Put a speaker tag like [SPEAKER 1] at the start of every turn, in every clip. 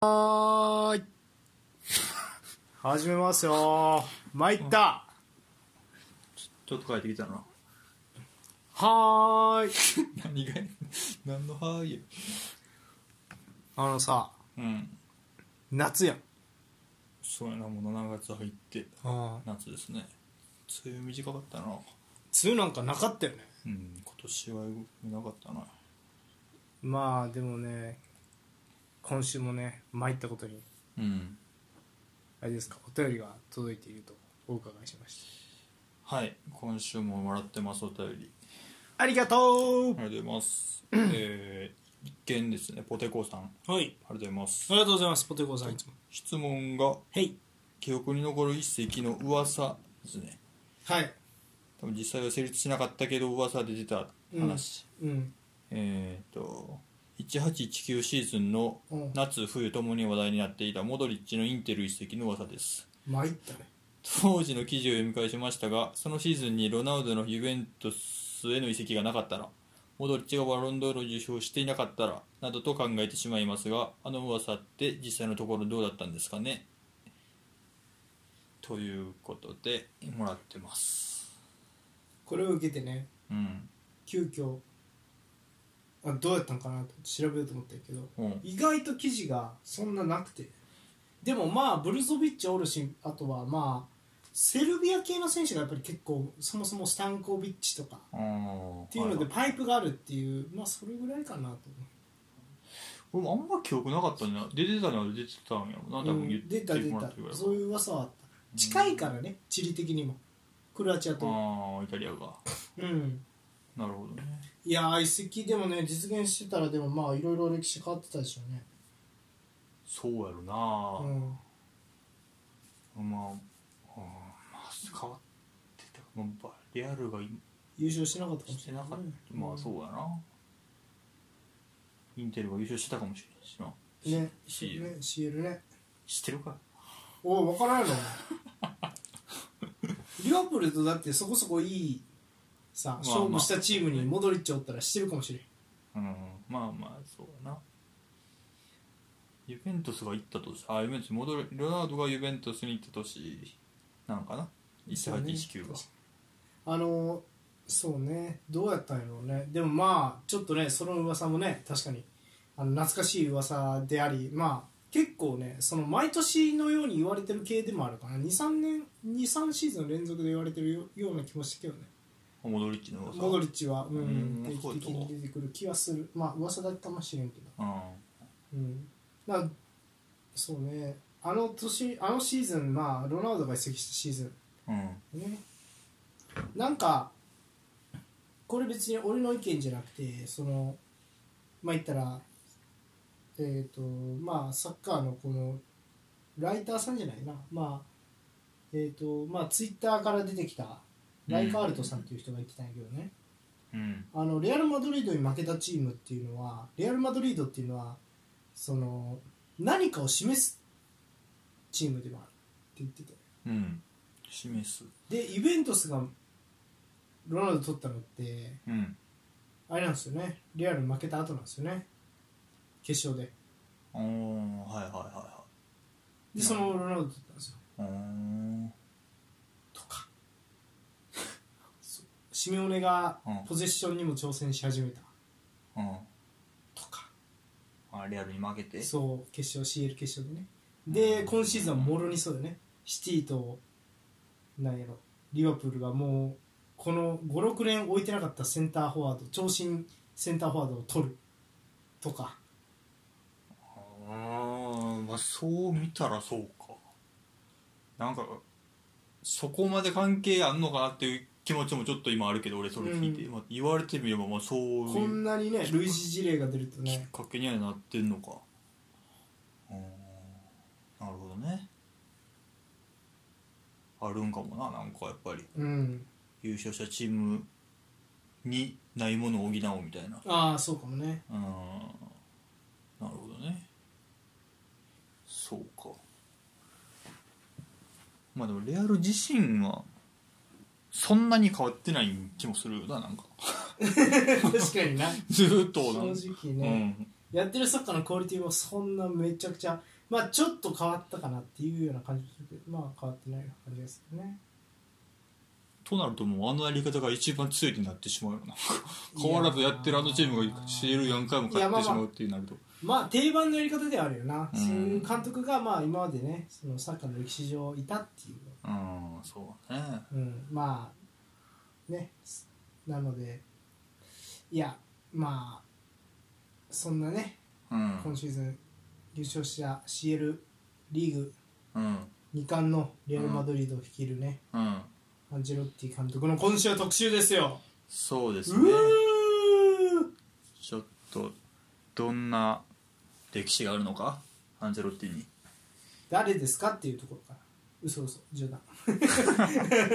[SPEAKER 1] はーい始めますよ参った
[SPEAKER 2] ちょっと帰ってきたな。
[SPEAKER 1] はーい
[SPEAKER 2] 何がや何のはーいよ。
[SPEAKER 1] あのさ
[SPEAKER 2] うん。
[SPEAKER 1] 夏やん
[SPEAKER 2] そうやな、もう7月入って、
[SPEAKER 1] 梅
[SPEAKER 2] 夏ですね。梅雨短かったな。
[SPEAKER 1] 雨なんかなかったよね
[SPEAKER 2] うん。今年はなかったな。
[SPEAKER 1] まあでもね今週もね参ったことに
[SPEAKER 2] うん。
[SPEAKER 1] あれですかお便りが届いているとお伺いしまし
[SPEAKER 2] はい、今週ももらってます、お便り。
[SPEAKER 1] たありがと
[SPEAKER 2] ありがとうございます。えー、一件ですね、ポテコさん。あ
[SPEAKER 1] うはい
[SPEAKER 2] りがとうございます
[SPEAKER 1] あ。りがとうございますポテコさんいつも
[SPEAKER 2] 質問が、
[SPEAKER 1] はい
[SPEAKER 2] 記憶に残る一石の噂ですね。
[SPEAKER 1] はい
[SPEAKER 2] 多分実際は成立しなかったけど、噂で出た話。
[SPEAKER 1] うん
[SPEAKER 2] えー、と1819シーズンの
[SPEAKER 1] うん
[SPEAKER 2] 夏冬ともに話題になっていたモドリッチのインテル一跡の噂です
[SPEAKER 1] 参ったね
[SPEAKER 2] 当時の記事を読み返しましたがそのシーズンにロナウドのユベントスへの移籍がなかったらモドリッチがバロンドールを受賞していなかったらなどと考えてしまいますがあの噂って実際のところどうだったんですかねということでもらってます
[SPEAKER 1] これを受けてね
[SPEAKER 2] うん
[SPEAKER 1] 急遽あどうやったんかなと調べようと思ったけど
[SPEAKER 2] うん
[SPEAKER 1] 意外と記事がそんななくてでもまあブルゾビッチおるしあとはまあセルビア系の選手がやっぱり結構そもそもスタンコビッチとか
[SPEAKER 2] あー
[SPEAKER 1] っていうの
[SPEAKER 2] は
[SPEAKER 1] で
[SPEAKER 2] いはい
[SPEAKER 1] パイプがあるっていうまあそれぐらいかなと
[SPEAKER 2] 俺もあんま記憶なかったな出てたのは出てたんやろな
[SPEAKER 1] 思
[SPEAKER 2] 多
[SPEAKER 1] う、う
[SPEAKER 2] 分言っ
[SPEAKER 1] ん、
[SPEAKER 2] て
[SPEAKER 1] 出た出
[SPEAKER 2] も
[SPEAKER 1] た
[SPEAKER 2] らってくれば、
[SPEAKER 1] そういう噂はあった近いからね地理的にもクロアチアと
[SPEAKER 2] ああイタリアが
[SPEAKER 1] うん
[SPEAKER 2] なるほどね
[SPEAKER 1] いやー移籍でもね実現してたらでもまあいろいろ歴史変わってたでしょうね
[SPEAKER 2] そうやろな、
[SPEAKER 1] うん
[SPEAKER 2] まああーまあ変わってたか、まあ、バリアルが今
[SPEAKER 1] 優勝してなかったかも
[SPEAKER 2] し
[SPEAKER 1] してれな、
[SPEAKER 2] ないかったまあそうやなインテルが優勝してたかもしれないしな
[SPEAKER 1] ね
[SPEAKER 2] CL
[SPEAKER 1] ね CL ね
[SPEAKER 2] 知ってるか
[SPEAKER 1] おい分からんのリバプールとだってそこそこいいさ、
[SPEAKER 2] あ
[SPEAKER 1] 勝負したチームにモドリッチおったらしてるかもしれん
[SPEAKER 2] うんまあまあそうやなユベントスが行った年あユベントス戻るロナウドがユベントスに行った年なのかな1819が
[SPEAKER 1] あのーそうねどうやったんやろうねでもまあちょっとねその噂もね確かにあの懐かしい噂でありまあ結構ねその毎年のように言われてる系でもあるかな23年23シーズン連続で言われてるよような気もしたけどね
[SPEAKER 2] モドリッチの噂
[SPEAKER 1] モドリッチは、う
[SPEAKER 2] うん
[SPEAKER 1] ん、定期的に出てくる気はするまあ噂だったかもしれんけど
[SPEAKER 2] うん
[SPEAKER 1] うん、だそうねあの年あのシーズンまあロナウドが移籍したシーズ
[SPEAKER 2] うん
[SPEAKER 1] ンねなんかこれ別に俺の意見じゃなくてそのまあ言ったらえっ、とまあサッカーのこのライターさんじゃないなまあえっ、とまあツイッターから出てきたライカールトさんっていう人が言ってたんやけどね、
[SPEAKER 2] うん
[SPEAKER 1] あのレアル・マドリードに負けたチームっていうのはレアル・マドリードっていうのはその何かを示すチームでもあるって言って
[SPEAKER 2] うん示す
[SPEAKER 1] てでユベントスがロナウド取ったのって
[SPEAKER 2] うん
[SPEAKER 1] あれなんですよねレアル負けた後なんですよね決勝で
[SPEAKER 2] おーはいはいは
[SPEAKER 1] でそのロナウド取ったんですよ
[SPEAKER 2] いはいおー
[SPEAKER 1] とかそうシミオネが
[SPEAKER 2] うん
[SPEAKER 1] ポゼッションにも挑戦し始めた
[SPEAKER 2] うん
[SPEAKER 1] とか
[SPEAKER 2] あレアルに負けて
[SPEAKER 1] そう決勝 CL 決勝でねで
[SPEAKER 2] うん
[SPEAKER 1] 今シーズンはもろにそうだよねシティとなんやろリバプールがもうこの56年置いてなかったセンターフォワード長身センターフォワードを取るとか
[SPEAKER 2] あーまあそう見たらそうかなんかそこまで関係あんのかなっていう気持ちもちょっと今あるけど俺それ聞いて、
[SPEAKER 1] う
[SPEAKER 2] まあ、言われてみればまあそう
[SPEAKER 1] こ
[SPEAKER 2] いうん
[SPEAKER 1] なにね類似事例が出ると
[SPEAKER 2] きっ
[SPEAKER 1] ね
[SPEAKER 2] かけにはなってんのかうーんなるほどねあるんかもななんかやっぱり
[SPEAKER 1] うん
[SPEAKER 2] 優勝したチームにないものを補おうみたいな
[SPEAKER 1] ああそうかも ね
[SPEAKER 2] うんなるほどねそうかまあでもレアル自身はそんなに変わってない気もするよななんか
[SPEAKER 1] 確かにな
[SPEAKER 2] ずーっ
[SPEAKER 1] 正
[SPEAKER 2] となん
[SPEAKER 1] 直ね、
[SPEAKER 2] うん
[SPEAKER 1] やってるサッカーのクオリティもそんなめちゃくちゃまあちょっと変わったかなっていうような感じもするけどまあ変わってないような感じですよね
[SPEAKER 2] となるともうあのやり方が一番強いになってしまうよな変わらずやってるあのチームが CL 何回も勝ってしまうってなると
[SPEAKER 1] まあ定番のやり方ではあるよな、
[SPEAKER 2] うん
[SPEAKER 1] そういう監督がまあ今までねそのサッカーの歴史上いたっていう
[SPEAKER 2] うんそうね
[SPEAKER 1] うん、まあねなのでいやまあそんなね
[SPEAKER 2] うん
[SPEAKER 1] 今シーズン優勝した CL リーグ
[SPEAKER 2] うん
[SPEAKER 1] 2冠のレアル・マドリードを率いるね、
[SPEAKER 2] うん
[SPEAKER 1] アンジェロッティ監督の今週は特集ですよ
[SPEAKER 2] そうです
[SPEAKER 1] う
[SPEAKER 2] ね
[SPEAKER 1] ー
[SPEAKER 2] ちょっとどんな歴史があるのかアンジェロッ ティに
[SPEAKER 1] 誰ですかっていうところから嘘嘘冗談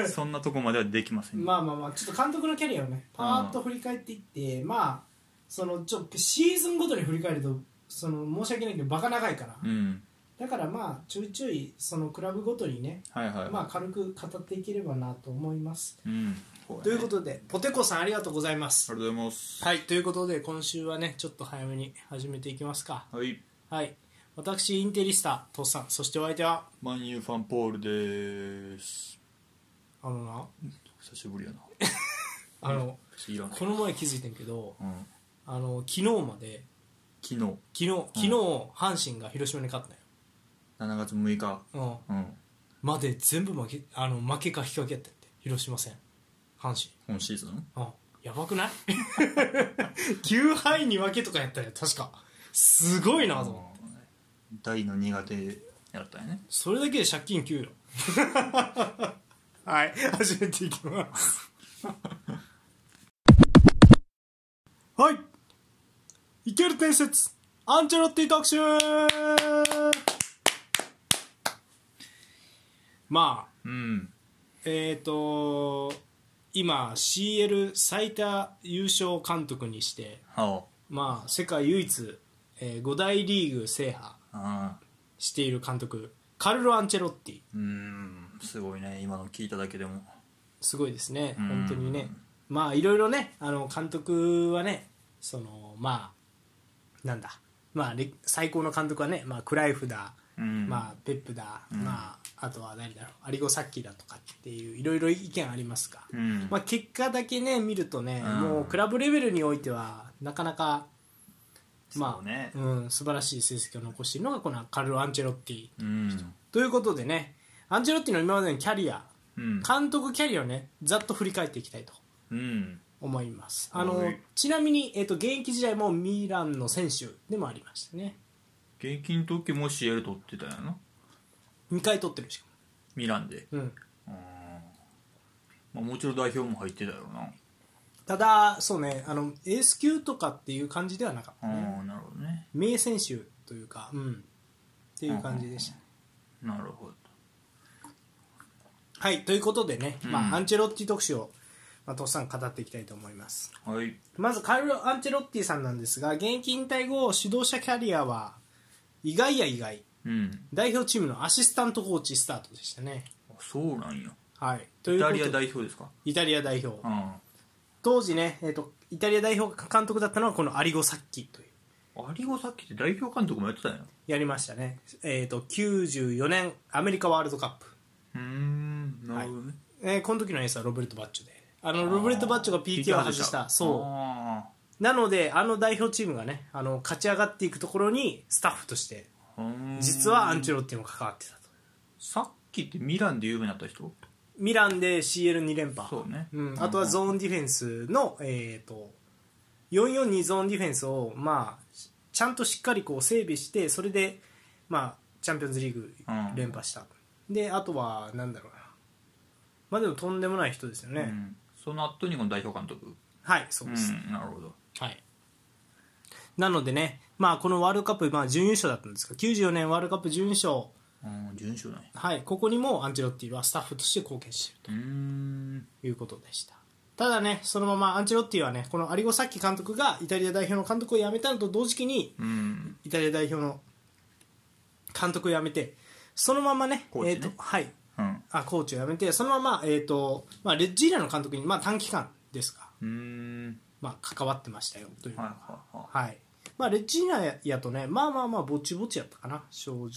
[SPEAKER 2] そんなとこまではできませんね
[SPEAKER 1] まあまあまあちょっと監督のキャリアをねパーッと振り返っていって、まあそのちょシーズンごとに振り返るとその申し訳ないけどバカ長いから、
[SPEAKER 2] うん
[SPEAKER 1] だからまあちょいちょいそのクラブごとにね、
[SPEAKER 2] はいはい、
[SPEAKER 1] まあ、軽く語っていければなと思います。
[SPEAKER 2] うんそ
[SPEAKER 1] と
[SPEAKER 2] だ
[SPEAKER 1] い
[SPEAKER 2] ね
[SPEAKER 1] うことでポテコさんありがとうございま
[SPEAKER 2] あ
[SPEAKER 1] す。
[SPEAKER 2] りがとうございます
[SPEAKER 1] はいということで今週はねちょっと早めに始めていきますか。
[SPEAKER 2] はい
[SPEAKER 1] はい私インテリスタとっさんそしてお相手は
[SPEAKER 2] マンユーファンポールです
[SPEAKER 1] あのな
[SPEAKER 2] 久しぶりやな
[SPEAKER 1] あの
[SPEAKER 2] いらない、
[SPEAKER 1] この前気づいてんけど
[SPEAKER 2] うん、
[SPEAKER 1] あの昨日まで
[SPEAKER 2] 昨日
[SPEAKER 1] 昨日昨日阪神が広島に勝った
[SPEAKER 2] 7月6日
[SPEAKER 1] よ、うん、
[SPEAKER 2] うん
[SPEAKER 1] まで全部負けあの負けか引き分けやったって広島戦阪神。
[SPEAKER 2] 今シーズン
[SPEAKER 1] あやばくない ?9 敗に分けとかやったよ確かすごいなと思って
[SPEAKER 2] うん大の苦手やったよね
[SPEAKER 1] それだけで借金9よはい始めていきます はいいける伝説アンチェロッティ特集まあ
[SPEAKER 2] うん
[SPEAKER 1] えー、と今 CL 最多優勝監督にして、
[SPEAKER 2] は
[SPEAKER 1] まあ、世界唯一、え5大リーグ制覇
[SPEAKER 2] あ
[SPEAKER 1] している監督カルロ・アンチェロッティ
[SPEAKER 2] うんすごいね今の聞いただけでも
[SPEAKER 1] すごいですね
[SPEAKER 2] うん
[SPEAKER 1] 本当にねまあいろいろねあの監督はねそのまあなんだまあれ最高の監督はね、まあ、クライフだ、
[SPEAKER 2] うん
[SPEAKER 1] まあ、ペップだ、まあ、あとは何だろうアリゴ・サッキーだとかっていういろいろ意見ありますが、
[SPEAKER 2] うん
[SPEAKER 1] まあ、結果だけね見るとね、
[SPEAKER 2] うん
[SPEAKER 1] もうクラブレベルにおいてはなかなか、ま
[SPEAKER 2] そ
[SPEAKER 1] あ
[SPEAKER 2] うね
[SPEAKER 1] うん、素晴らしい成績を残しているのがこのカルロ・アンチェロッティ。
[SPEAKER 2] うん
[SPEAKER 1] ということでねアンチェロッティの今までのキャリア
[SPEAKER 2] うん
[SPEAKER 1] 監督キャリアをねざっと振り返っていきたいと
[SPEAKER 2] うん
[SPEAKER 1] 思いますあ
[SPEAKER 2] は
[SPEAKER 1] の
[SPEAKER 2] い
[SPEAKER 1] ちなみに、えっと現役時代もミランの選手でもありましたね
[SPEAKER 2] 現金時も CL 取ってたんやな
[SPEAKER 1] 2回取ってるしか
[SPEAKER 2] ミランで
[SPEAKER 1] も、うん、
[SPEAKER 2] うんまあもちろん代表も入ってたやろな
[SPEAKER 1] ただそうねあのエース級とかっていう感じではなかったね
[SPEAKER 2] ああなるほどね
[SPEAKER 1] 名選手というか、うん、っていう感じでしたね
[SPEAKER 2] なるほど
[SPEAKER 1] はいということでね、
[SPEAKER 2] うん
[SPEAKER 1] まあ、アンチェロッティ特集を、まあ、とっさん語っていきたいと思います
[SPEAKER 2] はい
[SPEAKER 1] まずカルロ・アンチェロッティさんなんですが現役引退後指導者キャリアは意外や意外
[SPEAKER 2] うん
[SPEAKER 1] 代表チームのアシスタントコーチスタートでしたね
[SPEAKER 2] あそうなんや
[SPEAKER 1] はいとい
[SPEAKER 2] イ
[SPEAKER 1] うこ
[SPEAKER 2] タ
[SPEAKER 1] と
[SPEAKER 2] リア代表ですか
[SPEAKER 1] イタリア代表
[SPEAKER 2] あ
[SPEAKER 1] 当時ね、えー、とイタリア代表監督だったのはこのアリゴ・サッキという
[SPEAKER 2] あアリゴさっきって代表監督もやってたんや
[SPEAKER 1] やりましたね、えー、と94年アメリカワールドカップ
[SPEAKER 2] うーんなるほどね、
[SPEAKER 1] えーこの時のエースはロベルト・バッチョであのロベルト・バッチョが PK を外したそ
[SPEAKER 2] あ
[SPEAKER 1] うなのであの代表チームがねあの勝ち上がっていくところにスタッフとして
[SPEAKER 2] ーうーん
[SPEAKER 1] 実はアンチェロッティも関わってたと
[SPEAKER 2] さっきってミランで有名になった人
[SPEAKER 1] ミランで CL2 連覇
[SPEAKER 2] そうね
[SPEAKER 1] ん、あとはゾーンディフェンスの、えー、と442ゾーンディフェンスを、まあ、しちゃんとしっかりこう整備してそれで、まあ、チャンピオンズリーグ
[SPEAKER 2] うん
[SPEAKER 1] 連覇した、であとはなんだろうなまあでもとんでもない人ですよね、
[SPEAKER 2] うんその後にこの代表監督
[SPEAKER 1] はいそう
[SPEAKER 2] う
[SPEAKER 1] です、
[SPEAKER 2] んなるほど
[SPEAKER 1] はいなのでね、まあ、このワールドカップ、まあ、準優勝だったんですが94年ワールドカップ準優勝、
[SPEAKER 2] うん順調ない
[SPEAKER 1] はい、ここにもアンチェロッティはスタッフとして貢献している
[SPEAKER 2] うーん
[SPEAKER 1] ということでしたただねそのままアンチェロッティはねこのアリゴ・サッキ監督がイタリア代表の監督を辞めたのと同時期に
[SPEAKER 2] うん
[SPEAKER 1] イタリア代表の監督を辞めてそのままね
[SPEAKER 2] コーチ
[SPEAKER 1] え
[SPEAKER 2] ね
[SPEAKER 1] ーとはい
[SPEAKER 2] うん
[SPEAKER 1] あコーチを辞めてそのまま、えーとまあ、レッジーラの監督に、まあ、短期間ですが、
[SPEAKER 2] うーん
[SPEAKER 1] まあ、関わってましたよという、
[SPEAKER 2] はいはいは
[SPEAKER 1] はいまあ、レッチーナやとね、まあまあまあ、ぼちぼちやったかな、正直。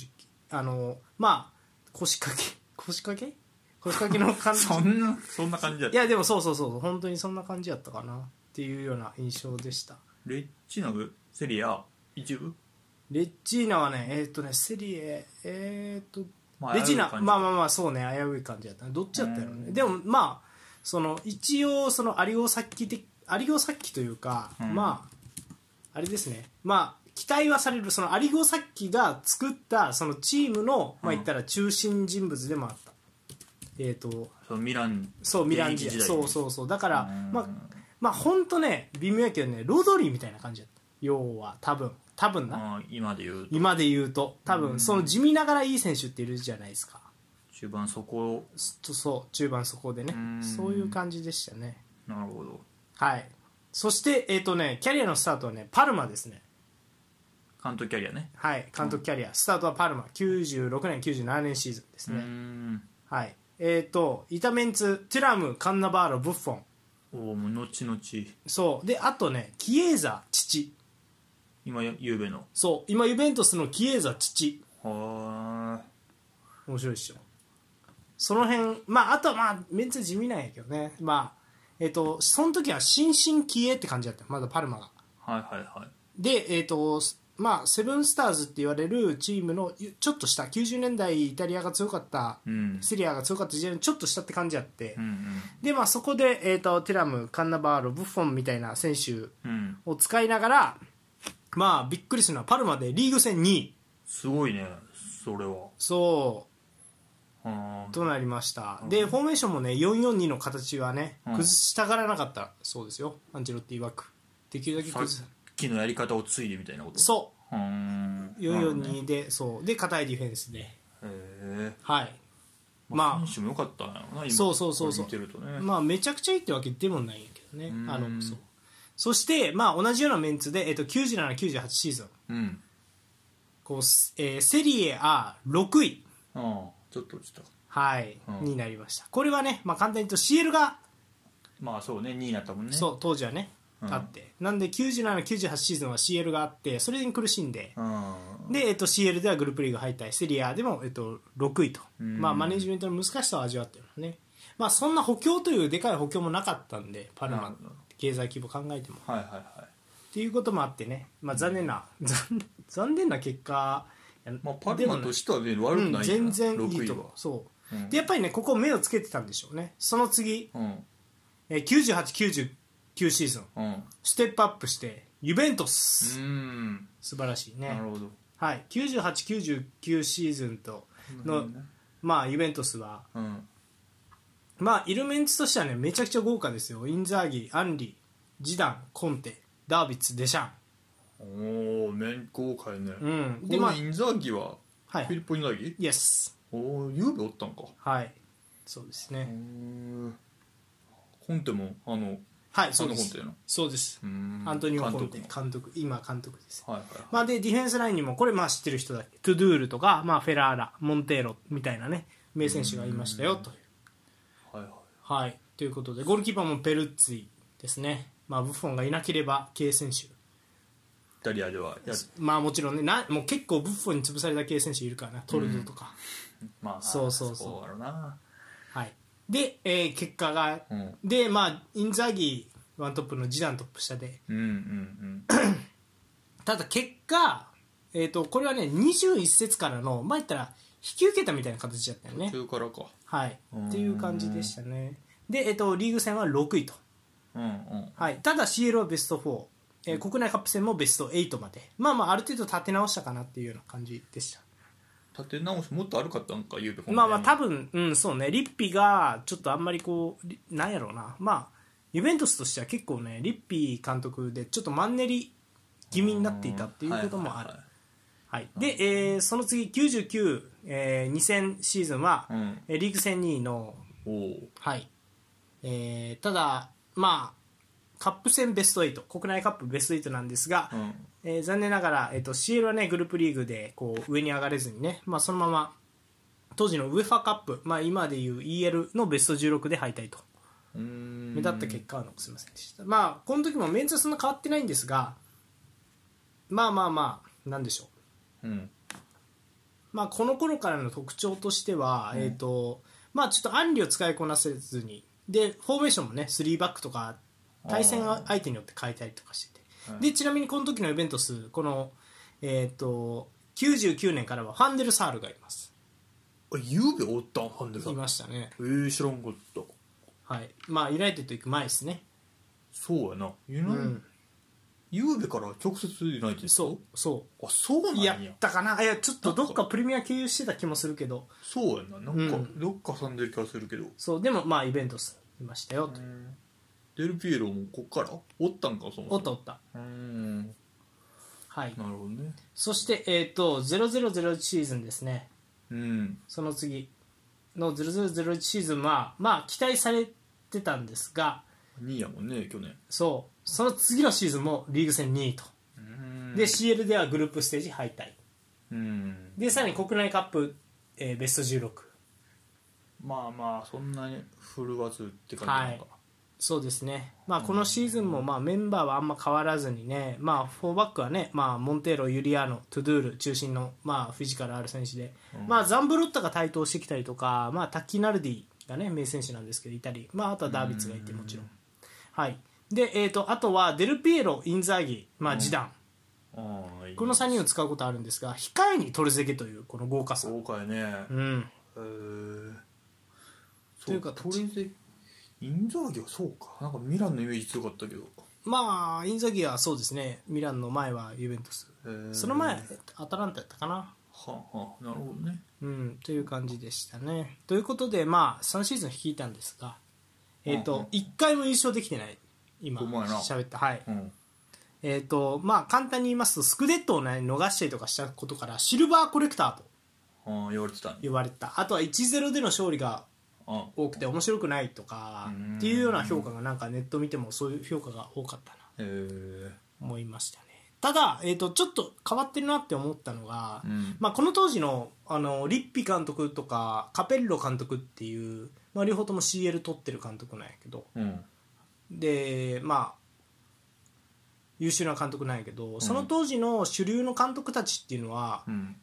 [SPEAKER 1] あの、まあ、腰掛け、腰掛け腰掛けの感じ。
[SPEAKER 2] そんなそんな感じだ っ
[SPEAKER 1] い
[SPEAKER 2] た
[SPEAKER 1] や、でもそうそうそう、本当にそんな感じやったかな、っていうような印象でした。
[SPEAKER 2] レッチナブセリア一部
[SPEAKER 1] レッチーナはね、えーっとね、セリエ、えーっと、
[SPEAKER 2] まあ
[SPEAKER 1] レジナ
[SPEAKER 2] ある感じ
[SPEAKER 1] まあまあまあそうね危うい感じだったねどっちだったやろうね
[SPEAKER 2] うん
[SPEAKER 1] でもまあその一応そのアリゴサッキ的アリゴサッキというか、
[SPEAKER 2] うん
[SPEAKER 1] まああれですねまあ期待はされるそのアリゴサッキが作ったそのチームの、まあ
[SPEAKER 2] うん
[SPEAKER 1] 言ったら中心人物でもあった、えっ、と
[SPEAKER 2] そのミラン
[SPEAKER 1] そうミラン
[SPEAKER 2] 現
[SPEAKER 1] ジア
[SPEAKER 2] 役時代
[SPEAKER 1] そうそうそうだから
[SPEAKER 2] うん
[SPEAKER 1] まあまあ本当ね微妙やけどねロドリーみたいな感じだった要は多分多分な、
[SPEAKER 2] まあ今で言うと
[SPEAKER 1] 今で言うと多
[SPEAKER 2] う
[SPEAKER 1] 分
[SPEAKER 2] ん
[SPEAKER 1] その地味ながらいい選手っているじゃないですか、
[SPEAKER 2] 中盤そこ
[SPEAKER 1] そそう中盤そこでね
[SPEAKER 2] うん
[SPEAKER 1] そういう感じでしたね
[SPEAKER 2] なるほど
[SPEAKER 1] はいそしてえっ、とねキャリアのスタートはねパルマですね
[SPEAKER 2] 関東キャリアね
[SPEAKER 1] はい監督キャリア、スタートはパルマ96年97年シーズンです
[SPEAKER 2] う
[SPEAKER 1] ね、
[SPEAKER 2] ん
[SPEAKER 1] はいえっ、とイタメンツテュラムカンナバーロブッフォン
[SPEAKER 2] おおもう後々
[SPEAKER 1] そうであとねキエーザ父
[SPEAKER 2] 今ゆゆうべの
[SPEAKER 1] そう今ユベントスのキエーザ父
[SPEAKER 2] は
[SPEAKER 1] 面白いっしょその辺まああとはまあめっちゃ地味なんやけどねまあえっ、とその時は新進キエって感じだったまだパルマが
[SPEAKER 2] ーはいはいはい
[SPEAKER 1] で、えーとまあ、セブンスターズって言われるチームのちょっと下90年代イタリアが強かった
[SPEAKER 2] うん
[SPEAKER 1] セリアが強かった時代のちょっと下って感じあって、
[SPEAKER 2] うん
[SPEAKER 1] でまあ、そこで、えー、とテラム、カンナバーロブッフォンみたいな選手
[SPEAKER 2] うんうん
[SPEAKER 1] を使いながら、まあ、びっくりするのはパルマでリーグ戦2位
[SPEAKER 2] すごいねそれは
[SPEAKER 1] そ
[SPEAKER 2] あ
[SPEAKER 1] う
[SPEAKER 2] ー
[SPEAKER 1] となりました、
[SPEAKER 2] うん
[SPEAKER 1] でフォーメーションも、ね、442の形は、ね、
[SPEAKER 2] うん
[SPEAKER 1] 崩したがらなかったそうですよアンチェロッティ曰くできるだけ
[SPEAKER 2] さっ
[SPEAKER 1] 崩す
[SPEAKER 2] きのやり方を継いでみたいなこと
[SPEAKER 1] そう
[SPEAKER 2] うん
[SPEAKER 1] う442で、そうで硬いディフェンスで。
[SPEAKER 2] なるほどねへえ
[SPEAKER 1] はい
[SPEAKER 2] ま
[SPEAKER 1] ま
[SPEAKER 2] あ選手も良かったんやろな今
[SPEAKER 1] そうそうそうそう
[SPEAKER 2] これ見てるとね
[SPEAKER 1] まあめちゃくちゃいいってわけでもないんやけどね
[SPEAKER 2] うん
[SPEAKER 1] あのそうそして、まあ、同じようなメンツで、えっと、9798シーズン
[SPEAKER 2] うん
[SPEAKER 1] こう、すえーセリエ A6 位、
[SPEAKER 2] ああちょっと落ちた
[SPEAKER 1] はい
[SPEAKER 2] うん
[SPEAKER 1] になりましたこれはね、まあ、簡単に言うと CL が、
[SPEAKER 2] まあそうね2位になったもんね
[SPEAKER 1] そう当時はね、
[SPEAKER 2] うん
[SPEAKER 1] あってなんで9798シーズンは CL があってそれに苦しんで、
[SPEAKER 2] うん
[SPEAKER 1] で、えっと、CL ではグループリーグ敗退セリアでも、えっと、6位と、
[SPEAKER 2] うん
[SPEAKER 1] まあ、マネジメントの難しさを味わってるのね、まあ、そんな補強というでかい補強もなかったんでパル
[SPEAKER 2] な
[SPEAKER 1] マ
[SPEAKER 2] るほど
[SPEAKER 1] 経済規模考えても
[SPEAKER 2] はいはいはい
[SPEAKER 1] っていうこともあってね、まあ、残念な、 残残念な結果や
[SPEAKER 2] まあパルマとしてはね悪
[SPEAKER 1] で
[SPEAKER 2] く
[SPEAKER 1] もね
[SPEAKER 2] ない
[SPEAKER 1] うん、全然い
[SPEAKER 2] 6
[SPEAKER 1] い
[SPEAKER 2] 位
[SPEAKER 1] と
[SPEAKER 2] は
[SPEAKER 1] 思うそう、
[SPEAKER 2] うん
[SPEAKER 1] でやっぱりねここ目をつけてたんでしょうねその次、
[SPEAKER 2] うん
[SPEAKER 1] えー、98、99シーズン
[SPEAKER 2] うん
[SPEAKER 1] ステップアップしてユベント
[SPEAKER 2] う
[SPEAKER 1] ス、
[SPEAKER 2] ん
[SPEAKER 1] 素晴らしいね
[SPEAKER 2] なるほど
[SPEAKER 1] はい、98、99シーズンとの、まあ、ユベントスは、
[SPEAKER 2] うん
[SPEAKER 1] まあ、イルメンツとしてはねめちゃくちゃ豪華ですよインザーギアンリジダンコンテダービッツデシャン
[SPEAKER 2] おお面公開ね
[SPEAKER 1] うんで
[SPEAKER 2] で
[SPEAKER 1] ま
[SPEAKER 2] ま
[SPEAKER 1] あ
[SPEAKER 2] あインザーギは
[SPEAKER 1] は
[SPEAKER 2] フィ
[SPEAKER 1] い
[SPEAKER 2] リッポインザーギ
[SPEAKER 1] イエス
[SPEAKER 2] おおゆうべおったんか
[SPEAKER 1] はいそうですね、
[SPEAKER 2] うんコンテもあの
[SPEAKER 1] はい、そうで
[SPEAKER 2] コン
[SPEAKER 1] す
[SPEAKER 2] テ。の
[SPEAKER 1] そうです。
[SPEAKER 2] うん
[SPEAKER 1] アントニオ・コンテ
[SPEAKER 2] 監督
[SPEAKER 1] 監督、今監督です。
[SPEAKER 2] のはいはいはい
[SPEAKER 1] まあで、ディフェンスラインにも、これまあ知ってる人だけ、トゥドゥールとか、まあフェラーラ、モンテーロみたいなね、名選手がいましたよ、という。
[SPEAKER 2] はいはい
[SPEAKER 1] はい、ということで、ゴールキーパーもペルッツィですね。まあブッフォンがいなければ、K 選手。
[SPEAKER 2] イタリアではや
[SPEAKER 1] まあもちろんね、なもう結構ブッフォンに潰された K 選手いるからな、トルドとか。
[SPEAKER 2] まあ
[SPEAKER 1] そうそうそう
[SPEAKER 2] そうだろうな
[SPEAKER 1] はい。で、えー結果が、
[SPEAKER 2] うんうん
[SPEAKER 1] で、まあ、インザーギー、ワントップのジダントップ下で、
[SPEAKER 2] うん
[SPEAKER 1] ただ結果、えー、とこれはね21節からのまあ言ったら引き受けたみたいな形だったよ
[SPEAKER 2] うん
[SPEAKER 1] ね
[SPEAKER 2] 途中からか
[SPEAKER 1] はい
[SPEAKER 2] うん
[SPEAKER 1] っていう感じでしたねで、えー、とリーグ戦は6位と、
[SPEAKER 2] うんうん
[SPEAKER 1] はい、ただ CL はベスト4、えー国内カップ戦もベスト8までまあまあある程度立て直したかなっていうような感じでした
[SPEAKER 2] 立て直しもっと悪かったんかゆうべ
[SPEAKER 1] まあまあ多
[SPEAKER 2] 分
[SPEAKER 1] 分うんそうねリッピがちょっとあんまりこうりなんやろうなまあユベントスとしては結構ねリッピ監督でちょっとマンネリ気味になっていたっていうこともあるはい、で、えーその次99、えー、2000シーズンは、
[SPEAKER 2] うん
[SPEAKER 1] えーリーグ戦2位の、
[SPEAKER 2] おお
[SPEAKER 1] はいえーただ、まあ、カップ戦ベスト8国内カップベスト8なんですが、
[SPEAKER 2] うん
[SPEAKER 1] えー残念ながら、えー、と CL は、ね、グループリーグでこう上に上がれずにね、まあ、そのまま当時の UEFA カップ、まあ、今でいう EL のベスト16で敗退と
[SPEAKER 2] うーん
[SPEAKER 1] 目立った結果は残せませんでした、まあ、この時もメンツはそんな変わってないんですが、まあまあまあなんでしょう
[SPEAKER 2] うん
[SPEAKER 1] まあ、この頃からの特徴としては、
[SPEAKER 2] うん
[SPEAKER 1] えーとまあ、ちょっとアンリを使いこなせずにでフォーメーションもね3バックとか対戦
[SPEAKER 2] あー
[SPEAKER 1] 相手によって変えたりとかしてて、
[SPEAKER 2] うん
[SPEAKER 1] でちなみにこの時のイベントスこの、えー、と99年からはファンデル・サールがいます
[SPEAKER 2] あゆうべおったんハンデさ
[SPEAKER 1] い
[SPEAKER 2] んえ
[SPEAKER 1] ましたね、
[SPEAKER 2] えー、知らんかった
[SPEAKER 1] はいまあ、ユナイテッド行く前ですね、
[SPEAKER 2] そうやなユ
[SPEAKER 1] う
[SPEAKER 2] ナイ
[SPEAKER 1] ん、
[SPEAKER 2] ゆうべから直接ユナイテッド
[SPEAKER 1] そうそ
[SPEAKER 2] あそうな
[SPEAKER 1] うんや
[SPEAKER 2] や
[SPEAKER 1] ったかないやちょっとどっかプレミア経由してた気もするけど
[SPEAKER 2] そうやななんか、
[SPEAKER 1] うん
[SPEAKER 2] どっか挟んでる気がするけど
[SPEAKER 1] そうでもまあイベントスいましたよと、
[SPEAKER 2] デルピエロもこっからおったんかそもそも
[SPEAKER 1] おったおった
[SPEAKER 2] うん
[SPEAKER 1] はい
[SPEAKER 2] なるほどね
[SPEAKER 1] そして、えー、と0001シーズンですね、
[SPEAKER 2] うん
[SPEAKER 1] その次の0001シーズンは、まあ、期待されてたんですが、
[SPEAKER 2] 2位やもんね去年
[SPEAKER 1] そうその次のシーズンもリーグ戦2位と、
[SPEAKER 2] うん
[SPEAKER 1] で CL ではグループステージ敗退、
[SPEAKER 2] うん
[SPEAKER 1] でさらに国内カップ、えーベスト16、
[SPEAKER 2] まあまあそんなに振るわずって感じなのか、
[SPEAKER 1] そうですね、まあ、このシーズンもまあメンバーはあんま変わらずにね、まあ、フォーバックはね、まあ、モンテーロ、ユリアーノ、トゥドゥール中心の、まあ、フィジカルある選手で、
[SPEAKER 2] うん
[SPEAKER 1] まあ、ザンブロッタが台頭してきたりとか、まあ、タッキーナルディが、ね、名選手なんですけどいたり、まあ、あとはダービッツがいてもちろん、はいでえー、とあとはデルピエロ、インザーギ、まあ、
[SPEAKER 2] うん
[SPEAKER 1] ジダン、
[SPEAKER 2] ああいい
[SPEAKER 1] この3人を使うことあるんですが控えにトルゼケというこの豪華さ。
[SPEAKER 2] そうかいね
[SPEAKER 1] うん
[SPEAKER 2] へー
[SPEAKER 1] と
[SPEAKER 2] そ
[SPEAKER 1] いう
[SPEAKER 2] う
[SPEAKER 1] か
[SPEAKER 2] かとりあえずインザーギはそうかなんかミランのイメージ強かったけど
[SPEAKER 1] まあ、インザーギはそうですねミランの前はユベントス
[SPEAKER 2] へー
[SPEAKER 1] その前アタランタやったかな
[SPEAKER 2] はあ、はあ、なるほどね
[SPEAKER 1] うん、という感じでしたね。ということで、まあ、3シーズン率いたんですが、えーと
[SPEAKER 2] うんうん
[SPEAKER 1] 1回も優勝できてない、今、
[SPEAKER 2] ほんまやな
[SPEAKER 1] 喋った、はい
[SPEAKER 2] うん
[SPEAKER 1] えーとまあ、簡単に言いますと、スクデットを、ね、逃したりとかしたことから、シルバーコレクターと
[SPEAKER 2] ああ言われてたね
[SPEAKER 1] 呼ばれてた、あとは1-0での勝利が
[SPEAKER 2] あ
[SPEAKER 1] 多くて、面白くないとか
[SPEAKER 2] うん
[SPEAKER 1] っていうような評価が、なんかネット見ても、そういう評価が多かったな、
[SPEAKER 2] へえ
[SPEAKER 1] 思いましたね。ただ、えーと、ちょっと変わってるなって思ったのが、
[SPEAKER 2] うん
[SPEAKER 1] まあ、この当時のあのリッピ監督とかカペッロ監督っていう、まあ、両方とも CL 取ってる監督なんやけど
[SPEAKER 2] うん
[SPEAKER 1] でまあ優秀な監督なんやけどその当時の主流の監督たちっていうのは
[SPEAKER 2] う、ん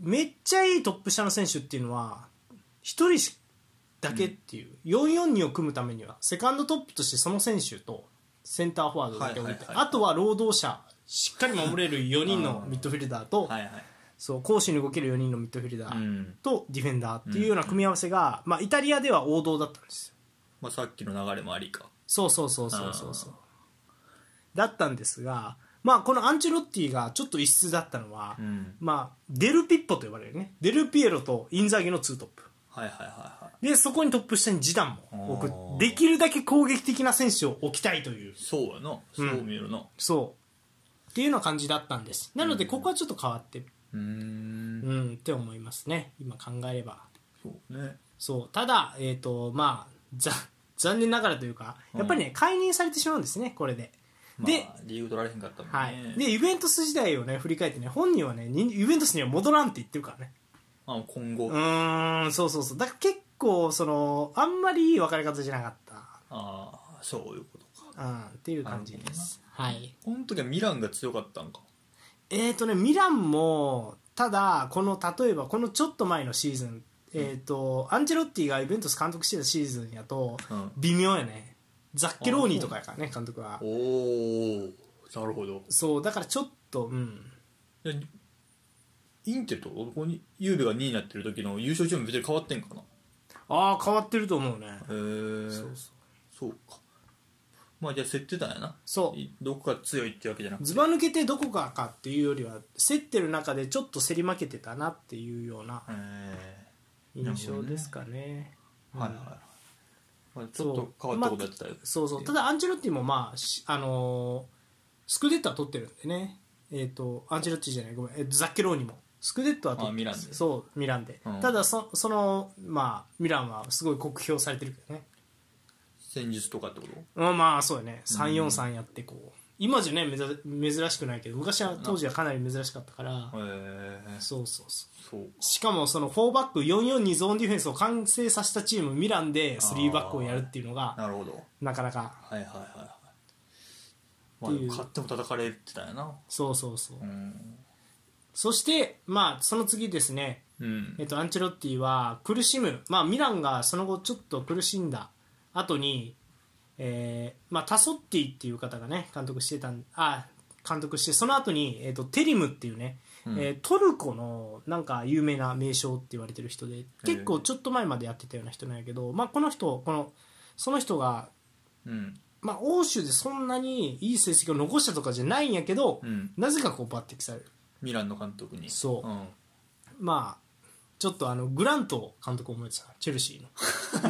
[SPEAKER 1] めっちゃいいトップ下の選手っていうのは1人だけっていう、442を組むためにはセカンドトップとしてその選手とセンターフォワードだけ置いて、
[SPEAKER 2] はいはいはい
[SPEAKER 1] あとは労働者しっかり守れる4人のミッドフィルダーと、
[SPEAKER 2] はいはい
[SPEAKER 1] そう攻守に動ける4人のミッドフィルダー。
[SPEAKER 2] うん
[SPEAKER 1] とディフェンダーっていうような組み合わせが、まあ、イタリアでは王道だったんですよ
[SPEAKER 2] まあ、さっきの流れもありか
[SPEAKER 1] そうそうそうそうそうそうだったんですが、まあ、このアンチェロッティがちょっと異質だったのは、
[SPEAKER 2] ん
[SPEAKER 1] まあ、デルピッポと呼ばれるねデルピエロとインザーギのツートップ
[SPEAKER 2] はいはいはいはい
[SPEAKER 1] でそこにトップ下にジダンも置
[SPEAKER 2] あー
[SPEAKER 1] くできるだけ攻撃的な選手を置きたいという
[SPEAKER 2] そうやなそう見えるな
[SPEAKER 1] そうっていうような感じだったんですなのでここはちょっと変わって
[SPEAKER 2] うん
[SPEAKER 1] うん、って思いますね今考えれば
[SPEAKER 2] そうね
[SPEAKER 1] そうただ、えーとまあ、ざ残念ながらというかやっぱりね、解任されてしまうんですねこれで。で,、
[SPEAKER 2] まあ、理由取られへんかったもんね、
[SPEAKER 1] はい、でユベントス時代をね振り返ってね本人はねにユベントスには戻らんって言ってるからね
[SPEAKER 2] まあ、今後、
[SPEAKER 1] うーんそうそうそうだから結構そのあんまりいい別れ方じゃなかっ
[SPEAKER 2] ああそういうことか
[SPEAKER 1] た、うん、っていう感じです、はい、
[SPEAKER 2] この時はミランが強かったんか
[SPEAKER 1] えっ、とねミランもただこの例えばこのちょっと前のシーズンえー、とアンジェロッティがユベントス監督してたシーズンやと
[SPEAKER 2] うん
[SPEAKER 1] 微妙やねザッケローニとかやからね監督は
[SPEAKER 2] おおなるほど
[SPEAKER 1] そうだからちょっとうん
[SPEAKER 2] でインテルとここにゆうべが2位になってる時の優勝チーム別に変わってんかなへ
[SPEAKER 1] ああ変わってると思うね
[SPEAKER 2] え
[SPEAKER 1] そうそう
[SPEAKER 2] そうかまあじゃあ競ってたんやな
[SPEAKER 1] そう
[SPEAKER 2] いどこが強いってわけじゃなくて
[SPEAKER 1] ずば抜けてどこかかっていうよりは競ってる中でちょっと競り負けてたなっていうような
[SPEAKER 2] へえ
[SPEAKER 1] 印象ですかね
[SPEAKER 2] はいはいはいまあ、ちょっと変わったことやってたよ、
[SPEAKER 1] そうそうただアンチェロッティもまあしあのースクデットは取ってるんでねえっ、とアンチェロッティじゃないごめん、えーとザッケローニもスクデットは取って
[SPEAKER 2] あミランで
[SPEAKER 1] そうミランで、
[SPEAKER 2] うん
[SPEAKER 1] ただそそのまあミランはすごい酷評されてるけどね
[SPEAKER 2] 戦術とかってこと
[SPEAKER 1] うんまあそうよね343やってこう、今じゃねめざ珍しくないけど昔は当時はかなり珍しかったから、
[SPEAKER 2] へえ
[SPEAKER 1] そうそうそう
[SPEAKER 2] そう
[SPEAKER 1] しかもその4バック442ゾーンディフェンスを完成させたチームミランで3バックをやるっていうのが
[SPEAKER 2] なるほど
[SPEAKER 1] なかなか
[SPEAKER 2] はいはいはいはま
[SPEAKER 1] っ
[SPEAKER 2] あ、
[SPEAKER 1] ていう
[SPEAKER 2] 勝っても叩かれてたんやな
[SPEAKER 1] そうそうそう、
[SPEAKER 2] うん、
[SPEAKER 1] そして、まあ、その次ですね、
[SPEAKER 2] うん
[SPEAKER 1] えっと、アンチェロッティは苦しむ、まあ、ミランがその後ちょっと苦しんだ後に、えーまあ、タソッティっていう方がね監督してたんあ監督してその後に、えっとテリムっていうね、
[SPEAKER 2] うん
[SPEAKER 1] えートルコのなんか有名な名称って言われてる人で結構ちょっと前までやってたような人なんやけど、まあ、この人このその人が、
[SPEAKER 2] うん
[SPEAKER 1] まあ、欧州でそんなにいい成績を残したとかじゃないんやけど、
[SPEAKER 2] うん
[SPEAKER 1] なぜかこう抜擢される。
[SPEAKER 2] ミランの監督に
[SPEAKER 1] そうんまあちょっとあのグラント監督を思い出したチェルシ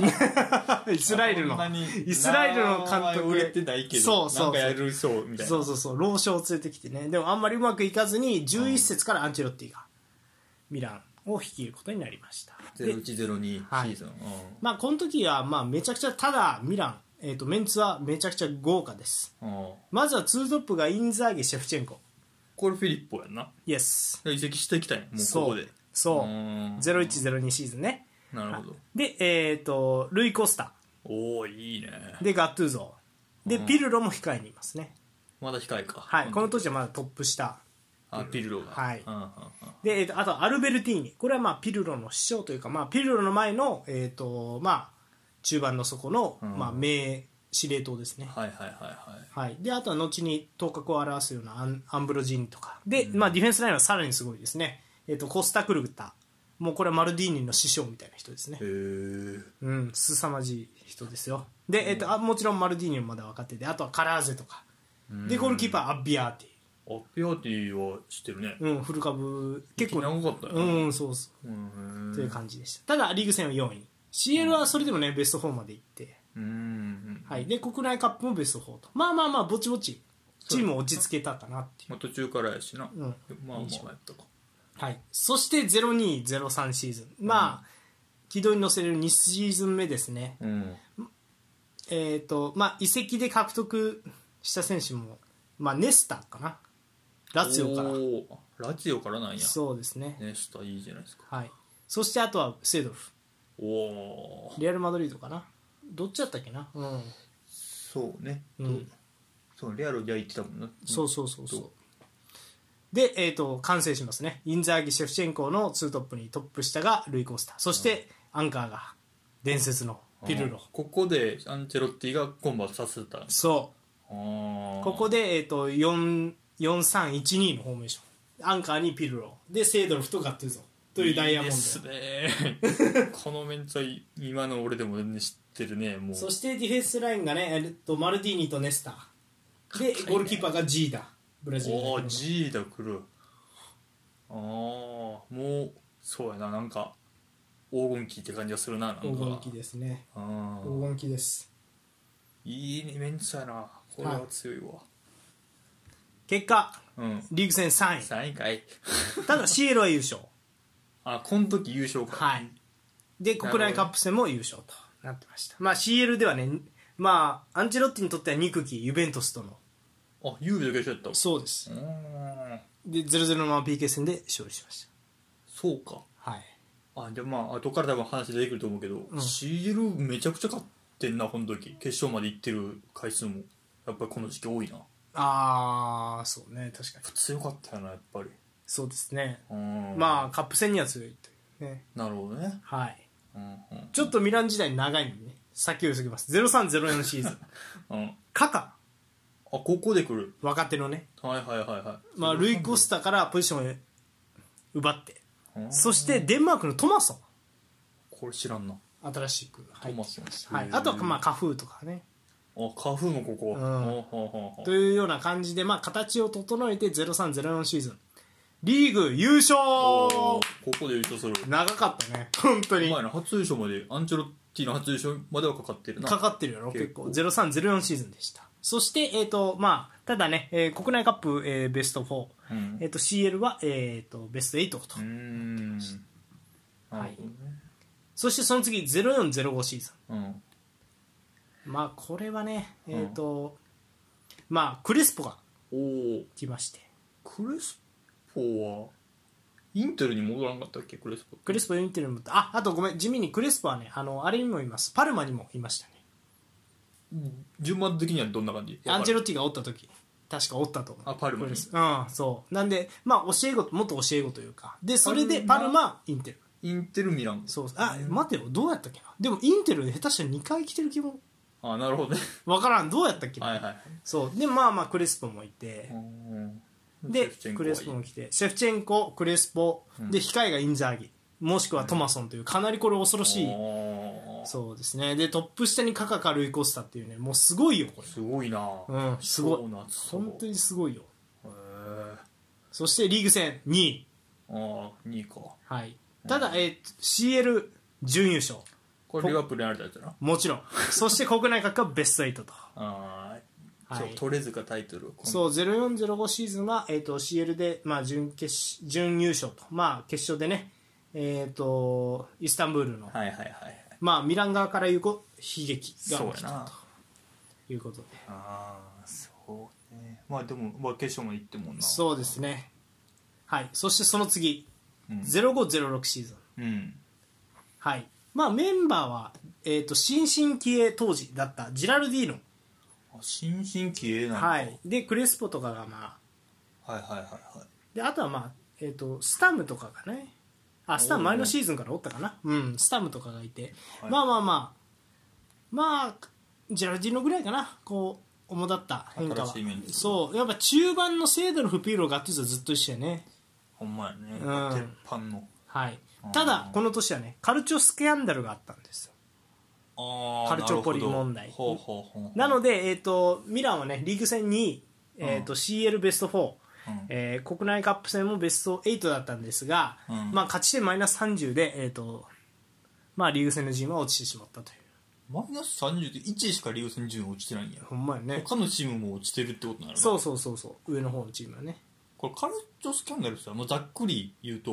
[SPEAKER 1] ーの イスラエルの
[SPEAKER 2] そんなに
[SPEAKER 1] イスラエルの監
[SPEAKER 2] 名前
[SPEAKER 1] 督
[SPEAKER 2] 売れてないけど
[SPEAKER 1] そうそうそう
[SPEAKER 2] なんかやるそうみたいな
[SPEAKER 1] そうそうそう老将を連れてきてねでもあんまりうまくいかずに11節からアンチェロッティがミランを率いることになりましたで
[SPEAKER 2] 0102シーズン、
[SPEAKER 1] まあこの時はまあめちゃくちゃただミラン、えー、とメンツはめちゃくちゃ豪華です
[SPEAKER 2] うんうん
[SPEAKER 1] まずはツートップがインザーギシェフチェンコ
[SPEAKER 2] これフィリッポやんな
[SPEAKER 1] イエス
[SPEAKER 2] 移籍してきたんやもうここで
[SPEAKER 1] そうそう
[SPEAKER 2] うん
[SPEAKER 1] 0102シーズンね
[SPEAKER 2] なるほど
[SPEAKER 1] でえっ、とルイ・コスタ
[SPEAKER 2] おおいいね
[SPEAKER 1] でガットゥーゾーで
[SPEAKER 2] うん
[SPEAKER 1] ピルロも控えにいますね、
[SPEAKER 2] まだ控えか
[SPEAKER 1] はい、この当
[SPEAKER 2] と
[SPEAKER 1] 時はまだトップ下
[SPEAKER 2] あピルロが
[SPEAKER 1] はい
[SPEAKER 2] うんうんうん
[SPEAKER 1] で、えーとあとアルベルティーニこれはまあピルロの師匠というか、まあ、ピルロの前の、えーとまあ、中盤の底の、
[SPEAKER 2] うん
[SPEAKER 1] まあ、名司令塔ですね、
[SPEAKER 2] はいはいはいは
[SPEAKER 1] は
[SPEAKER 2] い
[SPEAKER 1] い、であとは後に頭角を表すようなアンアンブロジーニとかで、まあ、ディフェンスラインはさらにすごいですね、えー、とコスタ・クルグタもうこれはマルディーニの師匠みたいな人ですね
[SPEAKER 2] へえ
[SPEAKER 1] うん凄まじい人ですよで、えー、とあもちろんマルディーニもまだ若手であとはカラーゼとかでゴールキーパーアッビアーティ
[SPEAKER 2] アピアティはしてるね
[SPEAKER 1] うん、フル株結構
[SPEAKER 2] 長かったよ
[SPEAKER 1] う
[SPEAKER 2] ね
[SPEAKER 1] んそうそ
[SPEAKER 2] うん
[SPEAKER 1] うという感じでしたただリーグ戦は4位 CL はそれでもねベスト4まで行って、
[SPEAKER 2] うん
[SPEAKER 1] はい、で国内カップもベスト4とまあまあまあぼちぼちチームを落ち着けたかなっていう
[SPEAKER 2] まあ途中からやしな
[SPEAKER 1] うん
[SPEAKER 2] まあまあや
[SPEAKER 1] いいじゃん
[SPEAKER 2] ったか
[SPEAKER 1] はい、そして0203シーズンまあ、軌道に乗せれる2シーズン目ですね
[SPEAKER 2] うん
[SPEAKER 1] えっ、とまあ移籍で獲得した選手もまあネスタかなラツヨから
[SPEAKER 2] おーラツィオからなんや
[SPEAKER 1] そうですね
[SPEAKER 2] ネスタいいじゃないですか
[SPEAKER 1] はいそしてあとはセドルフ
[SPEAKER 2] おおー
[SPEAKER 1] レアル・マドリードかなどっちだったっけなうん、
[SPEAKER 2] そうね
[SPEAKER 1] うん
[SPEAKER 2] そうレアルでは行ってたもんな
[SPEAKER 1] そうそうそうそう
[SPEAKER 2] ど
[SPEAKER 1] で、えー、と完成しますねインザーギ・シェフチェンコのツートップにトップ下がルイ・コースターそしてアンカーが伝説のピルロ
[SPEAKER 2] あーここでアンチェロッティがコンバートさせたんです
[SPEAKER 1] そ
[SPEAKER 2] あ
[SPEAKER 1] う
[SPEAKER 2] あ
[SPEAKER 1] ここで、えー、と4 4312のフォーメーションアンカーにピルロでセードルフとガットゥーゾというダイヤモンド
[SPEAKER 2] いいですね このメンツは今の俺でも全然知ってるねもう
[SPEAKER 1] そしてディフェンスラインがね、えー、とマルディーニとネスタでゴールキーパーがジーダブラジル代
[SPEAKER 2] お
[SPEAKER 1] 表
[SPEAKER 2] お
[SPEAKER 1] の
[SPEAKER 2] ジーダ来るああもうそうやななんか黄金期って感じがするななんか
[SPEAKER 1] 黄金期ですね
[SPEAKER 2] あ
[SPEAKER 1] 黄
[SPEAKER 2] ー
[SPEAKER 1] 金期です
[SPEAKER 2] いいねメンツやなこれは強いわ、
[SPEAKER 1] 結果
[SPEAKER 2] うん
[SPEAKER 1] リーグ戦3位
[SPEAKER 2] 3位かい
[SPEAKER 1] ただ CL は優勝
[SPEAKER 2] あこの時優勝か
[SPEAKER 1] はいで
[SPEAKER 2] ほどね
[SPEAKER 1] 国内カップ戦も優勝となってました、まあ、CL ではねまあアンチェロッティにとっては憎きユベントスとの
[SPEAKER 2] あユーベだけやった
[SPEAKER 1] そうです
[SPEAKER 2] うーん
[SPEAKER 1] で0-0のまま PK 戦で勝利しまし
[SPEAKER 2] そうか
[SPEAKER 1] たはい
[SPEAKER 2] あじゃあまあ後から多分話出てくると思うけど、CL めちゃくちゃ勝ってんなこの時決勝まで行ってる回数もやっぱりこの時期多いな
[SPEAKER 1] ああそうね確かに
[SPEAKER 2] 強かったよなやっぱり
[SPEAKER 1] そうですね
[SPEAKER 2] うん
[SPEAKER 1] まあカップ戦には強いというね
[SPEAKER 2] あなるほどね、
[SPEAKER 1] はい
[SPEAKER 2] うん
[SPEAKER 1] ちょっとミラン時代長いんでね先を急ぎます0304のシーズン
[SPEAKER 2] うんうん、あ
[SPEAKER 1] カカ
[SPEAKER 2] ここで来る
[SPEAKER 1] 若手のね、
[SPEAKER 2] はいはいはいはい
[SPEAKER 1] まあ、ルイ・コスタからポジションを奪って
[SPEAKER 2] うん
[SPEAKER 1] そしてデンマークのトマソン
[SPEAKER 2] これ知らんな
[SPEAKER 1] 新しく入
[SPEAKER 2] ト
[SPEAKER 1] って
[SPEAKER 2] マ
[SPEAKER 1] き
[SPEAKER 2] ス
[SPEAKER 1] て
[SPEAKER 2] の
[SPEAKER 1] はい、あとはまあ
[SPEAKER 2] あ
[SPEAKER 1] カフーとかね
[SPEAKER 2] カフーもここ、
[SPEAKER 1] うん
[SPEAKER 2] ほうほうほうほ
[SPEAKER 1] というような感じで、まあ、形を整えて0304シーズンリーグ優勝
[SPEAKER 2] おーここで優勝する
[SPEAKER 1] 長かったね本当
[SPEAKER 2] お
[SPEAKER 1] に
[SPEAKER 2] 前の初優勝までアンチェロッティの初優勝まではかかってるな
[SPEAKER 1] かかってるやろ結
[SPEAKER 2] 結
[SPEAKER 1] 構
[SPEAKER 2] 構
[SPEAKER 1] 0304シーズンでしたそして、えーとまあ、ただね、えー国内カップ、えーベスト4、
[SPEAKER 2] うん
[SPEAKER 1] えー、と CL は、えー、とベスト8と、
[SPEAKER 2] うーんなるほどね
[SPEAKER 1] そしてその次0405シーズン
[SPEAKER 2] うん
[SPEAKER 1] まあこれはねえっ、と、まあクレスポが
[SPEAKER 2] おお
[SPEAKER 1] 来まして
[SPEAKER 2] クレスポはインテルに戻らんかったっけクレスポ
[SPEAKER 1] クレスポユニティにもああとごめん地味にクレスポはねあのあれにもいますパルマにもいましたね
[SPEAKER 2] 順番的にはどんな感じ
[SPEAKER 1] アンチェ
[SPEAKER 2] ロ
[SPEAKER 1] ロッティがおった時確かおったと思う
[SPEAKER 2] あパルマに
[SPEAKER 1] うんそうなんでまあ教え子元教え子というかでそれで
[SPEAKER 2] パ
[SPEAKER 1] パ
[SPEAKER 2] ル
[SPEAKER 1] ル
[SPEAKER 2] マ
[SPEAKER 1] マインテル
[SPEAKER 2] インテルミラン
[SPEAKER 1] そうあ
[SPEAKER 2] うん
[SPEAKER 1] 待てよどうやったっけなでもインテルで下手したら2回来てる気も
[SPEAKER 2] あなるほど ね
[SPEAKER 1] わからんどうやったっけな、
[SPEAKER 2] はいはい
[SPEAKER 1] そうでまあまあクレスポもいて
[SPEAKER 2] うん
[SPEAKER 1] で
[SPEAKER 2] シェフチェン
[SPEAKER 1] ク
[SPEAKER 2] コはいい
[SPEAKER 1] レスポも来てシェフチェンコクレスポ
[SPEAKER 2] うん
[SPEAKER 1] で控えがインザーギもしくはトマソンというかなりこれ恐ろしい
[SPEAKER 2] あー
[SPEAKER 1] そうですねでトップ下にカカカルイコスタっていうねもうすごいよこれ
[SPEAKER 2] すごいな
[SPEAKER 1] うんすごい
[SPEAKER 2] そうなんそう
[SPEAKER 1] 本当にすごいよ
[SPEAKER 2] へー
[SPEAKER 1] そしてリーグ戦2位
[SPEAKER 2] ああ2位か
[SPEAKER 1] はい、ただ、えー CL 準優勝
[SPEAKER 2] これリバプールにあるやつだな
[SPEAKER 1] もちろんそして国内各国はベスト8と
[SPEAKER 2] ああ、
[SPEAKER 1] はい
[SPEAKER 2] そう取れずかタイトルを
[SPEAKER 1] そう0405シーズンは、えー、と CL で、まあ、準決準優勝と、まあ、決勝でね、えー、とイスタンブールの、
[SPEAKER 2] はいはいはいはい
[SPEAKER 1] まあ、ミラン側から言うこ悲劇が
[SPEAKER 2] そう
[SPEAKER 1] 起き
[SPEAKER 2] や
[SPEAKER 1] た
[SPEAKER 2] な
[SPEAKER 1] ということで
[SPEAKER 2] ああそうねまあでも、まあ、決勝まで行ってもんな
[SPEAKER 1] そうですね、はい、そしてその次
[SPEAKER 2] うん、
[SPEAKER 1] 0506シーズン
[SPEAKER 2] うん、
[SPEAKER 1] はいまあ、メンバーは、えー、と新進気鋭当時だったジラルディーノ、
[SPEAKER 2] あ新進気鋭なんだ
[SPEAKER 1] はい、でクレスポとかが、まあ、
[SPEAKER 2] はいはいはいはい
[SPEAKER 1] であとはまあ、えー、とスタムとかがねあスタム前のシーズンからおったかなうんスタムとかがいて、
[SPEAKER 2] はい
[SPEAKER 1] まあまあまあまあジェラルディーノぐらいかなこう主だった変化は
[SPEAKER 2] 新しいメンツ
[SPEAKER 1] そうやっぱ中盤のセードルフピーロガッツーズずっと一緒やね
[SPEAKER 2] ほんまやね、
[SPEAKER 1] うん
[SPEAKER 2] 鉄板の
[SPEAKER 1] はい
[SPEAKER 2] うん
[SPEAKER 1] ただこの年はねカルチョスキャンダルがあったんですよ
[SPEAKER 2] あー
[SPEAKER 1] カルチョポリ
[SPEAKER 2] なるほど
[SPEAKER 1] 問題
[SPEAKER 2] ほうほうほうほう
[SPEAKER 1] なので、えー、とミランはねリーグ戦2位、えーと CL ベスト4
[SPEAKER 2] うん
[SPEAKER 1] えー国内カップ戦もベスト8だったんですが、
[SPEAKER 2] うん
[SPEAKER 1] まあ、勝ち点マイナス30で、えーとまあ、リーグ戦の順位は落ちてしまったという
[SPEAKER 2] マイナス30で1位しかリーグ戦順位落ちてないんや
[SPEAKER 1] ほんまやね
[SPEAKER 2] 他のチームも落ちてるってことなのね
[SPEAKER 1] そうそうそうそう上の方のチームはね
[SPEAKER 2] これカルチョスキャンダルってさもうざっくり言うと、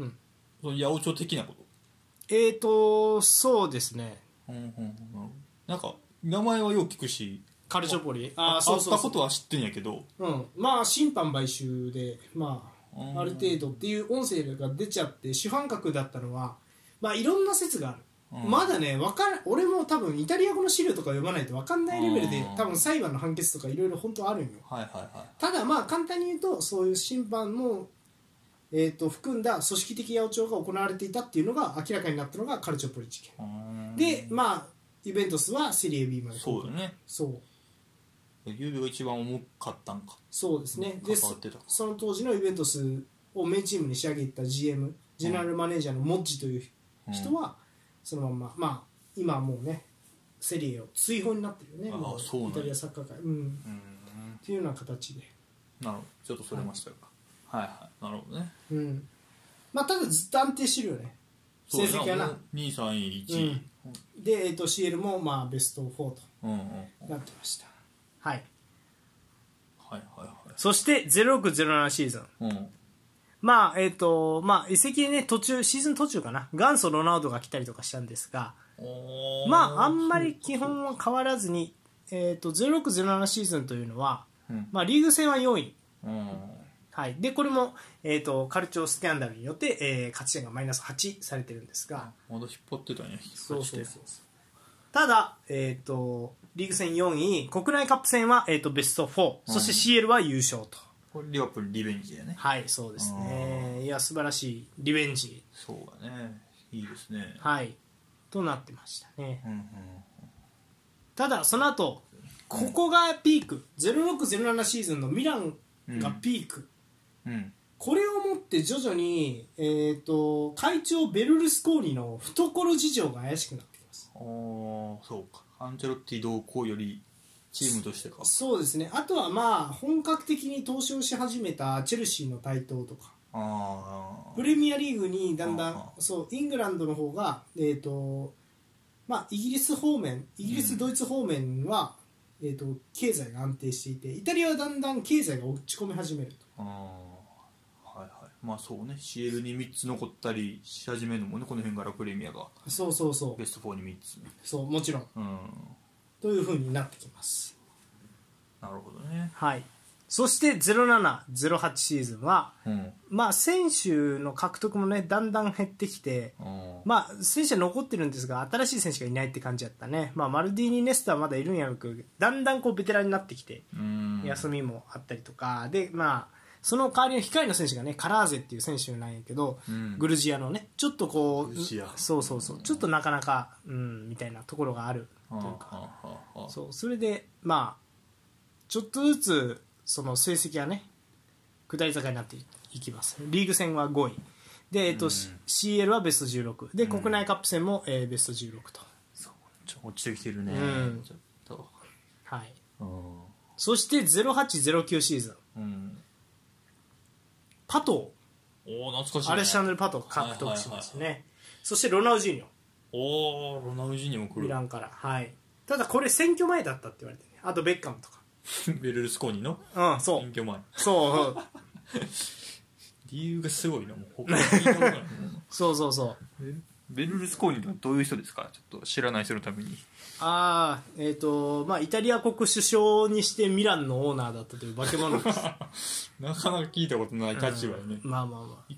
[SPEAKER 1] うん
[SPEAKER 2] その八百長的なこと
[SPEAKER 1] えーとそうですね
[SPEAKER 2] うんうんうんなんか名前はよく聞くし
[SPEAKER 1] カルチョポリ
[SPEAKER 2] あ
[SPEAKER 1] あそうそう
[SPEAKER 2] 会ったことは知ってんやけど
[SPEAKER 1] うん、まあ審判買収で、ま
[SPEAKER 2] うん
[SPEAKER 1] あ、ある程度っていう音声が出ちゃって主犯格だったのは、まあ、いろんな説がある、
[SPEAKER 2] うん
[SPEAKER 1] まだねわかん俺も多分イタリア語の資料とか読まないと分かんないレベルで
[SPEAKER 2] うん
[SPEAKER 1] 多分裁判の判決とかいろいろ本当あるんよ
[SPEAKER 2] はいはいはい
[SPEAKER 1] ただまあ簡単に言うとそういう審判も、えー、と含んだ組織的八百長が行われていたっていうのが明らかになったのがカルチョポリ事件、
[SPEAKER 2] うん
[SPEAKER 1] でまあイベントスはセリエ B まで
[SPEAKER 2] そうだね
[SPEAKER 1] そう
[SPEAKER 2] ゆうべが一番重かったんか
[SPEAKER 1] そうですねで
[SPEAKER 2] 関わ
[SPEAKER 1] そ
[SPEAKER 2] ってたか
[SPEAKER 1] その当時のイベントスをメインチームに仕上げた GM ジェネラルマネージャーのモッジという人は、そのまんままあ今はもうねセリエを追放になってるよね
[SPEAKER 2] ああ
[SPEAKER 1] も
[SPEAKER 2] そう
[SPEAKER 1] イ
[SPEAKER 2] なんや
[SPEAKER 1] タリアサッカー界、うん、
[SPEAKER 2] うん
[SPEAKER 1] っていうような形で、
[SPEAKER 2] なるほどちょっとそれましたかはいはいなるほどね
[SPEAKER 1] うんまあ、ただずっと安定してるよね成績はな
[SPEAKER 2] 2位3位1位
[SPEAKER 1] で、えー、と CL もまあベスト4と
[SPEAKER 2] うんうんはい
[SPEAKER 1] なってましたはい
[SPEAKER 2] はいはい
[SPEAKER 1] そして0607シーズン
[SPEAKER 2] うん
[SPEAKER 1] まあえっ、とまあ移籍でね途中シーズン途中かな元祖ロナウドが来たりとかしたんですが
[SPEAKER 2] おー
[SPEAKER 1] まあ、あんまり基本は変わらずに、えー、と0607シーズンというのは、
[SPEAKER 2] うん
[SPEAKER 1] まあ、リーグ戦は4位、
[SPEAKER 2] うん
[SPEAKER 1] はい、でこれも、えー、とカルチョスキャンダルによって、えー勝ち点がマイナス8されてるんですが
[SPEAKER 2] まだ引っ張ってたね引っ張って
[SPEAKER 1] ただ、えー、とリーグ戦4位国内カップ戦は、えー、とベスト4、そして CL は優勝と
[SPEAKER 2] これリバプールリベンジだよね
[SPEAKER 1] はいそうですねいや素晴らしいリベンジ、
[SPEAKER 2] そうだねいいですね
[SPEAKER 1] はい、となってましたね
[SPEAKER 2] うんうん
[SPEAKER 1] ただその後ここがピーク0607シーズンのミランがピーク、
[SPEAKER 2] うん
[SPEAKER 1] これをもって徐々に、えー、と会長ベルルスコーニの懐事情が怪しくなってきます
[SPEAKER 2] ああそうかアンチェロッティ同行よりチームとしてか
[SPEAKER 1] そうですねあとはまあ本格的に投資をし始めたチェルシーの台頭とか
[SPEAKER 2] あ
[SPEAKER 1] プレミアリーグにだんだ
[SPEAKER 2] あ
[SPEAKER 1] んそうイングランドの方が、えーとまあ、イギリス方面イギリ
[SPEAKER 2] うん
[SPEAKER 1] スドイツ方面は、えー、と経済が安定していてイタリアはだんだん経済が落ち込み始めると
[SPEAKER 2] ああはいはいまあそうね CL に3つ残ったりし始めるのもねこの辺からプレミアが
[SPEAKER 1] そうそうそ
[SPEAKER 2] ベ
[SPEAKER 1] う
[SPEAKER 2] スト4に3つね
[SPEAKER 1] そうもちろん
[SPEAKER 2] うん
[SPEAKER 1] というふうになってきます
[SPEAKER 2] なるほどね
[SPEAKER 1] はい、そして0708シーズンは、
[SPEAKER 2] うん
[SPEAKER 1] まあ、選手の獲得も、ね、だんだん減ってきて、
[SPEAKER 2] ああ
[SPEAKER 1] まあ、選手は残ってるんですが新しい選手がいないって感じだったね、まあ、マルディーニ・ネスタはまだいるんやろうけどだんだんこうベテランになってきて
[SPEAKER 2] うんうん
[SPEAKER 1] 休みもあったりとかでまあその代わりの控えの選手がねカラーゼっていう選手なんやけど、
[SPEAKER 2] うん
[SPEAKER 1] グルジアのねちょっとこう
[SPEAKER 3] グルジア
[SPEAKER 1] そうそうそうちょっとなかなかうんみたいなところがあるというか
[SPEAKER 2] はあはあはあ
[SPEAKER 1] そうそれでまあちょっとずつその成績がね下り坂になっていきますリーグ戦は5位で、えっと
[SPEAKER 3] うん
[SPEAKER 1] C- CL はベスト16で
[SPEAKER 2] うん
[SPEAKER 1] 国内カップ戦も、えーベスト16と、
[SPEAKER 3] そう
[SPEAKER 2] ちょ落ちてきてるね、
[SPEAKER 1] うん
[SPEAKER 2] ちょっと
[SPEAKER 1] はい、
[SPEAKER 2] うん
[SPEAKER 1] そして0809シーズン
[SPEAKER 2] うん
[SPEAKER 1] パト
[SPEAKER 2] おお懐かしい、
[SPEAKER 1] ー
[SPEAKER 2] ね、
[SPEAKER 1] アレッサンドル・パトー獲得しますね、そしてロナウジーニョ
[SPEAKER 2] おおロナウジーニョも来
[SPEAKER 1] ミ
[SPEAKER 2] る
[SPEAKER 1] ランから、はい、ただこれ選挙前だったって言われてねあとベッカムと
[SPEAKER 2] ベルルスコーニの
[SPEAKER 1] かうんそう
[SPEAKER 2] 選挙前
[SPEAKER 1] そう
[SPEAKER 2] 理由がすごいなもう他 に聞いたことない
[SPEAKER 1] そうそうそう
[SPEAKER 2] ベルルスコーニとはどういう人ですかちょっと知らない人のために
[SPEAKER 1] ああえっ、とまあイタリア国首相にしてミランのオーナーだったという化け物です
[SPEAKER 2] なかなか聞いたことない 立場よね、
[SPEAKER 1] まあまあまあ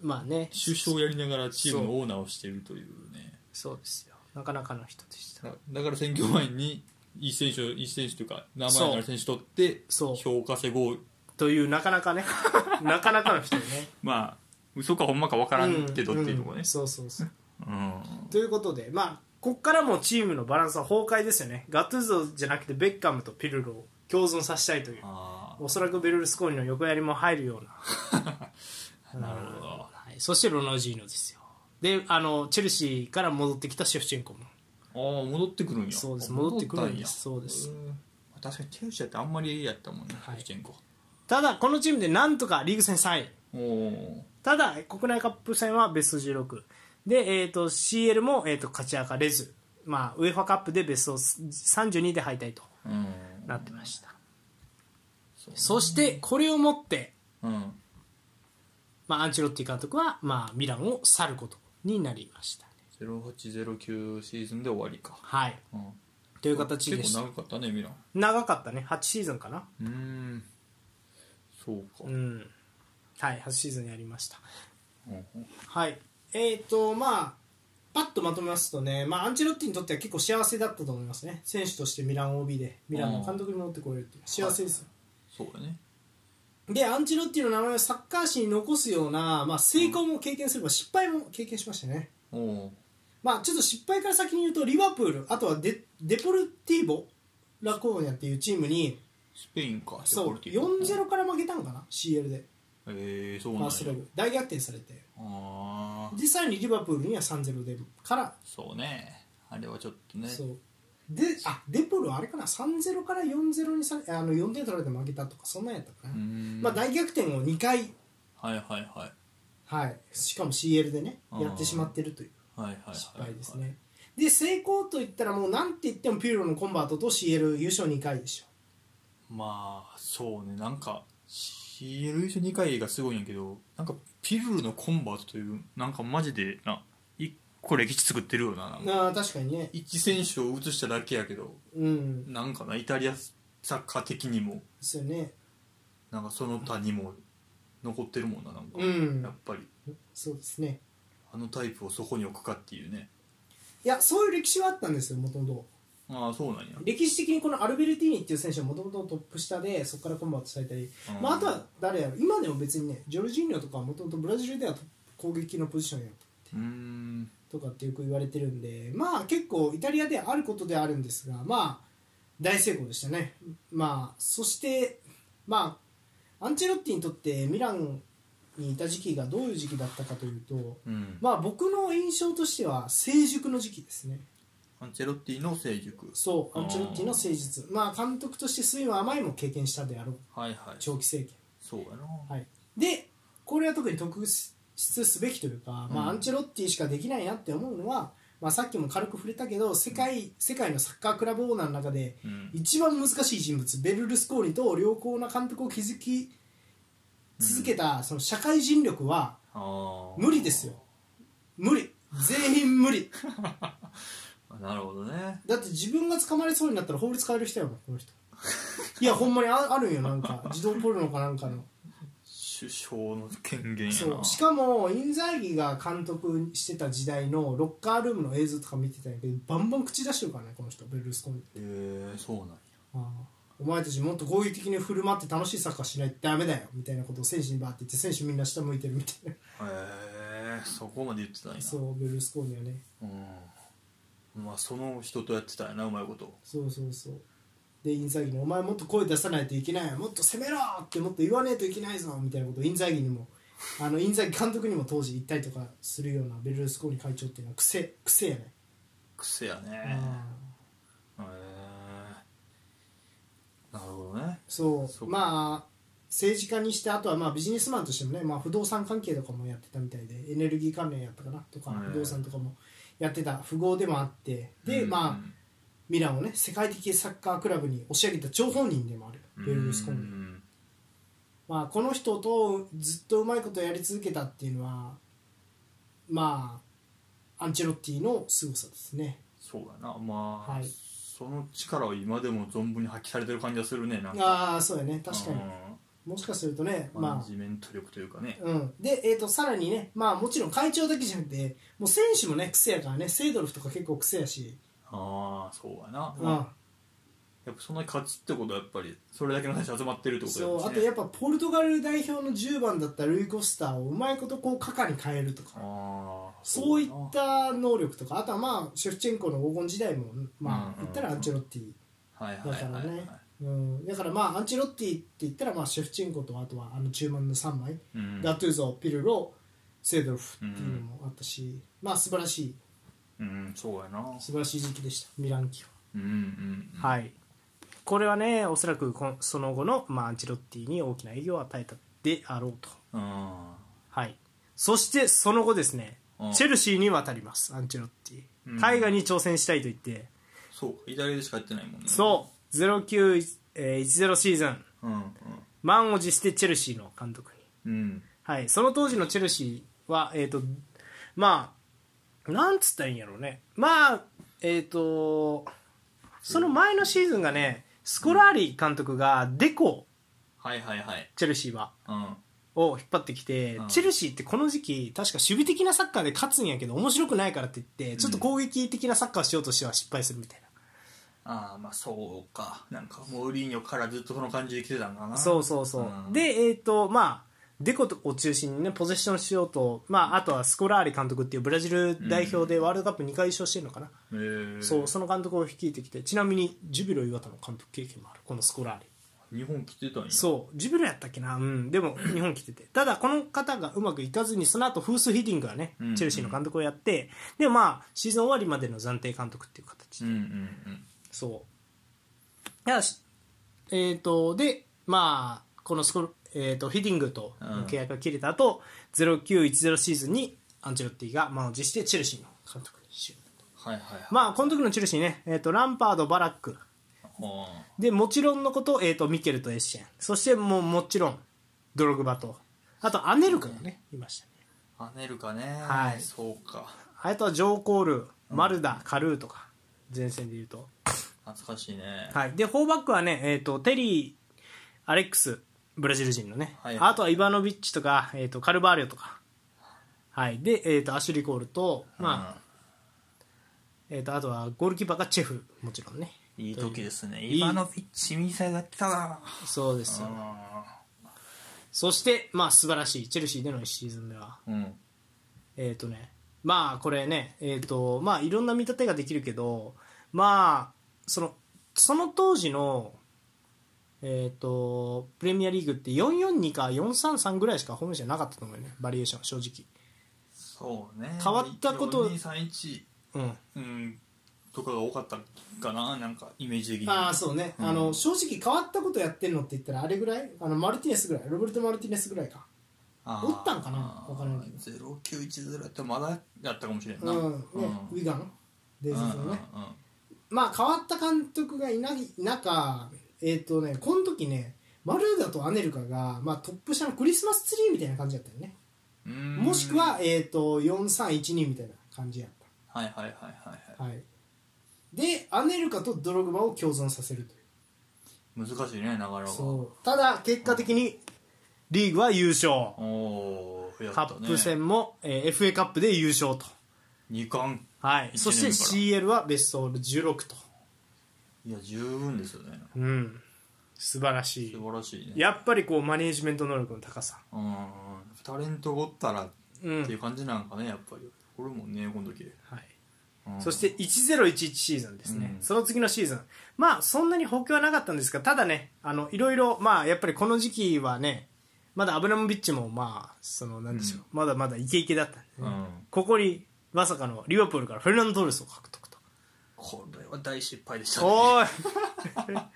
[SPEAKER 1] まあね
[SPEAKER 2] 首相やりながらチームのオーナーをしているというね
[SPEAKER 1] そうですよなかなかの人でした
[SPEAKER 2] だだから選挙前にいい選手をいい選手というか名前のある選手取って
[SPEAKER 1] そう
[SPEAKER 2] 評価せごう
[SPEAKER 1] というなかなかね なかなかの人ね
[SPEAKER 2] まあ嘘かほんまか分からんけどっていうとこ
[SPEAKER 1] ん
[SPEAKER 2] ね
[SPEAKER 1] んそうそうそう
[SPEAKER 2] うん
[SPEAKER 1] ということでまあこっからもチームのバランスは崩壊ですよねガトゥーゾじゃなくてベッカムとピルロを共存させたいという
[SPEAKER 2] あ
[SPEAKER 1] おそらくベルルスコーニの横やりも入るような
[SPEAKER 2] あなるほど
[SPEAKER 1] はい、そしてロナウジーノですよであのチェルシーから戻ってきたシェフチェンコも
[SPEAKER 2] ああ戻ってくるんや
[SPEAKER 1] そうです
[SPEAKER 2] あ
[SPEAKER 1] 戻ってくるん
[SPEAKER 2] 戻った
[SPEAKER 1] ですそうです
[SPEAKER 2] ん確かにチェルシーだってあんまりやったもんね、
[SPEAKER 1] はい
[SPEAKER 2] シェフチェンコ
[SPEAKER 1] ただこのチームでなんとかリーグ戦3位
[SPEAKER 2] おお
[SPEAKER 1] ただ国内カップ戦はベスト16で、えー、と CL も、えー、と勝ち上がれず、まあ、ウェファカップでベスト32で敗退と
[SPEAKER 2] うん
[SPEAKER 1] なってました
[SPEAKER 2] そう
[SPEAKER 1] そしてこれをもって、
[SPEAKER 2] うん
[SPEAKER 1] まあ、アンチェロッティ監督は、まあ、ミランを去ることになりましたね
[SPEAKER 2] 0809シーズンで終わりか、
[SPEAKER 1] はい
[SPEAKER 2] うん、
[SPEAKER 1] という形でし
[SPEAKER 2] 結構
[SPEAKER 1] た
[SPEAKER 2] 長かったねミラン
[SPEAKER 1] 長かったね8シーズンかな
[SPEAKER 2] うーんそうか、
[SPEAKER 1] うんはい8シーズンやりました
[SPEAKER 2] うん
[SPEAKER 1] はい、えっ、と、まあ、パッとまとめますとね、まあ、アンチェロッティにとっては結構幸せだったと思いますね、選手としてミラン OB で、ミランの監督に戻ってこれるっていう、幸せですよ。
[SPEAKER 2] そうだね
[SPEAKER 1] で、アンチェロッティの名前をサッカー史に残すような、まあ、成功も経験すれば、失敗も経験しましたね。
[SPEAKER 2] おお
[SPEAKER 1] まあ、ちょっと失敗から先に言うと、リバプール、あとはデデポルティーボ・ラコーニャっていうチームに、
[SPEAKER 2] スペインか
[SPEAKER 1] そう、
[SPEAKER 2] デポルティブ
[SPEAKER 1] 4-0から負けたのかな、CL で、
[SPEAKER 2] えー、そう
[SPEAKER 1] フ
[SPEAKER 2] な
[SPEAKER 1] ァ
[SPEAKER 2] んや
[SPEAKER 1] ーストレグ、大逆転されて、
[SPEAKER 2] ああ
[SPEAKER 1] で、さらにリバプールには3-0でから
[SPEAKER 2] そうねあれはちょっとね
[SPEAKER 1] そうであデポルはあれかな3-0から4-0にされあの4点取られて負けたとかそんなんやったかな、
[SPEAKER 2] うーん
[SPEAKER 1] まあ、大逆転を2回、
[SPEAKER 2] はいはいはい
[SPEAKER 1] はい、しかも CL でね
[SPEAKER 2] あー
[SPEAKER 1] やってしまってるという
[SPEAKER 2] はいはいはい
[SPEAKER 1] 失敗ですね、で成功といったらもうなんて言ってもピューロのコンバートと CL 優勝2回でしょ
[SPEAKER 2] まあそうねなんか CL 優勝2回がすごいんやけどなんかピルルのコンバートというなんかマジでな一個歴史作ってるよななんか
[SPEAKER 1] あー確かにね
[SPEAKER 2] 一選手を移しただけやけど
[SPEAKER 1] うん
[SPEAKER 2] なんかなイタリアサッカー的にも
[SPEAKER 1] ですよね
[SPEAKER 2] なんかその他にも残ってるもんななんか、
[SPEAKER 1] うん
[SPEAKER 2] やっぱり
[SPEAKER 1] そうですね
[SPEAKER 2] あのタイプをそこに置くかっていうね
[SPEAKER 1] いやそういう歴史はあったんですよもともと
[SPEAKER 2] ああそうなんや
[SPEAKER 1] 歴史的にこのアルベルティーニっていう選手はもともとトップ下でそこからコンバートされたり、
[SPEAKER 2] うん
[SPEAKER 1] まあ、あとは誰やろ今でも別にねジョルジーニョとかはもともとブラジルではトップ攻撃のポジションや
[SPEAKER 2] うーん
[SPEAKER 1] とかってよく言われてるんでまあ結構イタリアであることではあるんですがまあ大成功でしたねまあそしてまあアンチェロッティにとってミランにいた時期がどういう時期だったかというと
[SPEAKER 2] うん、
[SPEAKER 1] まあ僕の印象としては成熟の時期ですね
[SPEAKER 2] アンチェロッティの成熟
[SPEAKER 1] そう
[SPEAKER 2] あー
[SPEAKER 1] アンチェロッティの誠実まあ監督として酸いも甘いも経験したであろう
[SPEAKER 2] はいはい
[SPEAKER 1] 長期政権
[SPEAKER 2] そうやな、
[SPEAKER 1] はい、でこれは特に特筆すべきというか、ま
[SPEAKER 2] うん
[SPEAKER 1] あ、アンチェロッティしかできないなって思うのは、まあ、さっきも軽く触れたけど世界世界のサッカークラブオーナーの中で
[SPEAKER 2] うん
[SPEAKER 1] 一番難しい人物ベルルスコーニと良好な監督を築き続けたその社会人力は
[SPEAKER 2] ああ
[SPEAKER 1] 無理ですよ無理全員無理
[SPEAKER 2] なるほどね
[SPEAKER 1] だって自分が捕まりそうになったら法律変える人やもんこの 人いやほんまにああるんよなんか 児童ポルノかなんかの
[SPEAKER 2] 首相の権限やな
[SPEAKER 1] そうしかもインザーギが監督してた時代のロッカールームの映像とか見てたんやけどバンバン口出してるからねこの人ベルルスコーニ
[SPEAKER 2] へえそうなんや
[SPEAKER 1] ああお前たちもっと攻撃的に振る舞って楽しいサッカーしないとダメだよみたいなことを選手にバーって言って選手みんな下向いてるみたいな
[SPEAKER 2] へえそこまで言ってたんや
[SPEAKER 1] そうベルスコーニはね
[SPEAKER 2] うんまあその人とやってたんやなうまいこと
[SPEAKER 1] そうそうそうでインザーギに「お前もっと声出さないといけないもっと攻めろ!」ってもっと言わねえといけないぞみたいなことをインザーギに もあのインザーギ監督にも当時言ったりとかするようなベルルスコーニ会長っていうのは癖癖やね、
[SPEAKER 2] 癖やね
[SPEAKER 1] う
[SPEAKER 2] へ
[SPEAKER 1] ん
[SPEAKER 2] えなるほどね
[SPEAKER 1] そう
[SPEAKER 2] そう
[SPEAKER 1] まあ政治家にしてあとはまあビジネスマンとしてもね、まあ、不動産関係とかもやってたみたいでエネルギー関連やったかなとか
[SPEAKER 2] うん
[SPEAKER 1] 不動産とかもやってた富豪でもあってで、まあミランをね世界的サッカークラブに押し上げた張本人でもある
[SPEAKER 2] うん
[SPEAKER 1] ベルルスコーニ
[SPEAKER 2] うん
[SPEAKER 1] まあ、この人とずっとうまいことやり続けたっていうのはまあアンチェロッティの凄さですね
[SPEAKER 2] そうやなまあ、
[SPEAKER 1] はい
[SPEAKER 2] その力を今でも存分に発揮されてる感じがするねなんか
[SPEAKER 1] ああそうやね確かに
[SPEAKER 2] う
[SPEAKER 1] もしかするとね
[SPEAKER 2] んマネ
[SPEAKER 1] ま
[SPEAKER 2] ジメント力というかね
[SPEAKER 1] あうんで、えー、とさらにね、まあ、もちろん会長だけじゃなくてもう選手もね癖やからねセイドルフとか結構癖やし、
[SPEAKER 2] ああそうやな、
[SPEAKER 1] うん
[SPEAKER 2] やっぱそんなに勝つってことはやっぱりそれだけの話集まってるってこと
[SPEAKER 1] そう
[SPEAKER 2] や
[SPEAKER 1] あとやっぱポルトガル代表の10番だったルイ・コスターをうまいことこうカに変えるとか
[SPEAKER 2] ああ
[SPEAKER 1] そういっ
[SPEAKER 2] や
[SPEAKER 1] た能力とかあとはまあシェフチェンコの黄金時代もまあ
[SPEAKER 2] うん
[SPEAKER 1] 言ったらアンチェロッティ
[SPEAKER 2] なはいはい
[SPEAKER 1] だ
[SPEAKER 2] は
[SPEAKER 1] か
[SPEAKER 2] い
[SPEAKER 1] ら
[SPEAKER 2] はい、
[SPEAKER 1] ね、うん、だからまあアンチェロッティって言ったらまあシェフチェンコとあとはあの中盤の3枚、
[SPEAKER 2] うん、
[SPEAKER 1] ガトゥーゾピルロセードルフっていうのもあったし、まあ素晴らしい
[SPEAKER 2] うんそうやなう
[SPEAKER 1] 素晴らしい時期でしたミラン期は、
[SPEAKER 2] んうんうん
[SPEAKER 1] はいこれはねおそらくこんその後の、まあ、アンチェロッティに大きな影響を与えたであろうと
[SPEAKER 2] あ
[SPEAKER 1] はいそしてその後ですね
[SPEAKER 2] うん
[SPEAKER 1] チェルシーに渡りますアンチェロッテ
[SPEAKER 2] うん
[SPEAKER 1] ィ海外に挑戦したいと言って、
[SPEAKER 2] ーそうイタリアでしかやってないもんね
[SPEAKER 1] そう0910、えー10シーズン
[SPEAKER 2] ううん
[SPEAKER 1] 満を持してチェルシーの監督に、
[SPEAKER 2] うんうん
[SPEAKER 1] はい、その当時のチェルシーは、えー、とまあなんつったらいいんやろうねまあえっ、とその前のシーズンがねスコラーリ監督がデコ
[SPEAKER 2] はいはいはい
[SPEAKER 1] チェルシーは
[SPEAKER 2] うん
[SPEAKER 1] を引っ張ってきて、
[SPEAKER 2] うん
[SPEAKER 1] チェルシーってこの時期確か守備的なサッカーで勝つんやけど面白くないからって言ってちょっと攻撃的なサッカーしようとしては失敗するみたいな、
[SPEAKER 2] ああまあそうかなんかもうウリーニョからずっとその感じで来てたんかな
[SPEAKER 1] そうそうそう、
[SPEAKER 2] うん
[SPEAKER 1] でえっ、とまあデコを中心にねポゼッションしようと、まあ、あとはスコラーリ監督っていうブラジル代表でワールドカップ2回優勝してるのかな、
[SPEAKER 2] へー
[SPEAKER 1] そうその監督を率いてきてちなみにジュビロ磐田の監督経験もあるこのスコラーリ
[SPEAKER 2] 日本来てたんや
[SPEAKER 1] そうジュビロやったっけなうんでも 日本来ててただこの方がうまくいかずにその後フース・ヒディングがね
[SPEAKER 2] うん
[SPEAKER 1] チェルシーの監督をやってでまあシーズン終わりまでの暫定監督っていう形で
[SPEAKER 2] うんうん
[SPEAKER 1] そうだからしえっ、とでまあこのスコ、えー、とヒディングとの契約が切れた後、0910シーズンにアンチェロッティが満を持してチェルシーの監督に就任
[SPEAKER 2] はいはいはい
[SPEAKER 1] まあこの時のチェルシーね、えー、とランパードバラック
[SPEAKER 2] あ
[SPEAKER 1] でもちろんのこと,、えー、とミケルとエッシェンそしてもうもちろんドログバとあとアネルカがねいましたね
[SPEAKER 2] あ跳ねるかね
[SPEAKER 1] はい
[SPEAKER 2] そうか
[SPEAKER 1] あとはジョー・コールマルダカルーとか前線でいうと
[SPEAKER 2] 懐かしいね
[SPEAKER 1] はい、で、フォーバックはね、えー、とテリー、アレックス、ブラジル人のね、
[SPEAKER 2] はい
[SPEAKER 1] あとはイバノビッチとか、えー、とカルバーリョとか、はい、で、えー、とアシュリー・コールと、まあえー、とあとはゴールキーパーがチェフ、もちろんね、
[SPEAKER 2] うんいい時ですね
[SPEAKER 1] いい
[SPEAKER 2] 今のピッチ右サイドやってたな
[SPEAKER 1] そうですよ、そして、まあ、素晴らしい、チェルシーでの1シーズン目は、
[SPEAKER 2] うん
[SPEAKER 1] えっ、とね、まあ、これね、えっ、と、まあ、いろんな見立てができるけど、まあ、その、その当時の、えっ、と、プレミアリーグって442か433ぐらいしかホームじゃなかったと思うよね、バリエーション、正
[SPEAKER 2] そうね
[SPEAKER 1] 変わったこと
[SPEAKER 2] 4231
[SPEAKER 1] 直。うん。
[SPEAKER 2] うんとかが多かったかななんかイメージ的に
[SPEAKER 1] ああ、そうね、
[SPEAKER 2] うん
[SPEAKER 1] あの、正直変わったことやってんのって言ったら、あれぐらいあの、マルティネスぐらい、ロベルト・マルティネスぐらいか。
[SPEAKER 2] あ
[SPEAKER 1] おったんかなわからんけど
[SPEAKER 2] ど0910やったらまだやったかもしれん
[SPEAKER 1] う、
[SPEAKER 2] なん
[SPEAKER 1] ね、ウィガン、伝説のね。
[SPEAKER 2] うんうんうん
[SPEAKER 1] まあ変わった監督がいない中、えっ、とね、この時ね、マルーダとアネルカが、まあ、トップ下のクリスマスツリーみたいな感じだったよね。
[SPEAKER 2] うーん
[SPEAKER 1] もしくは、えっ、と、4312みたいな感じやっ
[SPEAKER 2] はいはいはいはい
[SPEAKER 1] た。
[SPEAKER 2] は
[SPEAKER 1] はい。で、アネルカとドログバを共存させるという。
[SPEAKER 2] い難しいね流れは
[SPEAKER 1] そう。ただ、結果的に、リーグは優勝。
[SPEAKER 2] おおやった
[SPEAKER 1] カ
[SPEAKER 2] ね
[SPEAKER 1] ップ戦も、えー FA カップで優勝と。
[SPEAKER 2] 2冠
[SPEAKER 1] はい。
[SPEAKER 2] 一年
[SPEAKER 1] そして
[SPEAKER 2] 目
[SPEAKER 1] CL はベストオール16と。
[SPEAKER 2] いや十分ですよね
[SPEAKER 1] うん。素晴らしい
[SPEAKER 2] 素晴らしいね
[SPEAKER 1] やっぱりこうマネージメント能力の高さ
[SPEAKER 2] うんタレントおったらっ
[SPEAKER 1] うん、
[SPEAKER 2] ていう感じなんかねやっぱりこれもね今時、
[SPEAKER 1] はい、
[SPEAKER 2] うん
[SPEAKER 1] そして1011シーズンですね、
[SPEAKER 2] うん
[SPEAKER 1] その次のシーズン、まあそんなに補強はなかったんですが、ただね、あのいろいろ、まあやっぱりこの時期はね、まだアブラモビッチも、まあ、そのなんでしょう、
[SPEAKER 2] うん
[SPEAKER 1] まだまだイケイケだったんで
[SPEAKER 2] う
[SPEAKER 1] ね、
[SPEAKER 2] ん
[SPEAKER 1] ここにまさかのリバプールからフェルナンド・トーレスを獲得 と。
[SPEAKER 2] これは大失敗でしたね
[SPEAKER 1] おい や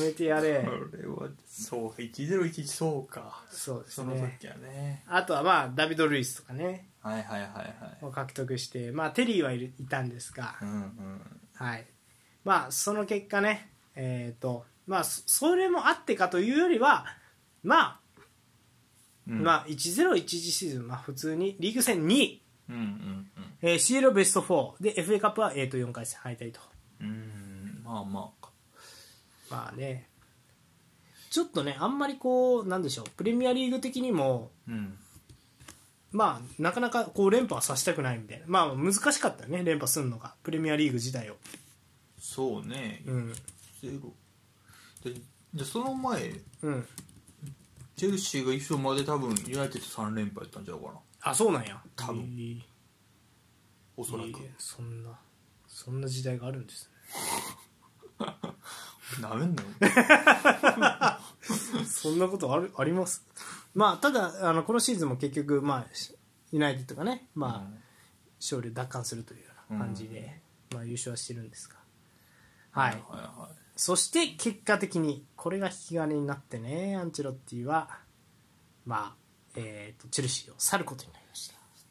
[SPEAKER 1] めてやれ
[SPEAKER 2] こ。れはそう1011そうか
[SPEAKER 1] そうです
[SPEAKER 2] その
[SPEAKER 1] ね。
[SPEAKER 2] 時はね
[SPEAKER 1] あとはまあダビド・ルイスとかね、
[SPEAKER 2] はいはいはいはい
[SPEAKER 1] を獲得して、まあテリーはいるいたんですが、
[SPEAKER 2] うんうん
[SPEAKER 1] はい、まあその結果ねえっ、とまあそそれもあってかというよりはま
[SPEAKER 2] う
[SPEAKER 1] あ、
[SPEAKER 2] ん
[SPEAKER 1] まあ1011シーズン、まあ、普通にリーグ戦2位、
[SPEAKER 2] うんうんうん
[SPEAKER 1] えー、CL ベスト4で FA カップは、えー、と4回戦敗退と
[SPEAKER 2] うんまあまあ
[SPEAKER 1] まあねちょっとねあんまりこうなんでしょうプレミアリーグ的にも
[SPEAKER 2] うん
[SPEAKER 1] まあなかなかこう連覇はさせたくないみたいなまあ難しかったね連覇するのがプレミアリーグ自体を
[SPEAKER 2] そうね
[SPEAKER 1] うん
[SPEAKER 2] ゼロでじゃあその前
[SPEAKER 1] うん
[SPEAKER 2] チェルシーが一勝まで多分ユナイテッド3連敗やったんちゃうかな
[SPEAKER 1] あそうなんや
[SPEAKER 2] 多分
[SPEAKER 1] えー
[SPEAKER 2] おそらく
[SPEAKER 1] いえそんなそんな時代があるんです
[SPEAKER 2] なめんなよ
[SPEAKER 1] ねそんなことあるありますまあただあのこのシーズンも結局まあしユナイテッドがねまあ勝利を奪還するというような感じで、まあ優勝はしてるんですが
[SPEAKER 2] あ
[SPEAKER 1] は
[SPEAKER 2] はい
[SPEAKER 1] い
[SPEAKER 2] は
[SPEAKER 1] そして結果的にこれが引き金になってねアンチェロッティはまあえーとチェルシーを去ることになりまし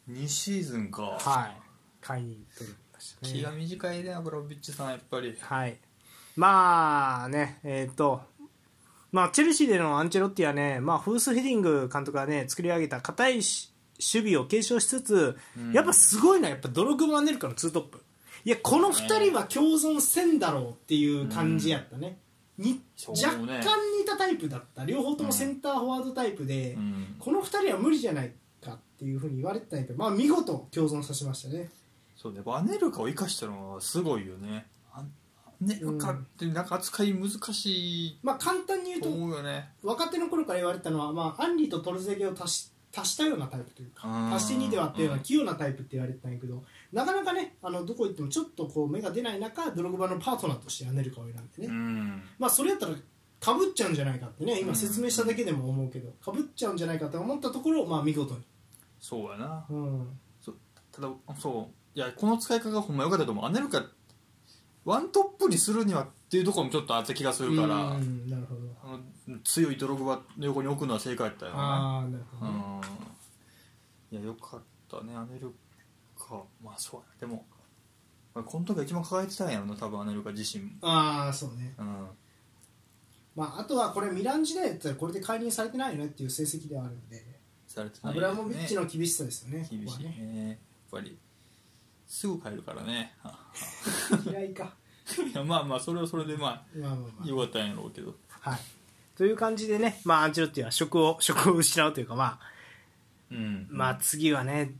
[SPEAKER 2] い2シーズンか
[SPEAKER 1] たはい解任となりましたね
[SPEAKER 2] 気が短いねアブラビッチさんやっぱり
[SPEAKER 1] はい、まあね、えっ、と、まあ、チェルシーでのアンチェロッティはね、まあ、フース・ヘディング監督がね、作り上げた堅いし守備を継承しつつ、
[SPEAKER 2] うん
[SPEAKER 1] やっぱすごいな、やっぱドログマ・ネルカのツートップ。
[SPEAKER 4] いやこの2人は共存せんだろうっていう感じやったね,、に
[SPEAKER 2] そうね
[SPEAKER 4] 若干似たタイプだった両方ともセンターフォワードタイプで、
[SPEAKER 2] うん
[SPEAKER 4] この2人は無理じゃないかっていうふうに言われてたんやけど、まあ、見事共存させましたね
[SPEAKER 2] そうねバネルカを生かしたのはすごいよねあネルカってなんか扱い難しい
[SPEAKER 4] まあ簡単に言う
[SPEAKER 2] と
[SPEAKER 4] と
[SPEAKER 2] 思うよね
[SPEAKER 4] 若手の頃から言われてたのは、まあ、アンリーとトルゼゲを足し足したようなタイプというか
[SPEAKER 2] うん
[SPEAKER 4] 足して2で割ったような器用なタイプって言われてたんやけどなかなかねあのどこ行ってもちょっとこう目が出ない中ドログバのパートナーとしてアネルカを選んでね、
[SPEAKER 2] うん
[SPEAKER 4] まあそれやったらかぶっちゃうんじゃないかってね今説明しただけでも思うけどかぶっちゃうんじゃないかと思ったところをまあ見事に、
[SPEAKER 2] そうやな
[SPEAKER 4] うん、
[SPEAKER 2] ただそういやこの使い方がほんま良かったと思うアネルカワントップにするにはっていうところもちょっとあった気がするから
[SPEAKER 4] うんなるほど
[SPEAKER 2] あの強いドログバの横に置くのは正解だったよね
[SPEAKER 4] ああなるほ
[SPEAKER 2] う
[SPEAKER 4] ど、ね
[SPEAKER 2] んいやよかったねアネルカまあそうやでもまあこの時が一番輝いてたんやろな多分アネルカ自身も
[SPEAKER 4] ああそうね
[SPEAKER 2] うん
[SPEAKER 4] まああとはこれミラン時代やったらこれで解任されてないよねっていう成績ではあるんで
[SPEAKER 2] されてな
[SPEAKER 4] ア
[SPEAKER 2] い
[SPEAKER 4] ブ
[SPEAKER 2] よ
[SPEAKER 4] ラモビッチの厳しさですよね
[SPEAKER 2] 厳しい
[SPEAKER 4] こ
[SPEAKER 2] ねやっぱりすぐ帰るからね
[SPEAKER 4] こはね嫌いか
[SPEAKER 2] いやまあまあそれはそれでま
[SPEAKER 4] まあまあ
[SPEAKER 2] あ
[SPEAKER 4] ま
[SPEAKER 2] よかったんやろうけど
[SPEAKER 1] はい、という感じでね、まあ、アンチェロッティは職を 職を失うというか、まあ
[SPEAKER 2] うん
[SPEAKER 1] まあ、次はね、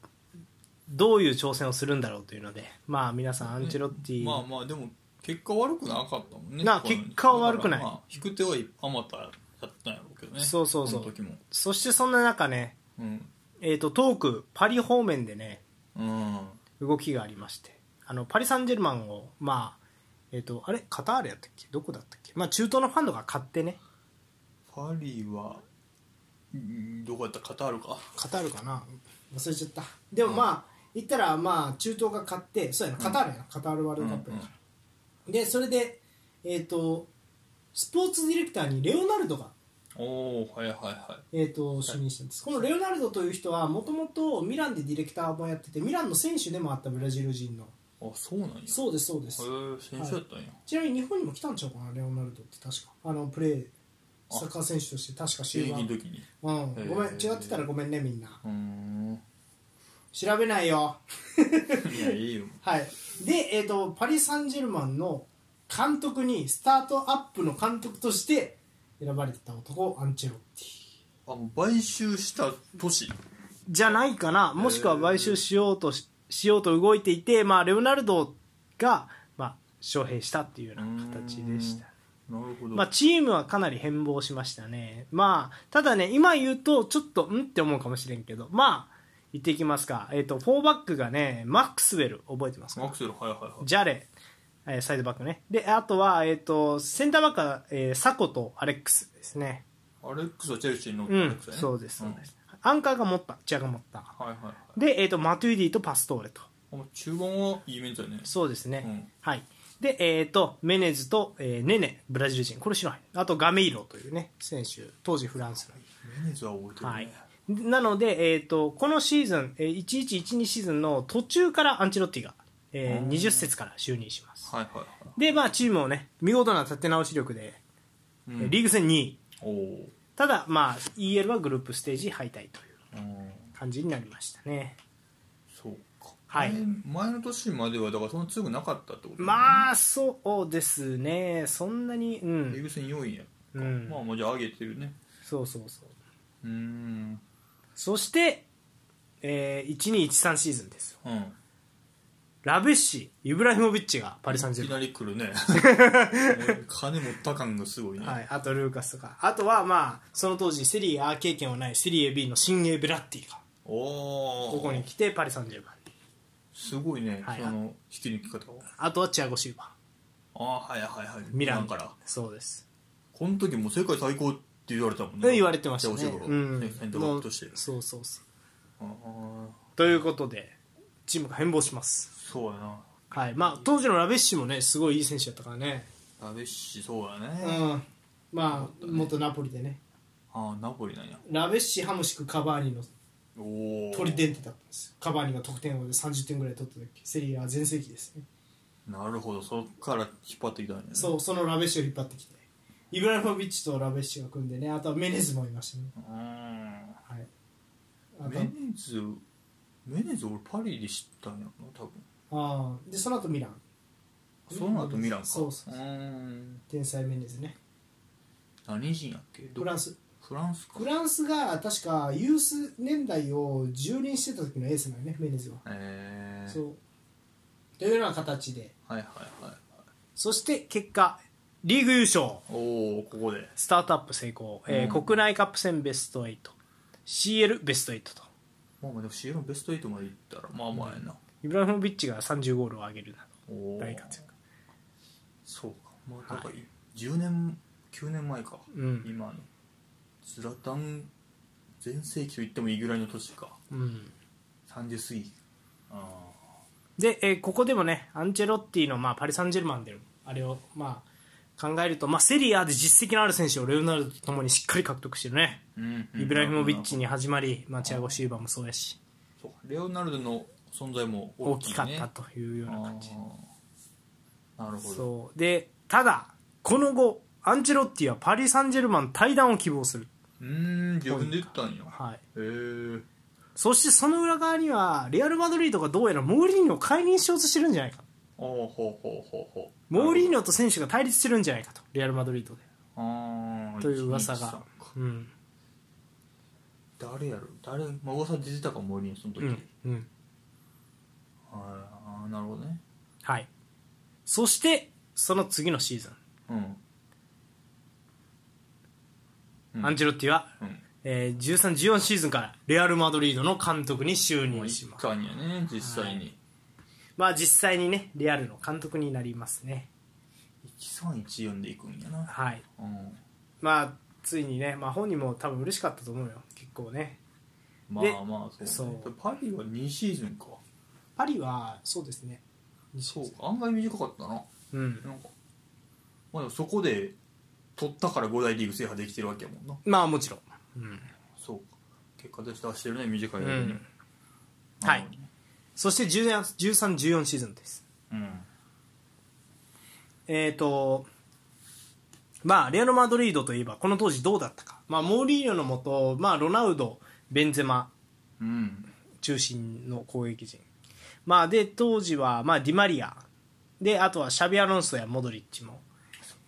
[SPEAKER 1] どういう挑戦をするんだろうというので、まあ、皆さん、アンチェロッティ、
[SPEAKER 2] まあまあでも結果悪くなかったもんね
[SPEAKER 1] なあ
[SPEAKER 2] この
[SPEAKER 1] 結果は悪くない
[SPEAKER 2] だからまあ引く手はあまたやったんやろうけどね
[SPEAKER 1] そうそうそう
[SPEAKER 2] この時も
[SPEAKER 1] そしてそんな中ね、
[SPEAKER 2] うん
[SPEAKER 1] えー、と遠くパリ方面でね
[SPEAKER 2] うん
[SPEAKER 1] 動きがありましてあのパリ・サンジェルマンを、まあえー、とあれカタールやったっけどこだったっけ、まあ、中東のファンドが買ってね
[SPEAKER 2] パリはうんどこやったカタールか
[SPEAKER 1] カタールかな
[SPEAKER 4] あ忘れちゃったでもまあ、言ったらまあ中東が勝ってそうやなカタールやな、カタールワールドカップやから、でそれでえっ、とスポーツディレクターにレオナルドが、
[SPEAKER 2] おおはいはいは
[SPEAKER 4] えー、と就任したんです、このレオナルドという人はもともとミランでディレクターもやっててミランの選手でもあったブラジル人の
[SPEAKER 2] いあそうなんやへ
[SPEAKER 4] そうですそうです、
[SPEAKER 2] え選手やったんや
[SPEAKER 4] ちなみに日本にも来たんちゃうかなレオナルドって確かあのプレー
[SPEAKER 2] あ
[SPEAKER 4] サッカー選手として確か
[SPEAKER 2] 現
[SPEAKER 4] 終
[SPEAKER 2] 役の
[SPEAKER 4] 盤、
[SPEAKER 2] 時に
[SPEAKER 4] うん、
[SPEAKER 2] へー
[SPEAKER 4] ごめん違ってたらごめんねみんな
[SPEAKER 2] うーん
[SPEAKER 4] 調べないよ
[SPEAKER 2] いやいいよ
[SPEAKER 4] はい、で、えー、とパリ・サンジェルマンの監督にスタートアップの監督として選ばれてた男アンチェロッティ
[SPEAKER 2] あもう買収した年
[SPEAKER 1] じゃないかなもしくは買収しようとししようと動いていて、まあ、レオナルドが、まあ、招聘したっていうような形でした
[SPEAKER 2] なるほど、
[SPEAKER 1] まあ、チームはかなり変貌しましたね。まあ、ただね、今言うと、ちょっと、んって思うかもしれんけど、まあ、言っていきますか。えっ、と、フォーバックがね、マックスウェル、覚えてます
[SPEAKER 2] マッ
[SPEAKER 1] か
[SPEAKER 2] クスウェルはいはいはい
[SPEAKER 1] ジャレ、えーサイドバックね。で、あとは、えっ、と、センターバックは、えーサコとアレックスですね。
[SPEAKER 2] アレックスはチェルシーに乗って
[SPEAKER 1] う
[SPEAKER 2] るアレッ
[SPEAKER 1] ん
[SPEAKER 2] クス、だね
[SPEAKER 1] そうです、そうです。アンカーが持った、チアが持った。
[SPEAKER 2] んはいはいはい
[SPEAKER 1] で、えっ、と、マトゥイディとパストーレと。
[SPEAKER 2] あ中盤はいいメンツだね
[SPEAKER 1] そうですね。
[SPEAKER 2] うん
[SPEAKER 1] はい。で、えっ、と、メネズと、えーネネ、ブラジル人。これ知らない。あと、ガメイロというね、選手。当時フランスの。
[SPEAKER 2] メネズは覚えてるね、
[SPEAKER 1] はい、なので、えー、とこのシーズン、えー、1112シーズンの途中からアンチェロッティが、えー
[SPEAKER 2] うん
[SPEAKER 1] 20節から就任します。
[SPEAKER 2] はいはいはい
[SPEAKER 1] で、まあ、チームをね、見事な立て直し力で、
[SPEAKER 2] う
[SPEAKER 1] え
[SPEAKER 2] ん
[SPEAKER 1] ーリーグ戦2位、
[SPEAKER 2] おお
[SPEAKER 1] ただ、まあ、EL はグループステージ敗退という
[SPEAKER 2] うん
[SPEAKER 1] 感じになりましたね。
[SPEAKER 2] そうか
[SPEAKER 1] はい
[SPEAKER 2] 前前の年まではだからそんな強くなかったってことだね
[SPEAKER 1] まあ、そうですね、そんなに、う
[SPEAKER 2] リー
[SPEAKER 1] ん、
[SPEAKER 2] グ戦4位や、
[SPEAKER 1] うん
[SPEAKER 2] まあもうじゃあ上げてるね
[SPEAKER 1] そうそうそう。
[SPEAKER 2] うーん
[SPEAKER 1] そして、えー、1213シーズンですよ。
[SPEAKER 2] うん
[SPEAKER 1] ラベッシ、イブラヒモビッチがパリ・サンジェ
[SPEAKER 2] い
[SPEAKER 1] ル
[SPEAKER 2] きなり来る ね金持った感がすごいね、
[SPEAKER 1] はい、あとルーカスとかあとはまあその当時セリア経験はないセリエ B の新鋭ベラッティが
[SPEAKER 2] おお
[SPEAKER 1] ここに来てパリ・サンジェルマンに
[SPEAKER 2] すごいね、
[SPEAKER 1] はい
[SPEAKER 2] その引き抜き方は
[SPEAKER 1] あとはチアゴ・シューバ
[SPEAKER 2] ああーはいはいはい
[SPEAKER 1] ーミラン
[SPEAKER 2] ミから
[SPEAKER 1] そうです
[SPEAKER 2] この時もう世界最高って言われたもんね
[SPEAKER 1] 言われてました
[SPEAKER 2] じゃ
[SPEAKER 1] ね
[SPEAKER 2] あお仕事
[SPEAKER 1] うん
[SPEAKER 2] ねセンターバックとして
[SPEAKER 1] もうそうそうそう
[SPEAKER 2] ああ
[SPEAKER 1] ということでチームが変貌します
[SPEAKER 2] そうやな
[SPEAKER 1] はいまあ当時のラベッシもねすごいいい選手だったからね
[SPEAKER 2] ラベッシそうや
[SPEAKER 5] う
[SPEAKER 2] ね、
[SPEAKER 5] んまあ元ナポリでね
[SPEAKER 2] ああナポリなんや
[SPEAKER 5] ラベッシハムシクカバーニの
[SPEAKER 2] おお
[SPEAKER 5] トリデンテだったんですよカバーニが得点王で30点ぐらい取った時セリア全盛期ですね
[SPEAKER 2] なるほどそっから引っ張ってきたんやね
[SPEAKER 5] そうそのラベッシを引っ張ってきてイブラヒモビッチとラベッシが組んでねあとはメネズもいましたね
[SPEAKER 2] うーん
[SPEAKER 5] はいあと
[SPEAKER 2] メネズメネズ俺パリで知ったんやろな多分
[SPEAKER 5] ああでその後ミラン
[SPEAKER 2] その後ミランか
[SPEAKER 5] そうそう
[SPEAKER 2] うーん
[SPEAKER 5] 天才メネズね
[SPEAKER 2] 何人やっけど
[SPEAKER 5] フランス
[SPEAKER 2] フランスか
[SPEAKER 5] フランスが確かユース年代を蹂躙してた時のエースなのねメネズは、
[SPEAKER 2] えー、
[SPEAKER 5] そうというような形で
[SPEAKER 2] はいはいはい
[SPEAKER 1] そして結果リーグ優勝
[SPEAKER 2] おおここで
[SPEAKER 1] スタートアップ成功、えー
[SPEAKER 2] うん
[SPEAKER 1] 国内カップ戦ベスト 8CL ベスト8と
[SPEAKER 2] まあまあでも CL のベスト8までいったらまあまあやな、
[SPEAKER 1] イブラヒモビッチが30ゴールを挙げるな
[SPEAKER 2] お
[SPEAKER 1] ど
[SPEAKER 2] お
[SPEAKER 1] 大活躍
[SPEAKER 2] そうかまあなんか10年9年前か、
[SPEAKER 1] うん
[SPEAKER 2] 今のズラタン全盛期と言ってもいいぐらいの年か
[SPEAKER 1] うん
[SPEAKER 2] 30過ぎあ
[SPEAKER 1] で、えーここでもねアンチェロッティの、まあ、パリ・サンジェルマンでのあれを、まあ、考えると、まあ、セリアで実績のある選手をレオナルドとともにしっかり獲得してるね、
[SPEAKER 2] あうん、
[SPEAKER 1] イブラヒモビッチ
[SPEAKER 2] に
[SPEAKER 1] に始まり、まあ、チアゴ・シューバーもそうやし
[SPEAKER 2] そうかレオナルドの存在も
[SPEAKER 1] 大きかっ
[SPEAKER 2] いね
[SPEAKER 1] たというような感じ、
[SPEAKER 2] あーなるほど
[SPEAKER 1] そうでただこの後アンチェロッティはパリ・サンジェルマン退団を希望する、
[SPEAKER 2] うーん自分で言ったんや
[SPEAKER 1] はい、
[SPEAKER 2] へえ
[SPEAKER 1] そしてその裏側にはレアル・マドリードがどうやらモーリーニョを解任しようとしてるんじゃないか
[SPEAKER 2] ああほうほうほうほう
[SPEAKER 1] モーリー
[SPEAKER 2] の
[SPEAKER 1] ニョと選手が対立してるんじゃないかとレアル・マドリードで
[SPEAKER 2] ああ
[SPEAKER 1] という噂が、うん
[SPEAKER 2] 誰やろ誰まあ噂出てたかモーリーニョその時、
[SPEAKER 1] うんうん、
[SPEAKER 2] ああなるほどね
[SPEAKER 1] はい、そしてその次のシーズン、
[SPEAKER 2] うんうん
[SPEAKER 1] アンチェロッティは、
[SPEAKER 2] うん
[SPEAKER 1] えー、13、14シーズンからレアル・マドリードの監督に就
[SPEAKER 2] もう
[SPEAKER 1] 任し
[SPEAKER 2] 一
[SPEAKER 1] ます、
[SPEAKER 2] 貫やね実際に、
[SPEAKER 1] まあ、実際にねレアルの監督になりますね、
[SPEAKER 2] 1314でいくんやな、
[SPEAKER 1] はい
[SPEAKER 2] うん、
[SPEAKER 1] まあ、ついにね、まあ、本人も多分嬉しかったと思うよ結構ね
[SPEAKER 2] ま
[SPEAKER 1] で
[SPEAKER 2] あまあそう,、ね
[SPEAKER 1] そう
[SPEAKER 2] パリは2シーズンか
[SPEAKER 5] パリはそうですね
[SPEAKER 2] そうか案外短かったななんか
[SPEAKER 1] うん
[SPEAKER 2] まあでもそこで取ったから5大リーグ制覇できてるわけやもんな
[SPEAKER 1] まあもちろん、うん
[SPEAKER 2] そうか結果として出してるね短い間
[SPEAKER 1] う
[SPEAKER 2] に、
[SPEAKER 1] んはいそして13、14シーズンです
[SPEAKER 2] うん
[SPEAKER 1] えっ、とまあレアル・マドリードといえばこの当時どうだったか、まあ、モーリーニョのもと、まあ、ロナウドベンゼマ
[SPEAKER 2] うん
[SPEAKER 1] 中心の攻撃陣、まあ、で当時は、まあ、ディマリアであとはシャビアロンソやモドリッチも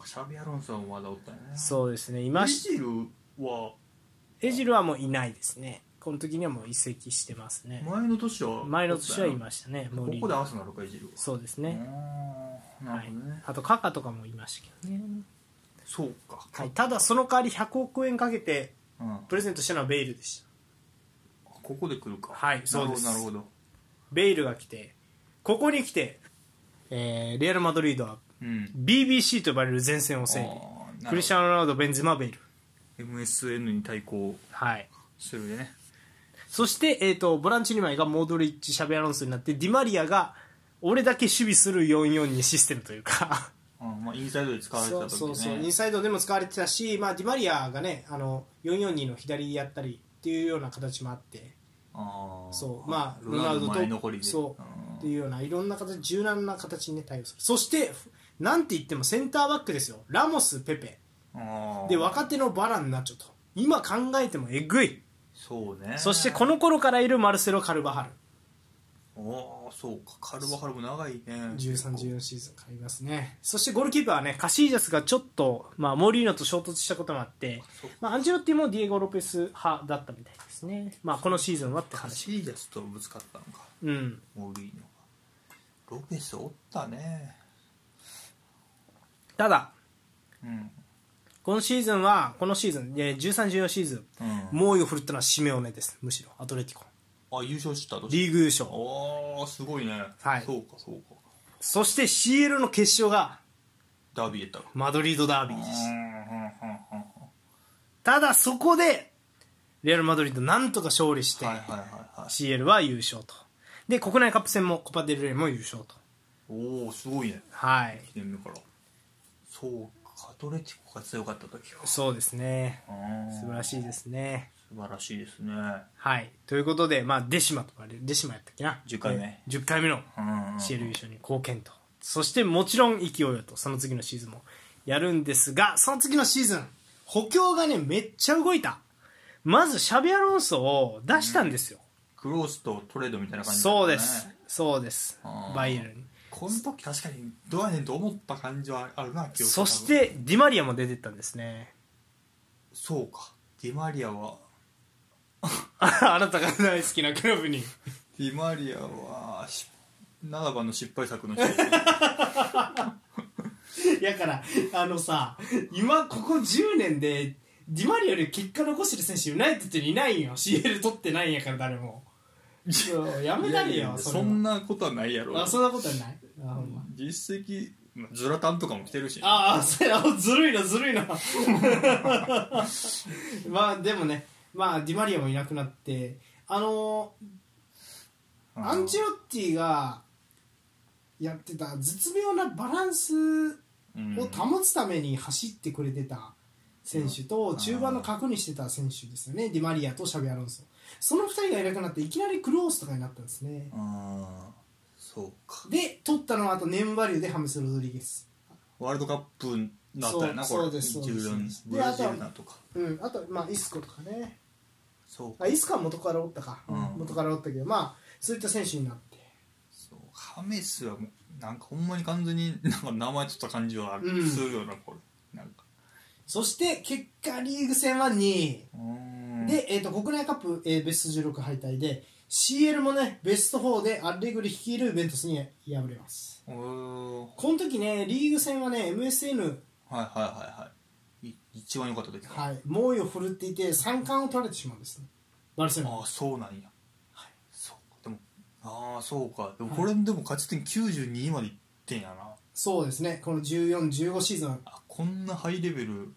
[SPEAKER 2] シャビアロンソンはまだおったんやね
[SPEAKER 1] そうですねい
[SPEAKER 2] マ
[SPEAKER 1] まし
[SPEAKER 2] シルは
[SPEAKER 1] エジルはもういないですねこの時にはもう移籍してますね
[SPEAKER 2] 前の年は
[SPEAKER 1] 前の年はい
[SPEAKER 2] す
[SPEAKER 1] ましたねモ
[SPEAKER 2] こ
[SPEAKER 1] ーリーニ
[SPEAKER 2] こで
[SPEAKER 1] ョ
[SPEAKER 2] アーセナルかいじるわ
[SPEAKER 1] そうですね、
[SPEAKER 2] あーな
[SPEAKER 1] は
[SPEAKER 2] る
[SPEAKER 1] い
[SPEAKER 2] ほどね、、
[SPEAKER 1] あとカカとかもいましたけどね
[SPEAKER 2] そうか、
[SPEAKER 3] はい、ただその代わり100億円かけて
[SPEAKER 2] うん、
[SPEAKER 3] プレゼントしたのはベイルでした
[SPEAKER 2] ここで来るか
[SPEAKER 3] はい
[SPEAKER 2] なる
[SPEAKER 3] そう
[SPEAKER 2] ほ
[SPEAKER 3] で
[SPEAKER 2] ど
[SPEAKER 3] す
[SPEAKER 2] なるほど
[SPEAKER 3] ベイルが来てここに来て、えーレアル・マドリードは
[SPEAKER 2] うん、
[SPEAKER 3] BBC と呼ばれる前線を制
[SPEAKER 2] あー
[SPEAKER 3] クリスチャン・ロナウドベンゼマ・ベイル、
[SPEAKER 2] MSN に対抗
[SPEAKER 3] はい、
[SPEAKER 2] するでね
[SPEAKER 3] そして、えー、とボランチ2枚がモドリッチシャビアロンソになってディマリアが俺だけ守備する4-4にシステムというか
[SPEAKER 2] あまあインサイドで使われて
[SPEAKER 3] そ
[SPEAKER 2] た
[SPEAKER 3] う
[SPEAKER 2] 時ね
[SPEAKER 3] そうそうインサイドでも使われてたし、まあ、ディマリアがねあの4-4-2の左やったりっていうような形もあって
[SPEAKER 2] あー
[SPEAKER 3] そうまあ
[SPEAKER 2] ロナウ
[SPEAKER 3] ロナウド
[SPEAKER 2] ド
[SPEAKER 3] と
[SPEAKER 2] 前残りで
[SPEAKER 3] そ
[SPEAKER 2] ん
[SPEAKER 3] っていうようないろんな形柔軟な形に、ね、対応するそしてなんて言ってもセンターバックですよラモスペペ
[SPEAKER 2] あー
[SPEAKER 3] で若手のバランナチョと今考えてもえぐい
[SPEAKER 2] そうね
[SPEAKER 3] そしてこの頃からいるマルセロ・カルバハ
[SPEAKER 2] おーそうかカルバハルも長いね
[SPEAKER 3] ル
[SPEAKER 2] 結
[SPEAKER 3] 1314シーズンからいますねそしてゴールキーパーはねカシージャスがちょっと、まあ、モリーノと衝突したこともあって
[SPEAKER 2] そう、
[SPEAKER 3] まあ、アンジェロッティもディエゴ・ロペス派だったみたいですね、まあ、このシーズンはって
[SPEAKER 2] 構カ
[SPEAKER 3] 話
[SPEAKER 2] シージャスとぶつかったのか
[SPEAKER 3] うん
[SPEAKER 2] モリーノがロペスおったね
[SPEAKER 3] ただ
[SPEAKER 2] うん
[SPEAKER 3] 今シーズンはこのシーズン1314シーズン
[SPEAKER 2] うん
[SPEAKER 3] 猛威を振るったのはシメオネですむしろアトレティコ
[SPEAKER 2] あ優勝したと
[SPEAKER 3] リーグ優勝
[SPEAKER 2] ああすごいね
[SPEAKER 3] はい
[SPEAKER 2] そうかそうか
[SPEAKER 3] そして CL の決勝が
[SPEAKER 2] ダービーやったか
[SPEAKER 3] マドリードダービーで
[SPEAKER 2] う
[SPEAKER 3] した
[SPEAKER 2] んうんうんうんうん
[SPEAKER 3] ただそこでレアル・マドリードなんとか勝利して、
[SPEAKER 2] はいはいはいはい
[SPEAKER 3] CL は優勝とで国内カップ戦もコパ・デル・レイも優勝と
[SPEAKER 2] おおすごいね
[SPEAKER 3] はい
[SPEAKER 2] 1年目からそうかアトレティコが強かった時か
[SPEAKER 3] そうですね素
[SPEAKER 2] 素
[SPEAKER 3] 晴らしいですね
[SPEAKER 2] 素晴らしいですね
[SPEAKER 3] はいということで、まあ、デシマと呼ばれるデシマやったっけな
[SPEAKER 2] 10回目
[SPEAKER 3] えー10回目の
[SPEAKER 2] うんうんうん
[SPEAKER 3] CL 優勝に貢献とそしてもちろん勢いよとその次のシーズンもやるんですがその次のシーズン補強がねめっちゃ動いたまずシャビアロンソを出したんですよ、
[SPEAKER 2] クロースとトレードみたいな感じだったね
[SPEAKER 3] そうですそうです
[SPEAKER 2] あー
[SPEAKER 3] バイエルンに
[SPEAKER 2] この時確かにどうやねんと思った感じはあるな記憶
[SPEAKER 3] そしてディマリアも出てったんですね
[SPEAKER 2] そうかディマリアは
[SPEAKER 3] あなたが大好きなクラブに
[SPEAKER 2] ディマリアはし7番の失敗作の人
[SPEAKER 1] やからあのさ今ここ10年でディマリアより結果残してる選手ユナイテッドにいないんよ CL 取ってないんやから 誰もそうやめたり
[SPEAKER 2] いやい
[SPEAKER 1] よ
[SPEAKER 2] や
[SPEAKER 1] れ
[SPEAKER 2] そ
[SPEAKER 1] は
[SPEAKER 2] んなことはないやろ
[SPEAKER 1] あそんなことはないあほんま
[SPEAKER 2] 実績まあズラタンとかも来てるし
[SPEAKER 1] ああそうやあずるいなずるい なまあでもねまあディマリアもいなくなってあの
[SPEAKER 2] うん
[SPEAKER 1] アンチェロッティがやってた絶妙なバランス
[SPEAKER 2] うん
[SPEAKER 1] を保つために走ってくれてた選手と
[SPEAKER 2] ん
[SPEAKER 1] 中盤の核にしてた選手ですよねディマリアとシャビアロンソその2人がいなくなっていきなりクロースとかになったんですね
[SPEAKER 2] ああそうか
[SPEAKER 1] で取ったのはあとネームバリューでハムス・ロドリゲス
[SPEAKER 2] ワールドカップだったよな
[SPEAKER 1] そ
[SPEAKER 2] こ
[SPEAKER 1] う
[SPEAKER 2] れ
[SPEAKER 1] そうですそうです
[SPEAKER 2] 14
[SPEAKER 1] そうです
[SPEAKER 2] ブラジルだとか
[SPEAKER 1] うんあとまあイスコとかね
[SPEAKER 2] そうか
[SPEAKER 1] あイスコは元からおったか、
[SPEAKER 2] うん
[SPEAKER 1] 元からおったけどまあそういった選手になって
[SPEAKER 2] そうハメスはもうなんかほんまに完全になんか名前取った感じはある
[SPEAKER 1] うん
[SPEAKER 2] するよなこれなんか
[SPEAKER 1] そして結果リーグ戦は2位
[SPEAKER 2] うーん
[SPEAKER 1] で、えー、と国内カップ、えーベスト16敗退で CL もねベスト4でアレグリ率いるユベントスに敗れます
[SPEAKER 2] うーんはい
[SPEAKER 1] この時ねリーグ戦はね MSN、
[SPEAKER 2] はいはいはいい一番良かった時
[SPEAKER 1] はい、猛威を振るっていて三冠を取られてしまうんですねバルセロナ
[SPEAKER 2] ああそうなんやそうかでもああそうかでもこれでも勝ち点92までいってんやな
[SPEAKER 1] そうですねこの1415シーズンは
[SPEAKER 2] あこんなハイレベル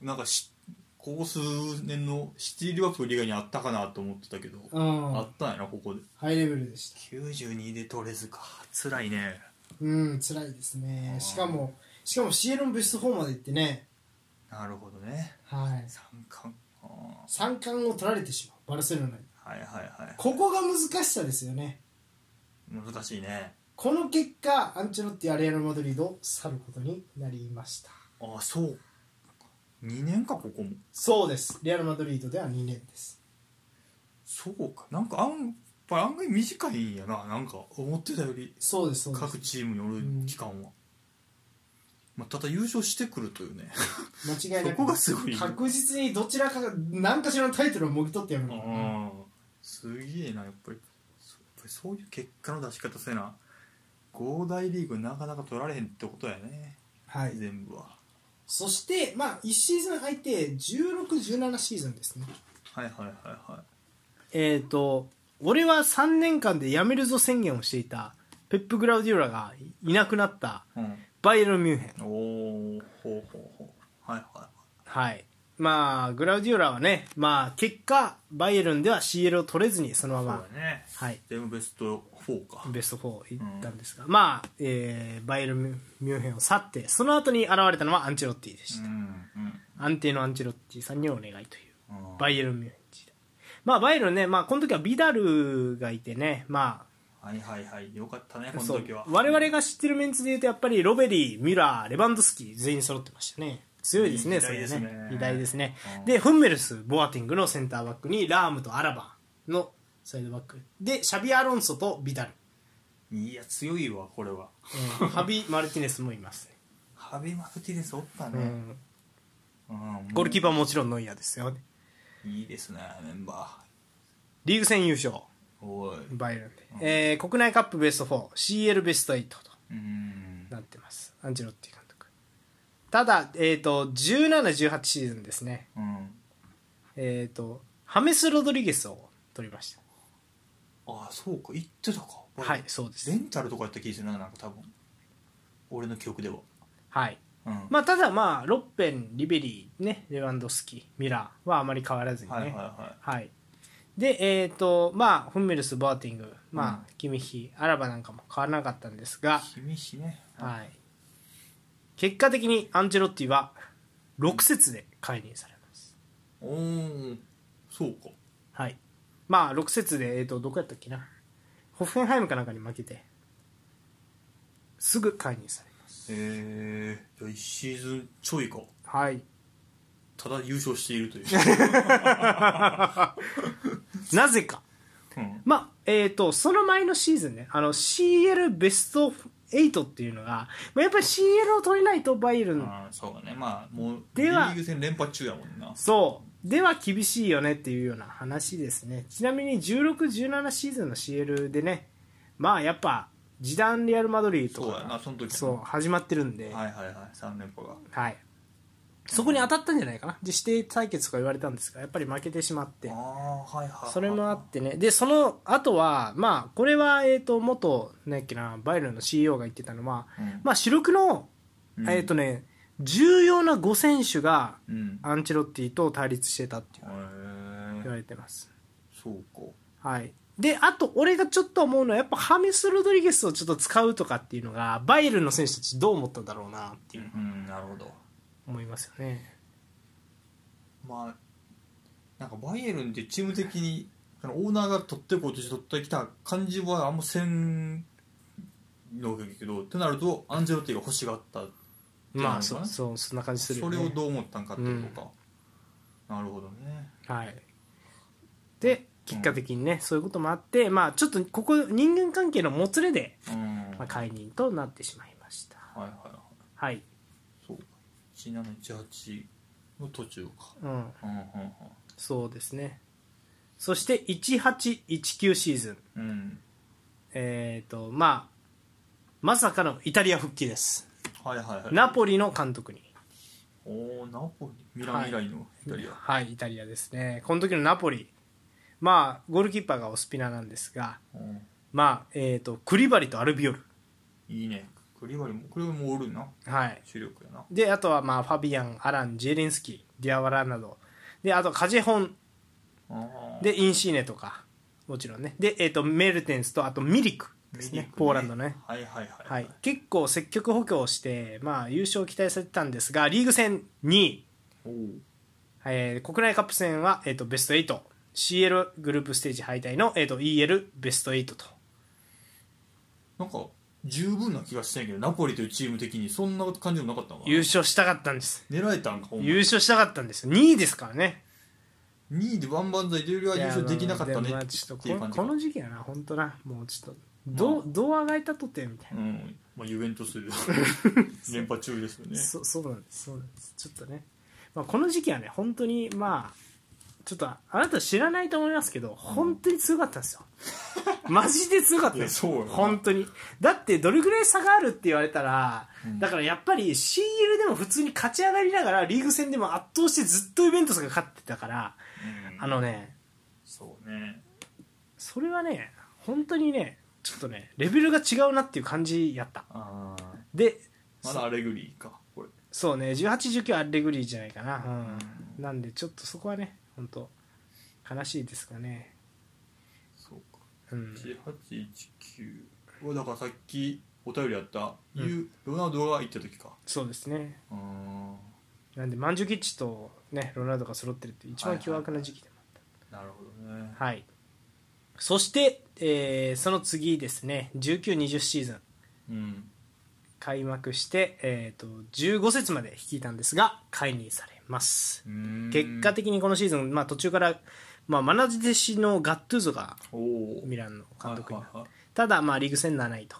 [SPEAKER 2] なんかしここ数年のシティ・リバプール以外にあったかなと思ってたけど、
[SPEAKER 1] うん
[SPEAKER 2] あったんやなここで
[SPEAKER 1] ハイレベルでした
[SPEAKER 2] 92で取れずか辛いね
[SPEAKER 1] うん辛いですねしかもしかも CL もベスト4まで行ってね
[SPEAKER 2] なるほどね
[SPEAKER 1] はい
[SPEAKER 2] 三冠あ
[SPEAKER 1] 三冠を取られてしまうバルセロナに
[SPEAKER 2] ーはいはいはい
[SPEAKER 1] ここが難しさですよね
[SPEAKER 2] 難しいね
[SPEAKER 1] この結果アンチェロッティアレアル・マドリードを去ることになりました
[SPEAKER 2] ああそう2年かここも
[SPEAKER 1] そうですレアル・マドリードでは2年です
[SPEAKER 2] そうかなんかあんやっぱ案外短いんやななんか思ってたより
[SPEAKER 1] そうですそうで
[SPEAKER 2] 各チームによる期間は、まあ、ただ優勝してくるというね
[SPEAKER 1] す間違いなく
[SPEAKER 2] そこがすごい
[SPEAKER 1] 確実にどちらかが何かしらのタイトルをもぎ取ってやるの
[SPEAKER 2] うんすげえなやっぱりそうやっぱりそういう結果の出し方せな五大リーグなかなか取られへんってことやね、
[SPEAKER 1] はい
[SPEAKER 2] 全部は
[SPEAKER 6] そして、まあ、1シーズン入って16、17シーズンですね。
[SPEAKER 2] はいはいはいはい
[SPEAKER 1] えっ、と俺は3年間で辞めるぞ宣言をしていたペップ・グラウディオラがいなくなった
[SPEAKER 2] うん、
[SPEAKER 1] バイエルン・ミュンヘン
[SPEAKER 2] おおほうほうほうはいは
[SPEAKER 1] はいまあグラウディオラはね、まあ、結果バイエルンでは CL を取れずにそのま
[SPEAKER 2] いはい
[SPEAKER 1] ま
[SPEAKER 2] そうだね
[SPEAKER 1] はい
[SPEAKER 2] でもベスト4か
[SPEAKER 1] ベスト4行ったんですが、まあ、えーバイエルン・ミュンヘンを去ってその後に現れたのはアンチェロッティでし
[SPEAKER 2] う
[SPEAKER 1] た、
[SPEAKER 2] んうん
[SPEAKER 1] 安定のアンチェロッティさんにお願いという
[SPEAKER 2] うん
[SPEAKER 1] バイエルン・ミュンヘン時代まあバイエルンね、まあ、この時はビダルがいてねまあ
[SPEAKER 2] はいはいはいよかったねこの
[SPEAKER 1] そう
[SPEAKER 2] 時は
[SPEAKER 1] 我々が知ってるメンツでいうとやっぱりロベリー、ミュラー、レバンドフスキー全員揃ってましたね強いですね
[SPEAKER 2] いい
[SPEAKER 1] それは
[SPEAKER 2] 時代ですね
[SPEAKER 1] ね偉大ですね
[SPEAKER 2] うん
[SPEAKER 1] でフンメルス、ボアティングのセンターバックにラームとアラバのサイドバックでシャビア・アロンソとビダル、
[SPEAKER 2] いや強いわこれは
[SPEAKER 1] えー ハビ・マルティネスもいますね、
[SPEAKER 2] ハビ・マルティネスおった
[SPEAKER 1] う
[SPEAKER 2] ね、
[SPEAKER 1] ん、
[SPEAKER 2] うん
[SPEAKER 1] ゴールキーパーももちろんノイアーですよ
[SPEAKER 2] いいですねメンバ
[SPEAKER 1] リーグ戦優勝
[SPEAKER 2] ーおい
[SPEAKER 1] バイエルンで、えー国内カップベスト 4CL ベスト8と
[SPEAKER 2] うん
[SPEAKER 1] なってますアンジェロッティ監督ただ、えー、と1718シーズンですね
[SPEAKER 2] うん
[SPEAKER 1] えっ、と、ハメス・ロドリゲスを取りまし
[SPEAKER 2] ああそうか言ってたか
[SPEAKER 1] た。はい、そうです
[SPEAKER 2] レ。ンタルとかやった気するななんか多分俺の記憶では
[SPEAKER 1] はい。
[SPEAKER 2] うん
[SPEAKER 1] まあ、ただまあ、ロッペン、リベリー、ね、レバンドフスキ、ミラーはあまり変わらずにね。
[SPEAKER 2] は
[SPEAKER 1] はいい。
[SPEAKER 2] はいは
[SPEAKER 1] で、えっ、と、まあ、ホンメルス、ボアティング、まあ、
[SPEAKER 2] う
[SPEAKER 1] キミヒ、アラバなんかも変わらなかったんですが
[SPEAKER 2] い、君ひね
[SPEAKER 1] はい。結果的にアンチェロッティは6節で解任されます。
[SPEAKER 2] おおそうか
[SPEAKER 1] はい。まあ、6節で、えっ、と、どこやったっけな。ホッフェンハイムかなんかに負けて、すぐ解任されます
[SPEAKER 2] ええ1シーズンちょいか
[SPEAKER 1] はい、
[SPEAKER 2] ただ優勝しているという、
[SPEAKER 1] なぜか、
[SPEAKER 2] うん、
[SPEAKER 1] まあえー、とその前のシーズンねあの CL ベスト8っていうのが、まあ、やっぱり CL を取れないとバイエルン、
[SPEAKER 2] あーそうだねまあもうリ
[SPEAKER 1] では
[SPEAKER 2] ーグ戦連覇中やもんな
[SPEAKER 1] そうでは厳しいよねっていうような話ですねちなみに1617シーズンの CL でねまあやっぱ時短リアルマドリーと
[SPEAKER 2] そうやな
[SPEAKER 1] か
[SPEAKER 2] その時
[SPEAKER 1] そう
[SPEAKER 2] は
[SPEAKER 1] 始まってるんで、
[SPEAKER 2] はいはいはい3連覇が
[SPEAKER 1] はい、そこに当たったんじゃないかなで指定対決とか言われたんですがやっぱり負けてしまって
[SPEAKER 2] ああはいはい
[SPEAKER 1] それもあってねでその後はまあこれはえっ、と元なんやっけなバイエルンの CEO が言ってたのは、
[SPEAKER 2] うん
[SPEAKER 1] まあ主力の、
[SPEAKER 2] うん
[SPEAKER 1] えっ、とね重要な5選手が
[SPEAKER 2] うん
[SPEAKER 1] アンチェロッティと対立してたっていう
[SPEAKER 2] へ
[SPEAKER 1] 言
[SPEAKER 2] え
[SPEAKER 1] われてます
[SPEAKER 2] そうか
[SPEAKER 1] はいであと俺がちょっと思うのはやっぱハメス・ロドリゲスをちょっと使うとかっていうのがバイエルンの選手たちどう思ったんだろうなっていう
[SPEAKER 2] うんなるほど
[SPEAKER 1] 思いますよね
[SPEAKER 2] まあなんかバイエルンってチーム的にそのオーナーが取ってこうとして取ってきた感じはあんませんのだけどってなるとアンジェロッティが欲しがった
[SPEAKER 1] まあ
[SPEAKER 2] じゃ
[SPEAKER 1] そ
[SPEAKER 2] ないうのかな
[SPEAKER 1] そうそんな感じするよ
[SPEAKER 2] そ
[SPEAKER 1] ね
[SPEAKER 2] れをどう思ったんかっていうことか、なるほどね
[SPEAKER 1] はい、で結果的にね、そういうこともあって、まあ、ちょっとここ人間関係のもつれで、
[SPEAKER 2] うん
[SPEAKER 1] まあ、
[SPEAKER 2] はい
[SPEAKER 1] 解任となってしまいました
[SPEAKER 2] はいは
[SPEAKER 1] はい、
[SPEAKER 2] いそうか1718の途中か
[SPEAKER 1] うん、
[SPEAKER 2] うんうん
[SPEAKER 1] そうですねそして1819シーズン
[SPEAKER 2] うんうん
[SPEAKER 1] えっ、とまあまさかのイタリア復帰です
[SPEAKER 2] はいはいはい
[SPEAKER 1] ナポリの監督に
[SPEAKER 2] おおナポリミラン以来のイタリア、
[SPEAKER 1] はいイタリアですねこの時のナポリまあゴールキーパーがオスピナなんですが
[SPEAKER 2] うん
[SPEAKER 1] まあえっ、とクリバリとアルビオル
[SPEAKER 2] いいねクリバリもクリバリもおるな
[SPEAKER 1] はい
[SPEAKER 2] 主力やな
[SPEAKER 1] であとはまあファビアンアランジェリンスキーディアワラなどであとカジェホン
[SPEAKER 2] あー
[SPEAKER 1] でインシーネとかもちろんねで、えー、とメルテンスとあとミリクですね
[SPEAKER 2] ミリク
[SPEAKER 1] ポーランドのね、
[SPEAKER 2] はいはいは、
[SPEAKER 1] はいい、結構積極補強して、まあ、優勝を期待されてたんですがリーグ戦2位、
[SPEAKER 2] おう
[SPEAKER 1] えー国内カップ戦は、えー、とベスト 8CL グループステージ敗退の、えー、と EL ベスト8と
[SPEAKER 2] なんか十分な気がしてんけどナポリというチーム的にそんな感じもなかったのかな
[SPEAKER 1] 優勝したかったんです
[SPEAKER 2] 狙えたんかほんま
[SPEAKER 1] 優勝したかったんです2位ですからね
[SPEAKER 2] 2位で万々歳というよりは優勝できなかった
[SPEAKER 1] い
[SPEAKER 2] ね
[SPEAKER 1] やまあ
[SPEAKER 2] っ
[SPEAKER 1] まあちょってと
[SPEAKER 2] い
[SPEAKER 1] こ
[SPEAKER 2] う感じか
[SPEAKER 1] この時期やな本当なもうちょっとどうどうあがいたとてみたいな
[SPEAKER 2] うんまあ、ユベントス 連覇中ですよね
[SPEAKER 1] そそうなんですそうなんですちょっとね、まあ、この時期はね本当にまあちょっとあなた知らないと思いますけど、本当に強かったんですよ。 マジで強かったんです
[SPEAKER 2] いやそうよ
[SPEAKER 1] 本当に。だって、どれぐらい差があるって言われたら、
[SPEAKER 2] ん
[SPEAKER 1] だからやっぱり CL でも普通に勝ち上がりながら、リーグ戦でも圧倒してずっとイベントスが勝ってたから、
[SPEAKER 2] うん
[SPEAKER 1] あのね、
[SPEAKER 2] そうね
[SPEAKER 1] それはね、本当にね、ちょっとね、レベルが違うなっていう感じやった。
[SPEAKER 2] ああ
[SPEAKER 1] で、
[SPEAKER 2] まだアレグリーかこれ
[SPEAKER 1] そうね1819アレグリーじゃないかな、うんなんでちょっとそこはね本当悲しいですかね、
[SPEAKER 2] そうか
[SPEAKER 1] うん、
[SPEAKER 2] 1819はだからさっきお便りあった、
[SPEAKER 1] うん
[SPEAKER 2] ユロナウドが行った時か
[SPEAKER 1] そうですね
[SPEAKER 2] うーん
[SPEAKER 1] なんでマンジュキッチと、ね、ロナウドが揃ってるっていう一番凶悪な時期でもあっ
[SPEAKER 2] なるほどね
[SPEAKER 1] た、はいそして、えーその次ですね1920シーズン
[SPEAKER 2] うん
[SPEAKER 1] 開幕して、えー、と15節まで率いたんですが解任されます
[SPEAKER 2] うーん
[SPEAKER 1] 結果的にこのシーズン、まあ、途中から、まあ、マナジ弟子のガットゥーゾが
[SPEAKER 2] おお
[SPEAKER 1] ミランの監督になって
[SPEAKER 2] はいはいはい
[SPEAKER 1] ただ、まあ、リーグ戦7位と。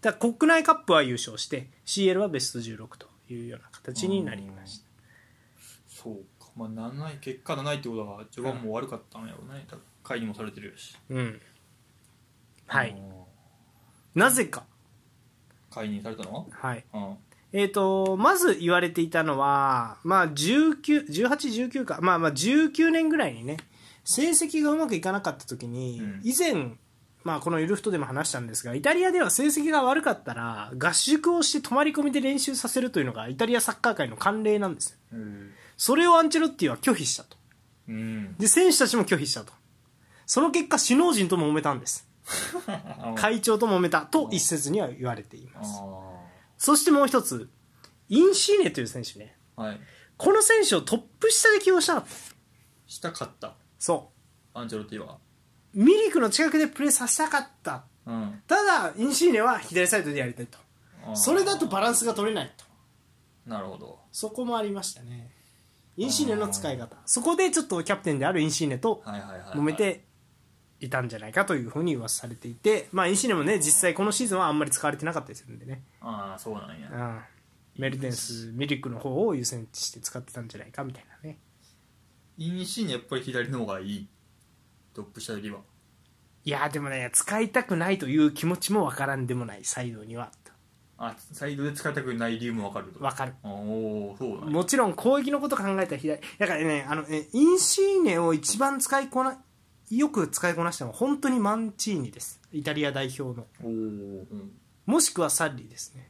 [SPEAKER 1] だから国内カップは優勝して CL はベスト16というような形になりました
[SPEAKER 2] そうかまあ7位結果7位ってことは序盤も悪かったんやろうね多分会議もされてるやし
[SPEAKER 1] うんは
[SPEAKER 2] う
[SPEAKER 1] い
[SPEAKER 2] ん
[SPEAKER 1] なぜか
[SPEAKER 2] 解任されたの
[SPEAKER 1] はい
[SPEAKER 2] うん
[SPEAKER 1] えー、とまず言われていたのは、まあ、1819か、まあ、まあ19年ぐらいにね成績がうまくいかなかった時に、
[SPEAKER 2] うん
[SPEAKER 1] 以前、まあ、この「ゆるふと」でも話したんですがイタリアでは成績が悪かったら合宿をして泊まり込みで練習させるというのがイタリアサッカー界の慣例なんですよ
[SPEAKER 2] うん
[SPEAKER 1] それをアンチェロッティは拒否したと
[SPEAKER 2] うん
[SPEAKER 1] で選手たちも拒否したとその結果首脳陣とも揉めたんです会長とも揉めたと一説には言われてい
[SPEAKER 2] あ
[SPEAKER 1] ます
[SPEAKER 2] あ
[SPEAKER 1] そしてもう一つインシーネという選手ね
[SPEAKER 2] はい
[SPEAKER 1] この選手をトップ下で起用したかった
[SPEAKER 2] したかった
[SPEAKER 1] そ
[SPEAKER 2] アンチェロティは
[SPEAKER 1] うミリクの近くでプレーさせたかった
[SPEAKER 2] うん
[SPEAKER 1] ただインシーネは左サイドでやりたいと
[SPEAKER 2] あー
[SPEAKER 7] それだとバランスが取れないと
[SPEAKER 2] なるほど
[SPEAKER 7] そこもありましたね
[SPEAKER 1] インシーネの使い方そこでちょっとキャプテンであるインシーネと
[SPEAKER 2] はいはいはいはい
[SPEAKER 1] 揉めていたんじゃないかというふうに噂されていて、まあ、インシーネもね実際このシーズンはあんまり使われてなかったりするんでね
[SPEAKER 2] ああそうなんや
[SPEAKER 1] うんメルテンスミリクの方を優先して使ってたんじゃないかみたいなね
[SPEAKER 2] インシーンやっぱり左の方がいいトップ下よりはい
[SPEAKER 1] やーでもね使いたくないという気持ちもわからんでもないサイドには
[SPEAKER 2] あサイドで使いたくない理由もわかると
[SPEAKER 1] わかる
[SPEAKER 2] おおそうなんや
[SPEAKER 1] もちろん攻撃のこと考えたら左だからねあのねインシーネを一番使いこなよく使いこなしたのは本当にマンチーニですイタリア代表の
[SPEAKER 2] おお、うん、
[SPEAKER 1] もしくはサッリーですね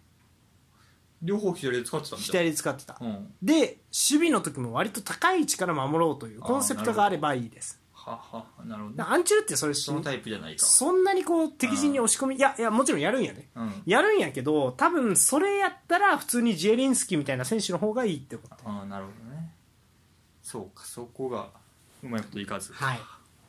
[SPEAKER 2] 両方左で使ってたんだ
[SPEAKER 1] 左使ってた
[SPEAKER 2] うん
[SPEAKER 1] で守備の時も割と高い位置から守ろうというコンセプトがあればいいです
[SPEAKER 2] ははなるほどね
[SPEAKER 1] アンチェルってそれし
[SPEAKER 2] そのタイプじゃないか
[SPEAKER 1] そんなにこう敵陣に押し込みいやいやもちろんやるんやね
[SPEAKER 2] うん
[SPEAKER 1] やるんやけど多分それやったら普通にジエリンスキみたいな選手の方がいいってこと
[SPEAKER 2] ああなるほどねそうかそこがうまいこといかず
[SPEAKER 1] はい、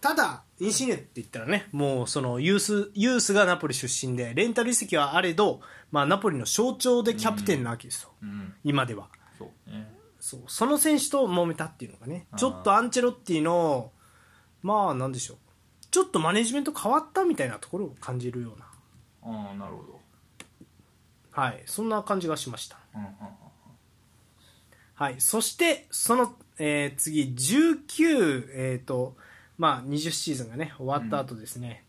[SPEAKER 1] ただインシーネって言ったらねもうそのユースユースがナポリ出身でレンタル移籍はあれど、まあ、ナポリの象徴でキャプテンなわけですよ、
[SPEAKER 2] うん
[SPEAKER 1] 今では
[SPEAKER 2] そうね
[SPEAKER 1] そうその選手と揉めたっていうのがね
[SPEAKER 2] あー
[SPEAKER 1] ちょっとアンチェロッティのまあなんでしょうちょっとマネジメント変わったみたいなところを感じるような
[SPEAKER 2] ああなるほど
[SPEAKER 1] はいそんな感じがしました
[SPEAKER 2] うんうん
[SPEAKER 1] はい、そしてその、えー次19、えーとまあ、20シーズンが、ね、終わった後ですね、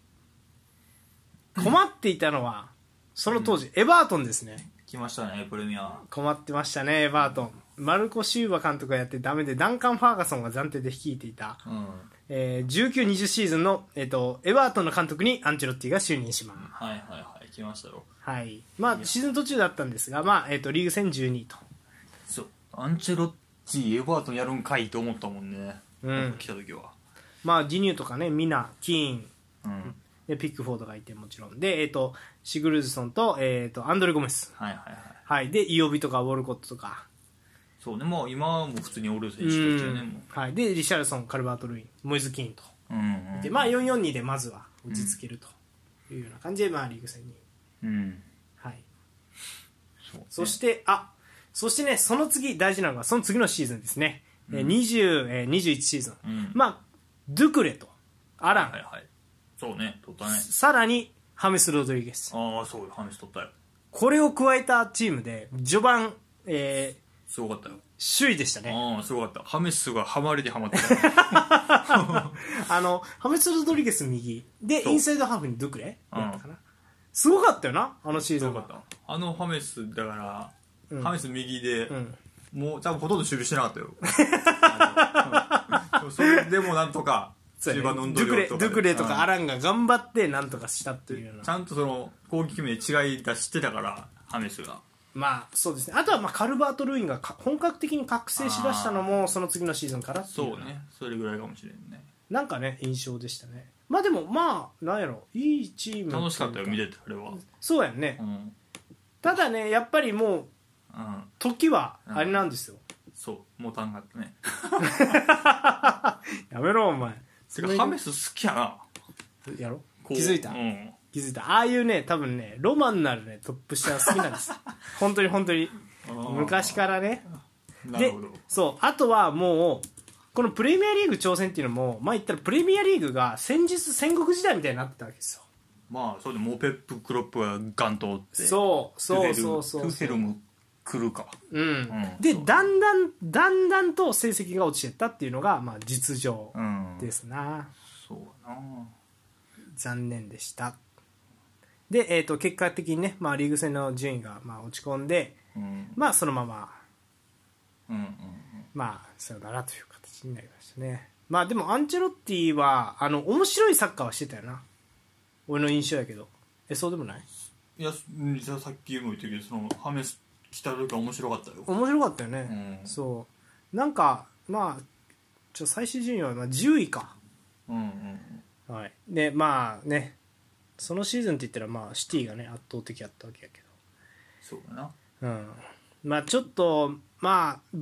[SPEAKER 1] 困っていたのはその当時、エバートンですね
[SPEAKER 2] うん来ましたねプレミア
[SPEAKER 1] 困ってましたねエバートンマルコ・シューバ監督がやってダメでダンカン・ファーガソンが暫定で率いていた、
[SPEAKER 2] うん
[SPEAKER 1] えー1920シーズンの、えー、とエバートンの監督にアンチェロッティが就任します、
[SPEAKER 2] はいはいはい来ましたよ
[SPEAKER 1] はいまあ、シーズン途中だったんですが、まあえー、とリーグ戦12位と
[SPEAKER 2] そうアンチェロッティエバートンやるんかいと思ったもんね、
[SPEAKER 1] うん
[SPEAKER 2] 来た時は
[SPEAKER 1] まあ、ディニューとかねミナ、キーン
[SPEAKER 2] うん
[SPEAKER 1] でピックフォードがいてもちろんで、えー、とシグルズソンと,、えー、とアンドレ・ゴメス、
[SPEAKER 2] はいはいはい
[SPEAKER 1] はい、でイオビとかウォルコットとか
[SPEAKER 2] そうねまあ今はもう普通にオール選
[SPEAKER 1] う
[SPEAKER 2] 手たちよねもうん
[SPEAKER 1] はい、でリシャルソンカルバート・ルインモイズ・キーンと
[SPEAKER 2] うんうん
[SPEAKER 1] で、まあ、442でまずは落ち着けるというような感じで、まあ、リーグ戦に、
[SPEAKER 2] うん
[SPEAKER 1] はい、
[SPEAKER 2] そうね
[SPEAKER 1] そして、あそしてねその次大事なのがその次のシーズンですね、えー20えー21シーズン、
[SPEAKER 2] うん
[SPEAKER 1] まあドゥクレとアラン、
[SPEAKER 2] はいはいそうね取ったね
[SPEAKER 1] さらにハメス・ロドリゲス
[SPEAKER 2] ああそうよ話取ったよ
[SPEAKER 1] これを加えたチームで序盤、えー
[SPEAKER 2] すごかったよ。
[SPEAKER 3] 首位でしたね。
[SPEAKER 2] うん、すごかった。ハメスがハマりにハマって た。
[SPEAKER 3] あの、ハメス・ロドリゲス右。で、
[SPEAKER 2] そう
[SPEAKER 3] インサイドハーフにドゥクレやったかな。すごかったよな、あのシー
[SPEAKER 2] す
[SPEAKER 3] ズ
[SPEAKER 2] ご
[SPEAKER 3] ン
[SPEAKER 2] か
[SPEAKER 3] は。
[SPEAKER 2] った。あのハメス、だから、
[SPEAKER 3] うん
[SPEAKER 2] ハメス右で、
[SPEAKER 3] うん。
[SPEAKER 2] もう多分ほとんど守備してなかっ たよ。あのうんそれでもなんとか、
[SPEAKER 3] そう
[SPEAKER 2] 中
[SPEAKER 3] や
[SPEAKER 2] 盤
[SPEAKER 3] ね
[SPEAKER 2] の
[SPEAKER 3] ド
[SPEAKER 2] 運
[SPEAKER 3] ゥ
[SPEAKER 2] 動
[SPEAKER 3] クレ、
[SPEAKER 2] 量
[SPEAKER 3] ド
[SPEAKER 2] とか
[SPEAKER 3] ゥ
[SPEAKER 2] で。
[SPEAKER 3] クレとか
[SPEAKER 2] う
[SPEAKER 3] ア
[SPEAKER 2] ん
[SPEAKER 3] ランが頑張ってなんとかしたっていうよう
[SPEAKER 2] ち
[SPEAKER 3] な。
[SPEAKER 2] ゃんとその攻撃面で違い出してたから、ハメスが。
[SPEAKER 3] まあ、そうですね。あとは、まあ、カルバート・ルインがか本格的に覚醒しだしたのも、その次のシーズンからっていう
[SPEAKER 2] そうね、それぐらいかもしれんね。
[SPEAKER 3] なんかね、印象でしたね。まあでも、まあ、なんやろ、いいチームていう
[SPEAKER 2] 楽しかったよ、見てて、あれは。
[SPEAKER 3] そうやんね
[SPEAKER 2] う。ん。
[SPEAKER 3] ただね、やっぱりもう、
[SPEAKER 2] うん。
[SPEAKER 3] 時は、あれなんですよ。
[SPEAKER 2] そう、もたんがったね。
[SPEAKER 3] やめろ、お前。
[SPEAKER 2] てか、ハメス好きやな。
[SPEAKER 3] やろ
[SPEAKER 2] こ
[SPEAKER 3] 気
[SPEAKER 2] う
[SPEAKER 3] づいた、
[SPEAKER 2] うん。
[SPEAKER 3] 気づいた。ああいうね、多分ね、ロマンのあるね、トップ下が好きなん です。本当に本当に。昔からね。
[SPEAKER 2] らなる
[SPEAKER 3] で
[SPEAKER 2] ほど。、
[SPEAKER 3] そう、あとはもう、このプレミアリーグ挑戦っていうのも、まあ言ったらプレミアリーグが先日戦国時代みたいになってたわけですよ。
[SPEAKER 2] まあ、そうでもうペップ・クロップがガンとって。
[SPEAKER 3] そう、
[SPEAKER 2] トゥヘ
[SPEAKER 3] そう
[SPEAKER 2] ル
[SPEAKER 3] そうそう。
[SPEAKER 2] トゥヘルも来るか。
[SPEAKER 3] うん
[SPEAKER 2] うん
[SPEAKER 3] で
[SPEAKER 2] そう
[SPEAKER 3] だんだんだんだんと成績が落ちてったっていうのが、まあ、実情
[SPEAKER 2] うん。
[SPEAKER 3] ですな、
[SPEAKER 2] そうやな。
[SPEAKER 3] 残念でしたで、えー、と結果的にね、まあ、リーグ戦の順位が、まあ、落ち込んで、
[SPEAKER 2] うん。
[SPEAKER 3] まあ、そのまま、
[SPEAKER 2] うんうん
[SPEAKER 3] まあ、さよならという形になりましたねまあでもアンチェロッティはあの面白いサッカーはしてたよな俺の印象やけどえそうでもない
[SPEAKER 2] いや、じゃあさっきも言ったけど、その、ハメス来た時は面白かったよ。
[SPEAKER 3] 面白かったよね、
[SPEAKER 2] うん
[SPEAKER 3] そうなんかまあちょ最終順位は、まあ、10位か
[SPEAKER 2] うんうん。
[SPEAKER 3] はい、でまあねそのシーズンって言ったらまあシティがね圧倒的やったわけやけ
[SPEAKER 2] そうやな。
[SPEAKER 3] ど、うん、まあちょっとまあ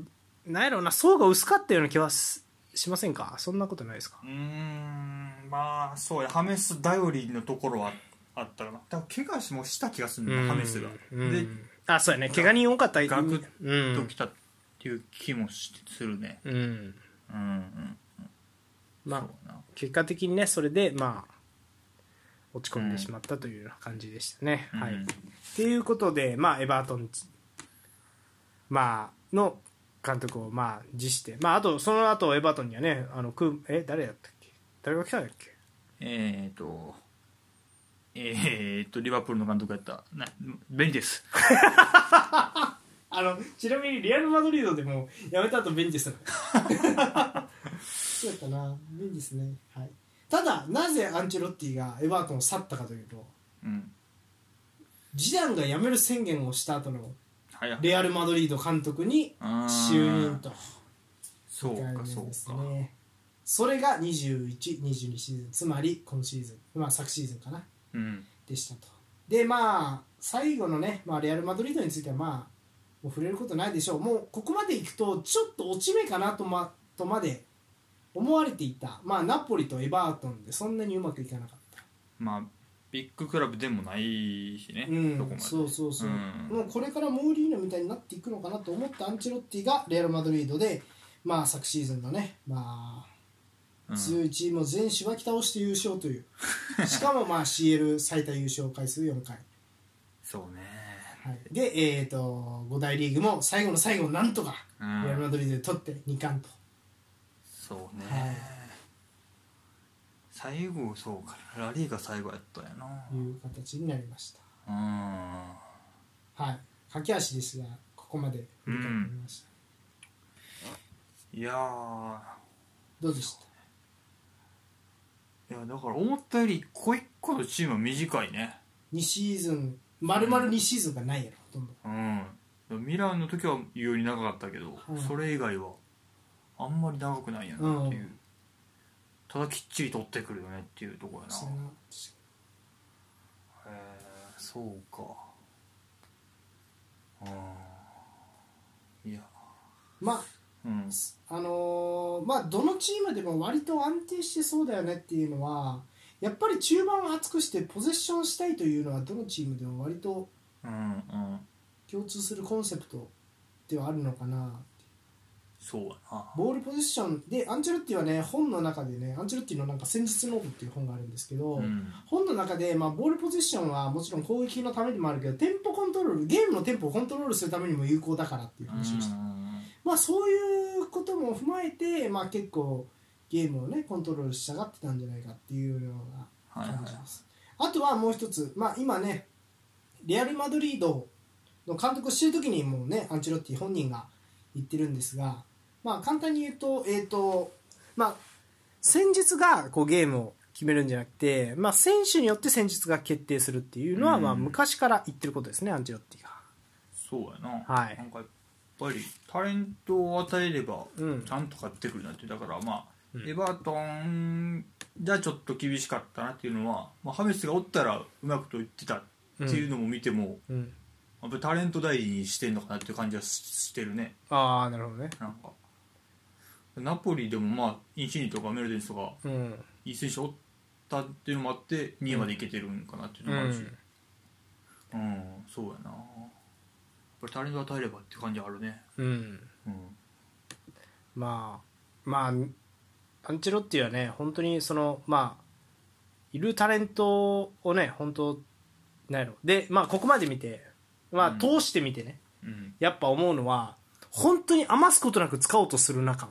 [SPEAKER 3] なんやろうな層が薄かったような気はすしませんかそんなことないですか
[SPEAKER 2] うーん、まあ、そうや、ハメス頼りのところはあったかな。だから、怪我しもした気がする
[SPEAKER 3] う
[SPEAKER 2] な、
[SPEAKER 3] ん
[SPEAKER 2] ハメスが。
[SPEAKER 3] うん
[SPEAKER 2] で、
[SPEAKER 3] あそうやね怪我人多かった
[SPEAKER 2] ガクッ
[SPEAKER 3] う
[SPEAKER 2] と
[SPEAKER 3] ん
[SPEAKER 2] 来たっていう気もしてするね。
[SPEAKER 3] うん
[SPEAKER 2] うんうん。
[SPEAKER 3] ま
[SPEAKER 2] そ
[SPEAKER 3] あ
[SPEAKER 2] うやな。
[SPEAKER 3] 結果的にねそれでまあ落ち込んでしまったというような感じでしたね、
[SPEAKER 2] うん
[SPEAKER 3] はいっていうことでまあエバートンまあの監督をまあ辞してまああとその後エバートンにはねあのクーえ誰やったっけ誰が来たんだっけ
[SPEAKER 2] えー、っと、えー、っと、リバプールの監督やった、なベニです。
[SPEAKER 3] あのちなみにリアル・マドリードでもやめた後ベンチした
[SPEAKER 1] そうやったな、いいですね。はい。ただ、なぜアンチェロッティがエバートンを去ったかというと、
[SPEAKER 2] うん。
[SPEAKER 1] ジダンが辞める宣言をした後の
[SPEAKER 2] 早
[SPEAKER 1] レアル・マドリード監督に
[SPEAKER 2] あー
[SPEAKER 1] 就任と。
[SPEAKER 2] そう
[SPEAKER 1] いう
[SPEAKER 2] か、
[SPEAKER 1] 感じ
[SPEAKER 2] そ
[SPEAKER 1] です
[SPEAKER 2] うか。
[SPEAKER 1] ね。それが21、22シーズン、つまり今シーズン、まあ昨シーズンかな、
[SPEAKER 2] うん。
[SPEAKER 1] でしたと。で、まあ、最後のね、まあ、レアル・マドリードについては、まあ、もう触れることないでしょう。もう、ここまでいくと、ちょっと落ち目かなとまとまで思われていた、まあ、ナポリとエバートンでそんなにうまくいかなかった。
[SPEAKER 2] まあ、ビッグクラブでもないしね、
[SPEAKER 1] う
[SPEAKER 2] どこま
[SPEAKER 1] ん、
[SPEAKER 2] で。
[SPEAKER 1] そうそうそう、
[SPEAKER 2] うん
[SPEAKER 1] もうこれからモーリーノみたいになっていくのかなと思ったアンチェロッティがレアル・マドリードで、まあ、昨シーズンのね、ま
[SPEAKER 2] う
[SPEAKER 1] あ、
[SPEAKER 2] ん
[SPEAKER 1] 強いチームを全芝木倒して優勝という、しかもまあ CL 最多優勝回数4回、
[SPEAKER 2] そうね。
[SPEAKER 1] はい、で、えー、と5大リーグも最後の最後、なんとか
[SPEAKER 2] う
[SPEAKER 1] レアル・マ
[SPEAKER 2] ん。
[SPEAKER 1] ドリードで取って2冠と、
[SPEAKER 2] そう
[SPEAKER 1] はい
[SPEAKER 2] ね。最後、そうか。ラリーが最後やったんやな。
[SPEAKER 1] いう形になりました。
[SPEAKER 2] うん。
[SPEAKER 1] はい、駆け足ですが、ここまで振り返ってみました。
[SPEAKER 2] いやー、
[SPEAKER 1] どうでした
[SPEAKER 2] いや、だから思ったより一個一個のチームは短いね。
[SPEAKER 1] 2シーズン、丸々2シーズンがないやろ、ほとんど。
[SPEAKER 2] うん、ミラーの時は言うより長かったけど、
[SPEAKER 1] うん
[SPEAKER 2] それ以外はあんまり長くないやなっていう、
[SPEAKER 1] う
[SPEAKER 2] ただきっちり取ってくるよねっていうところやな
[SPEAKER 1] そ
[SPEAKER 2] へ
[SPEAKER 1] んな
[SPEAKER 2] えそうかうんいや
[SPEAKER 1] まあ
[SPEAKER 2] うん
[SPEAKER 1] あのーまあどのチームでも割と安定してそうだよねっていうのはやっぱり中盤を厚くしてポゼッションしたいというのはどのチームでも割と
[SPEAKER 2] うんうん
[SPEAKER 1] 共通するコンセプトではあるのかな
[SPEAKER 2] そうやな
[SPEAKER 1] ボールポゼッションでアンチェロッティはね本の中でねアンチェロッティのなんか戦術ノートっていう本があるんですけど、
[SPEAKER 2] うん
[SPEAKER 1] 本の中で、まあ、ボールポゼッションはもちろん攻撃のためでもあるけどテンポコントロールゲームのテンポをコントロールするためにも有効だからっていう話をして
[SPEAKER 2] うん
[SPEAKER 8] まあ、そういうことも踏まえて、まあ、結構ゲームをねコントロールしたがってたんじゃないかっていうような感じです、あとはもう一つ、まあ、今ねレアル・マドリードの監督をしてる時にもうねアンチェロッティ本人が言ってるんですが、まあ、簡単に言うと,、えーと
[SPEAKER 1] まあ、戦術がこうゲームを決めるんじゃなくて、まあ、選手によって戦術が決定するっていうのは、
[SPEAKER 2] うん
[SPEAKER 1] まあ、昔から言ってることですねアンチェロッティが。
[SPEAKER 2] そうやな、
[SPEAKER 1] はい
[SPEAKER 2] なんかやっぱりタレントを与えれば
[SPEAKER 1] うん
[SPEAKER 2] ちゃんと買ってくるなってだからまあ、
[SPEAKER 1] うん
[SPEAKER 2] エバートンじゃちょっと厳しかったなっていうのは、まあ、ハメスがおったらうまくと言ってたっていうのも見ても、
[SPEAKER 1] うん、
[SPEAKER 2] やっぱりタレント代理にしてんのかなっていう感じはししてるね
[SPEAKER 1] ああなるほどね。
[SPEAKER 2] なんかナポリでもまあインシーニとかメルデンスとか
[SPEAKER 1] うん
[SPEAKER 2] いい選手おったっていうのもあって2位までいけてるんかなっていうのもあるし、
[SPEAKER 1] うん
[SPEAKER 2] うん、そうやなやっぱりタレント与えればっていう感じはあるね
[SPEAKER 1] うん
[SPEAKER 2] うん
[SPEAKER 1] まあまあアンチェロッティはね本当にそのまあいるタレントをね本当なんやろでまあここまで見てま
[SPEAKER 2] う
[SPEAKER 1] あ
[SPEAKER 2] ん
[SPEAKER 1] 通してみてね、
[SPEAKER 2] うん
[SPEAKER 1] やっぱ思うのは本当に余すことなく使おうとする中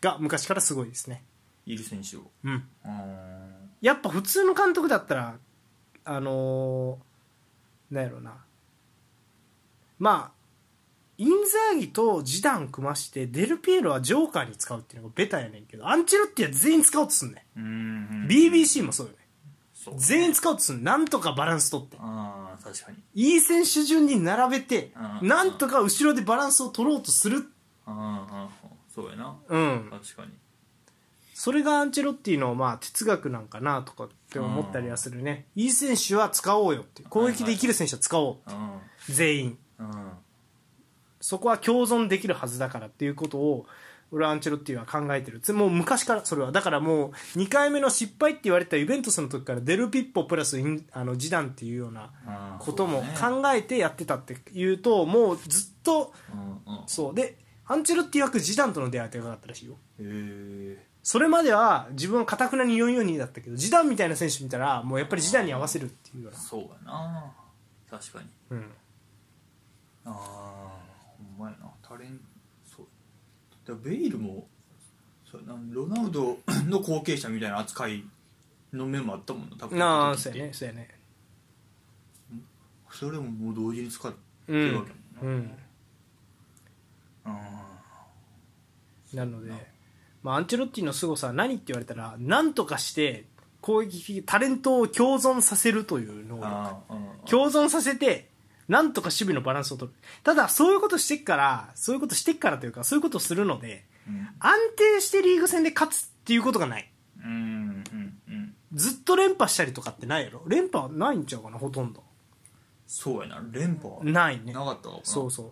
[SPEAKER 1] が昔からすごいですね
[SPEAKER 2] いる選手を
[SPEAKER 1] うん
[SPEAKER 2] うーん
[SPEAKER 1] やっぱ普通の監督だったらあのーなんやろなまあインザーギとジダン組ましてデルピエロはジョーカーに使うっていうのがベタやねんけどアンチェロッティは全員使おうとすんね
[SPEAKER 2] うーん
[SPEAKER 1] ん BBC もそうよね
[SPEAKER 2] そう
[SPEAKER 1] 全員使おうとすんねんなんとかバランス取って
[SPEAKER 2] ああ確かに
[SPEAKER 1] いい選手順に並べて
[SPEAKER 2] うん
[SPEAKER 1] なんとか後ろでバランスを取ろうとする
[SPEAKER 2] あーあーそうやな
[SPEAKER 1] うん
[SPEAKER 2] 確かに
[SPEAKER 1] それがアンチェロッティのまあ哲学なんかなとかって思ったりはするね、いい選手は使おうよっていう攻撃できる選手は使おう、
[SPEAKER 2] うん
[SPEAKER 1] 全員
[SPEAKER 2] うん
[SPEAKER 1] そこは共存できるはずだからっていうことを俺はアンチェロッティは考えてるつもう昔からそれはだからもう2回目の失敗って言われたユベントスの時からデルピッポプラスインあのジダンっていうような
[SPEAKER 2] あー
[SPEAKER 1] ことも
[SPEAKER 2] そうだね
[SPEAKER 1] 考えてやってたっていうともうずっと
[SPEAKER 2] うんうん
[SPEAKER 1] そうでアンチェロッティはジダンとの出会いがかかったらしいよ
[SPEAKER 2] へえ
[SPEAKER 1] それまでは自分はかたくなに442だったけどジダンみたいな選手見たらもうやっぱりジダンに合わせるっていうような
[SPEAKER 2] そうやな確かに
[SPEAKER 1] うん
[SPEAKER 2] ああほんまやなタレンそうだからベイルもそうやなロナウド の後継者みたいな扱いの面もあったもんな多分
[SPEAKER 1] ああそうやねそうやね
[SPEAKER 2] それももう同時に使って
[SPEAKER 1] う
[SPEAKER 2] るわ
[SPEAKER 1] ん
[SPEAKER 2] けやもん
[SPEAKER 1] う
[SPEAKER 2] な
[SPEAKER 1] ん
[SPEAKER 2] あ
[SPEAKER 1] なので、まあ、アンチェロッティの凄さは何って言われたら何とかして攻撃タレントを共存させるという能
[SPEAKER 2] ー
[SPEAKER 1] 力
[SPEAKER 2] あーうん
[SPEAKER 1] 共存させてなんとか守備のバランスを取るただそういうことしてっからそういうことしてっからというかそういうことをするので
[SPEAKER 2] うん
[SPEAKER 1] 安定してリーグ戦で勝つっていうことがない
[SPEAKER 2] うんうんうん
[SPEAKER 1] ずっと連覇したりとかってないやろ連覇はないんちゃうかなほとんど
[SPEAKER 2] そうやな連覇は
[SPEAKER 1] ないね
[SPEAKER 2] なかったかもな
[SPEAKER 1] そうそう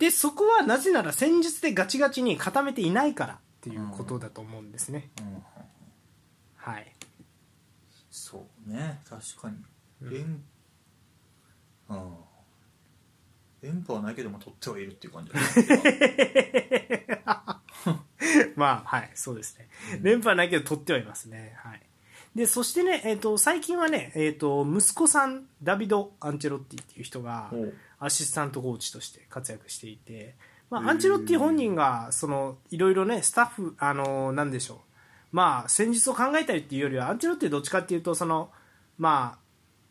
[SPEAKER 1] でそこはなぜなら戦術でガチガチに固めていないからっていうことだと思うんですね、
[SPEAKER 2] うん
[SPEAKER 1] はい
[SPEAKER 2] そうね確か
[SPEAKER 1] う
[SPEAKER 2] に
[SPEAKER 1] ん
[SPEAKER 2] 連うん連覇はないけども取ってはいるっていう感じだね
[SPEAKER 1] まあはいそうですね 連覇はないけど取ってはいますねはいでそしてね、えー、と最近はね、えー、と息子さんダビド・アンチェロッティっていう人が
[SPEAKER 2] おう
[SPEAKER 1] アシスタントコーチとして活躍していて、ま
[SPEAKER 2] へ
[SPEAKER 1] あ、
[SPEAKER 2] ー
[SPEAKER 1] アンチェロッティ本人がそのいろいろねスタッフあのなんでしょうまあ戦術を考えたりっていうよりはアンチェロッティどっちかっていうとそのまあ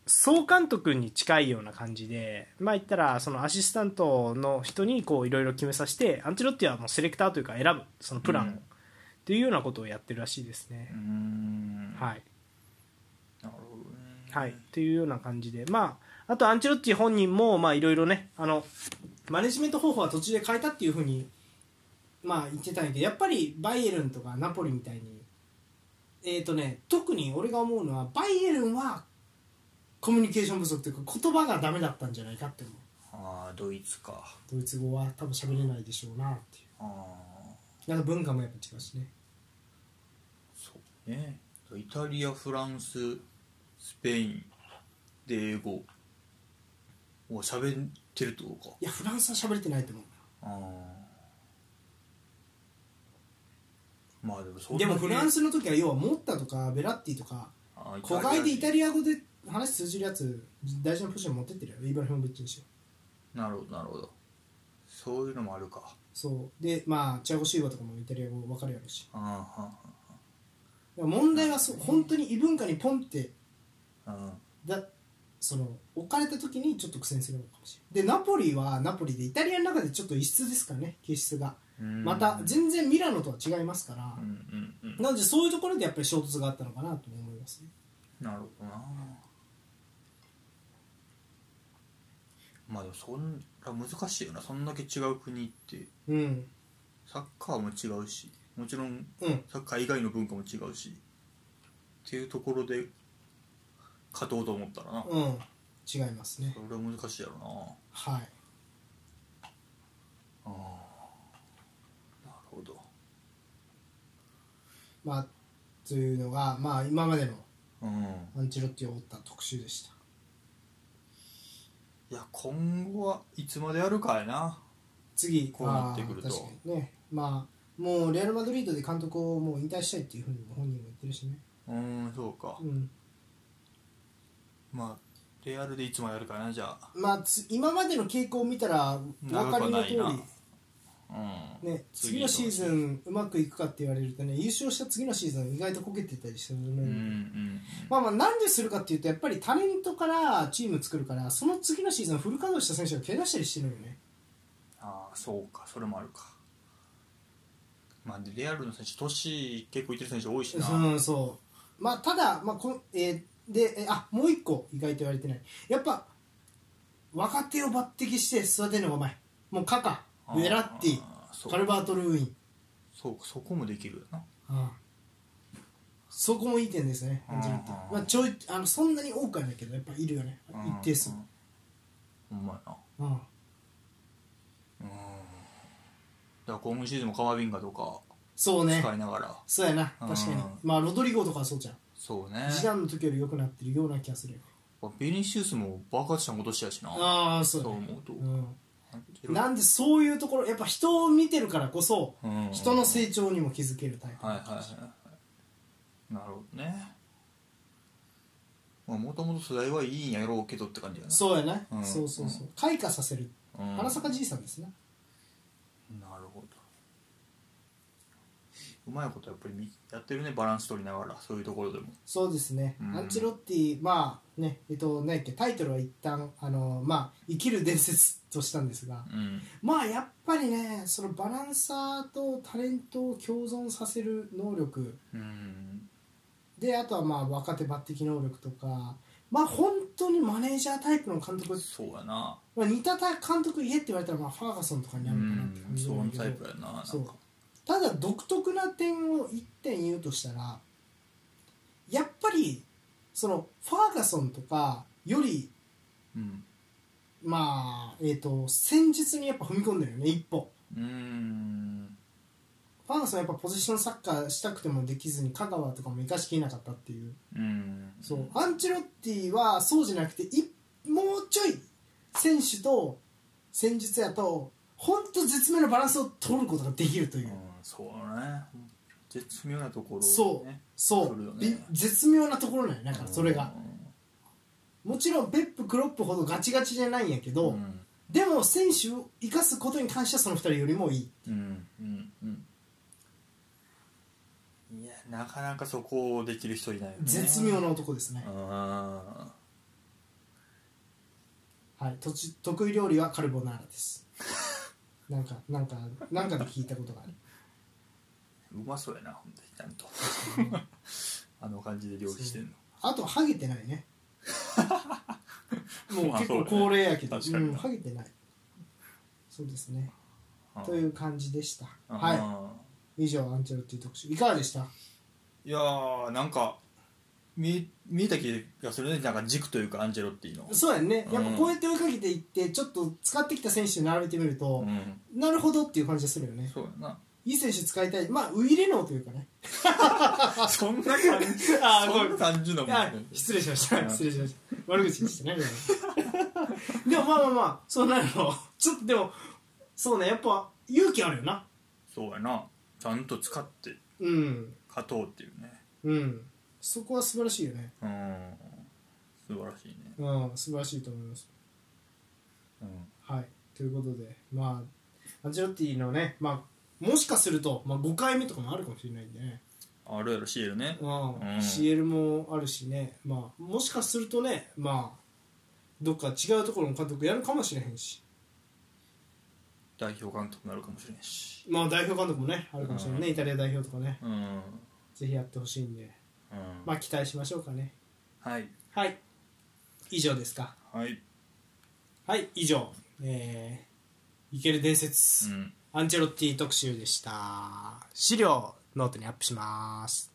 [SPEAKER 1] 総監督に近いような感じでまあ言ったらそのアシスタントの人にこういろいろ決めさせてアンチェロッティはもうセレクターというか選ぶそのプランを、
[SPEAKER 2] うん
[SPEAKER 1] っていうようなことをやってるらしいですね
[SPEAKER 2] うー。ん
[SPEAKER 1] はい
[SPEAKER 2] なるほどね
[SPEAKER 1] はい、というような感じで、まあ、あとアンチェロッティ本人もまあいろいろねあの
[SPEAKER 8] マネジメント方法は途中で変えたっていうふうに、まあ、言ってたんやけどやっぱりバイエルンとかナポリみたいに、えーとね、特に俺が思うのはバイエルンはコミュニケーション不足というか言葉がダメだったんじゃないかって思う
[SPEAKER 2] ああドイツか
[SPEAKER 8] ドイツ語は多分喋れないでしょうなってい
[SPEAKER 2] ああ
[SPEAKER 8] うなんか文化もやっぱ違うしね
[SPEAKER 2] そうねイタリアフランススペインで英語を喋ってるってことか
[SPEAKER 8] いやフランスは喋れてないと思う
[SPEAKER 2] あーまあでもそん
[SPEAKER 8] で
[SPEAKER 2] だけ
[SPEAKER 8] もフランスの時は要はモッタとかベラッティとか
[SPEAKER 2] あー
[SPEAKER 8] 古外でイタリア語で話通じるやつ大事なポジション持ってってるよイブラヒモビッチにしよう
[SPEAKER 2] なるほどなるほどそういうのもあるか
[SPEAKER 1] そうでまあチアゴ・シーバとかもイタリア語分かるやろうし
[SPEAKER 2] うん
[SPEAKER 1] だから問題はそう本当に異文化にポンって
[SPEAKER 2] うんうん
[SPEAKER 1] だその置かれた時にちょっと苦戦するのかもしれないでナポリはナポリでイタリアの中でちょっと異質ですからね形質が
[SPEAKER 2] うん
[SPEAKER 1] また全然ミラノとは違いますから
[SPEAKER 2] うんうんうん
[SPEAKER 1] なのでそういうところでやっぱり衝突があったのかなと思いますね
[SPEAKER 2] なるほどなまあでもそんな難しいよなそんだけ違う国って
[SPEAKER 1] うん
[SPEAKER 2] サッカーも違うしもちろん
[SPEAKER 1] うん
[SPEAKER 2] サッカー以外の文化も違うしっていうところで勝とうと思ったらな、
[SPEAKER 1] うん違いますね
[SPEAKER 2] それは難しいやろな
[SPEAKER 1] はい
[SPEAKER 2] ああなるほど
[SPEAKER 1] まあというのがまあ今までの
[SPEAKER 2] うん
[SPEAKER 1] アンチェロッティを追った特集でした
[SPEAKER 2] いや今後はいつまでやるかやな
[SPEAKER 1] 次
[SPEAKER 2] こうなってくると
[SPEAKER 1] あー確かにねまあもうレアル・マドリードで監督をもう引退したいっていうふうにも本人も言ってるしね
[SPEAKER 2] うんそうか
[SPEAKER 1] うん
[SPEAKER 2] まあレアルでいつまでやるかなじゃあ
[SPEAKER 1] まあつ今までの傾向を見たらお分かりの通
[SPEAKER 2] 長くはない
[SPEAKER 1] り
[SPEAKER 2] なうん
[SPEAKER 1] ね、
[SPEAKER 2] 次
[SPEAKER 1] 次のシーズンうまくいくかって言われるとね優勝した次のシーズン意外とこけてたりするの
[SPEAKER 2] う
[SPEAKER 1] で
[SPEAKER 2] んうん
[SPEAKER 1] まあまあなんでするかっていうとやっぱりタレントからチーム作るからその次のシーズンフル稼働した選手が怪我したりしてるよね
[SPEAKER 2] ああそうかそれもあるかまあでレアルの選手年結構いってる選手多いしな
[SPEAKER 1] うんそうまあただ、まあこんえーでえあもう一個意外と言われてないやっぱ若手を抜擢して育てるのがうまいもうカカ
[SPEAKER 2] あー
[SPEAKER 1] ベラッテ
[SPEAKER 2] そう
[SPEAKER 1] ィカルバート・ルーイン
[SPEAKER 2] そうかそこもできるよな
[SPEAKER 1] ああそこもいい点ですね、
[SPEAKER 2] うん
[SPEAKER 1] アンジェロッティまあ、ちょいあのそんなに多くはないけど、やっぱいるよね、
[SPEAKER 2] うん
[SPEAKER 1] 一定数、
[SPEAKER 2] うんほんまやな
[SPEAKER 1] うん
[SPEAKER 2] うんだから今シーズンもカマビンガとか
[SPEAKER 1] そうね、
[SPEAKER 2] 使いながら
[SPEAKER 1] そうやな、
[SPEAKER 2] うん
[SPEAKER 1] 確かに、まあ、ロドリゴとかはそうじゃん、
[SPEAKER 2] そうね
[SPEAKER 1] ジダンの時より良くなってるような気がするよ、
[SPEAKER 2] ビニシウスも爆発した今年やしな
[SPEAKER 1] ああ、そう
[SPEAKER 2] そう
[SPEAKER 1] だね
[SPEAKER 2] 思うと、
[SPEAKER 1] う
[SPEAKER 2] うん
[SPEAKER 1] ん、なんでそういうところ、やっぱ人を見てるからこそ、
[SPEAKER 2] うん
[SPEAKER 1] 人の成長にも気づけるタイプ、
[SPEAKER 2] はいはいはいなるほどねまあもともと世代はいいんやろうけどって感じやな
[SPEAKER 1] そうやな、
[SPEAKER 2] うん
[SPEAKER 1] そうそうそう、開花させる、
[SPEAKER 2] うん、
[SPEAKER 1] 花坂じいさんですね、
[SPEAKER 2] なるほどうまいことやっぱりみやってるねバランス取りながらそういうところでも
[SPEAKER 1] そうですね、
[SPEAKER 2] うん
[SPEAKER 1] アンチェロッティ、まあね、えっと、何やっけ、タイトルは一旦あのまあ生きる伝説としたんですが、
[SPEAKER 2] うん
[SPEAKER 1] まあやっぱりね、そのバランサーとタレントを共存させる能力、
[SPEAKER 2] うん
[SPEAKER 1] で、あとはまあ若手抜擢能力とか、まあ本当にマネージャータイプの監督、
[SPEAKER 2] そうやな
[SPEAKER 1] まあ、似たた監督言えって言われたら、まあ、ファーガソンとかに
[SPEAKER 2] う
[SPEAKER 1] なるかなって感
[SPEAKER 2] ん
[SPEAKER 1] じ
[SPEAKER 2] そ
[SPEAKER 1] なん
[SPEAKER 2] の
[SPEAKER 1] だ
[SPEAKER 2] タ
[SPEAKER 1] け
[SPEAKER 2] イ
[SPEAKER 1] ど
[SPEAKER 2] プやななんか
[SPEAKER 1] そうただ独特な点を1点言うとしたらやっぱりそのファーガソンとかより
[SPEAKER 2] うん
[SPEAKER 1] まあえっ、と戦術にやっぱ踏み込んでるよね一歩
[SPEAKER 2] うん
[SPEAKER 1] ファーガソンはやっぱポジションサッカーしたくてもできずに香川とかも生かしきれなかったっていう
[SPEAKER 2] うん、
[SPEAKER 1] そうアンチェロッティはそうじゃなくていもうちょい選手と戦術やと本当絶妙なバランスを取ることができるといううん
[SPEAKER 2] そうね絶妙なところをね、
[SPEAKER 1] そうそ
[SPEAKER 2] 来るよ
[SPEAKER 1] う、
[SPEAKER 2] ね
[SPEAKER 1] び絶妙なところなんよだからそれが。
[SPEAKER 2] うん
[SPEAKER 1] もちろんペップ・クロップほどガチガチじゃないんやけど、
[SPEAKER 2] うん
[SPEAKER 1] でも選手を生かすことに関してはその2人よりもいい
[SPEAKER 2] うんうんうんいやなかなかそこをできる人いないよね
[SPEAKER 1] 絶妙な男ですね、
[SPEAKER 2] あ
[SPEAKER 1] はい、とち得意料理はカルボナーラです なんかなんかなんかで聞いたことがある
[SPEAKER 2] ーうまそうやなほんとにちゃんとあの感じで料理してんの
[SPEAKER 1] あとハゲてない ねもう結構高齢やけど、
[SPEAKER 2] まあそうだね確かに
[SPEAKER 1] うん、ハゲてないそうですね
[SPEAKER 2] うん
[SPEAKER 1] という感じでした
[SPEAKER 2] うん
[SPEAKER 1] は以上アンチェロっていう特集いかがでした
[SPEAKER 2] いやーなんか見見えた気がするねなんか軸というかアンジェロッティの
[SPEAKER 1] そうやんねやっぱ
[SPEAKER 2] うん
[SPEAKER 1] こうやって追いかけていってちょっと使ってきた選手に並べてみると、
[SPEAKER 2] ん
[SPEAKER 1] なるほどっていう感じがするよね。
[SPEAKER 2] そうや
[SPEAKER 1] いい選手使いたい。まあ、ウイレノーというかね。
[SPEAKER 2] なそんな感じ
[SPEAKER 1] あー
[SPEAKER 2] そんな感じのもん
[SPEAKER 1] あ
[SPEAKER 2] ね
[SPEAKER 1] 失礼しました。失礼しました。悪口でしたね。でもまあまあまあ、そうなるの。ちょっとでも、そうね、やっぱ勇気あるよな。
[SPEAKER 2] そうやなちゃんと使って
[SPEAKER 1] うん。
[SPEAKER 2] 勝とうっていうね
[SPEAKER 1] うん。そこは素晴らしいよね。
[SPEAKER 2] うん素晴らしいね
[SPEAKER 1] うん、素晴らしいと思います。
[SPEAKER 2] うん
[SPEAKER 1] はい。ということで、まあ、アンチェロッティのね、まあ、もしかすると、まあ、5回目とかもあるかもしれないんでね、
[SPEAKER 2] あるやろシールね
[SPEAKER 1] うん
[SPEAKER 2] ん
[SPEAKER 1] CL もあるしね、まあ、もしかするとね、まあ、どっか違うところの監督やるかもしれへんし、
[SPEAKER 2] 代表監督になるかもしれんし
[SPEAKER 1] まあ、代表監督もねあるかもしれないね、イタリア代表とかね
[SPEAKER 2] うん、うん
[SPEAKER 1] ぜひやってほしいんで、まあ、期待しましょうかね
[SPEAKER 2] はい
[SPEAKER 1] はい以上ですか
[SPEAKER 2] はい
[SPEAKER 1] はい以上えー、いける伝説、
[SPEAKER 2] うん
[SPEAKER 1] アンチェロッティ特集でした資料ノートにアップします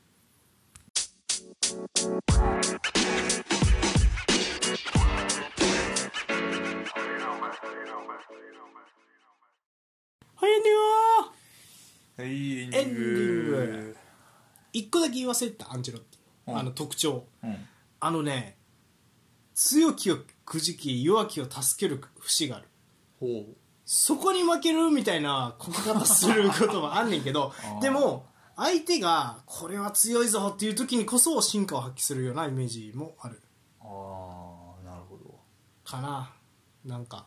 [SPEAKER 1] はいエンディング
[SPEAKER 2] はい
[SPEAKER 1] デ
[SPEAKER 2] エン
[SPEAKER 1] ィング一個だけ言わせたアンチェロッティ、
[SPEAKER 2] うん
[SPEAKER 1] あの特徴
[SPEAKER 2] うん
[SPEAKER 3] あのね
[SPEAKER 1] 強きをくじき弱きを助ける節がある
[SPEAKER 2] ほう
[SPEAKER 1] そこに負けるみたいなこき方することはあんねんけど
[SPEAKER 2] あー
[SPEAKER 1] でも相手がこれは強いぞっていう時にこそ進化を発揮するようなイメージもある
[SPEAKER 2] ああなるほど、
[SPEAKER 1] かななんか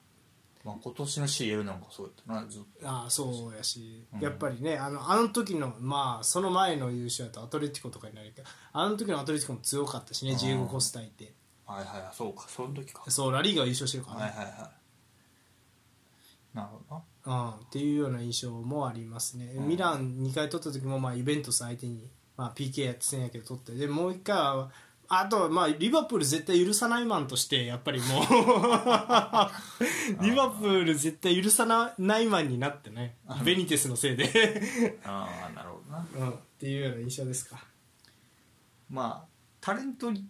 [SPEAKER 2] まあ、今年の CL なんかそうやったなずっと
[SPEAKER 1] ああそうやし、
[SPEAKER 2] うん
[SPEAKER 1] やっぱりねあのあの時のまあその前の優勝やとアトレティコとかになるけどあの時のアトレティコも強かったしね
[SPEAKER 2] あー
[SPEAKER 1] ジエゴ・コスタいて
[SPEAKER 2] はいはいそうかそういう時か
[SPEAKER 1] そうラリーが優勝してるから
[SPEAKER 2] はい
[SPEAKER 1] ね、
[SPEAKER 2] はいはいなるほどな
[SPEAKER 1] うん、っていうような印象もありますね、
[SPEAKER 2] うん
[SPEAKER 1] ミラン2回取った時もまあイベントス相手に、まあ、PK やってせんやけど取ってでもう1回はあとはまあリバプール絶対許さないマンとしてやっぱり もうリバプール絶対許さないマンになってねベニテスのせいで、
[SPEAKER 2] ああなるほどな
[SPEAKER 1] うん、っていうような印象ですか
[SPEAKER 2] まあタレントに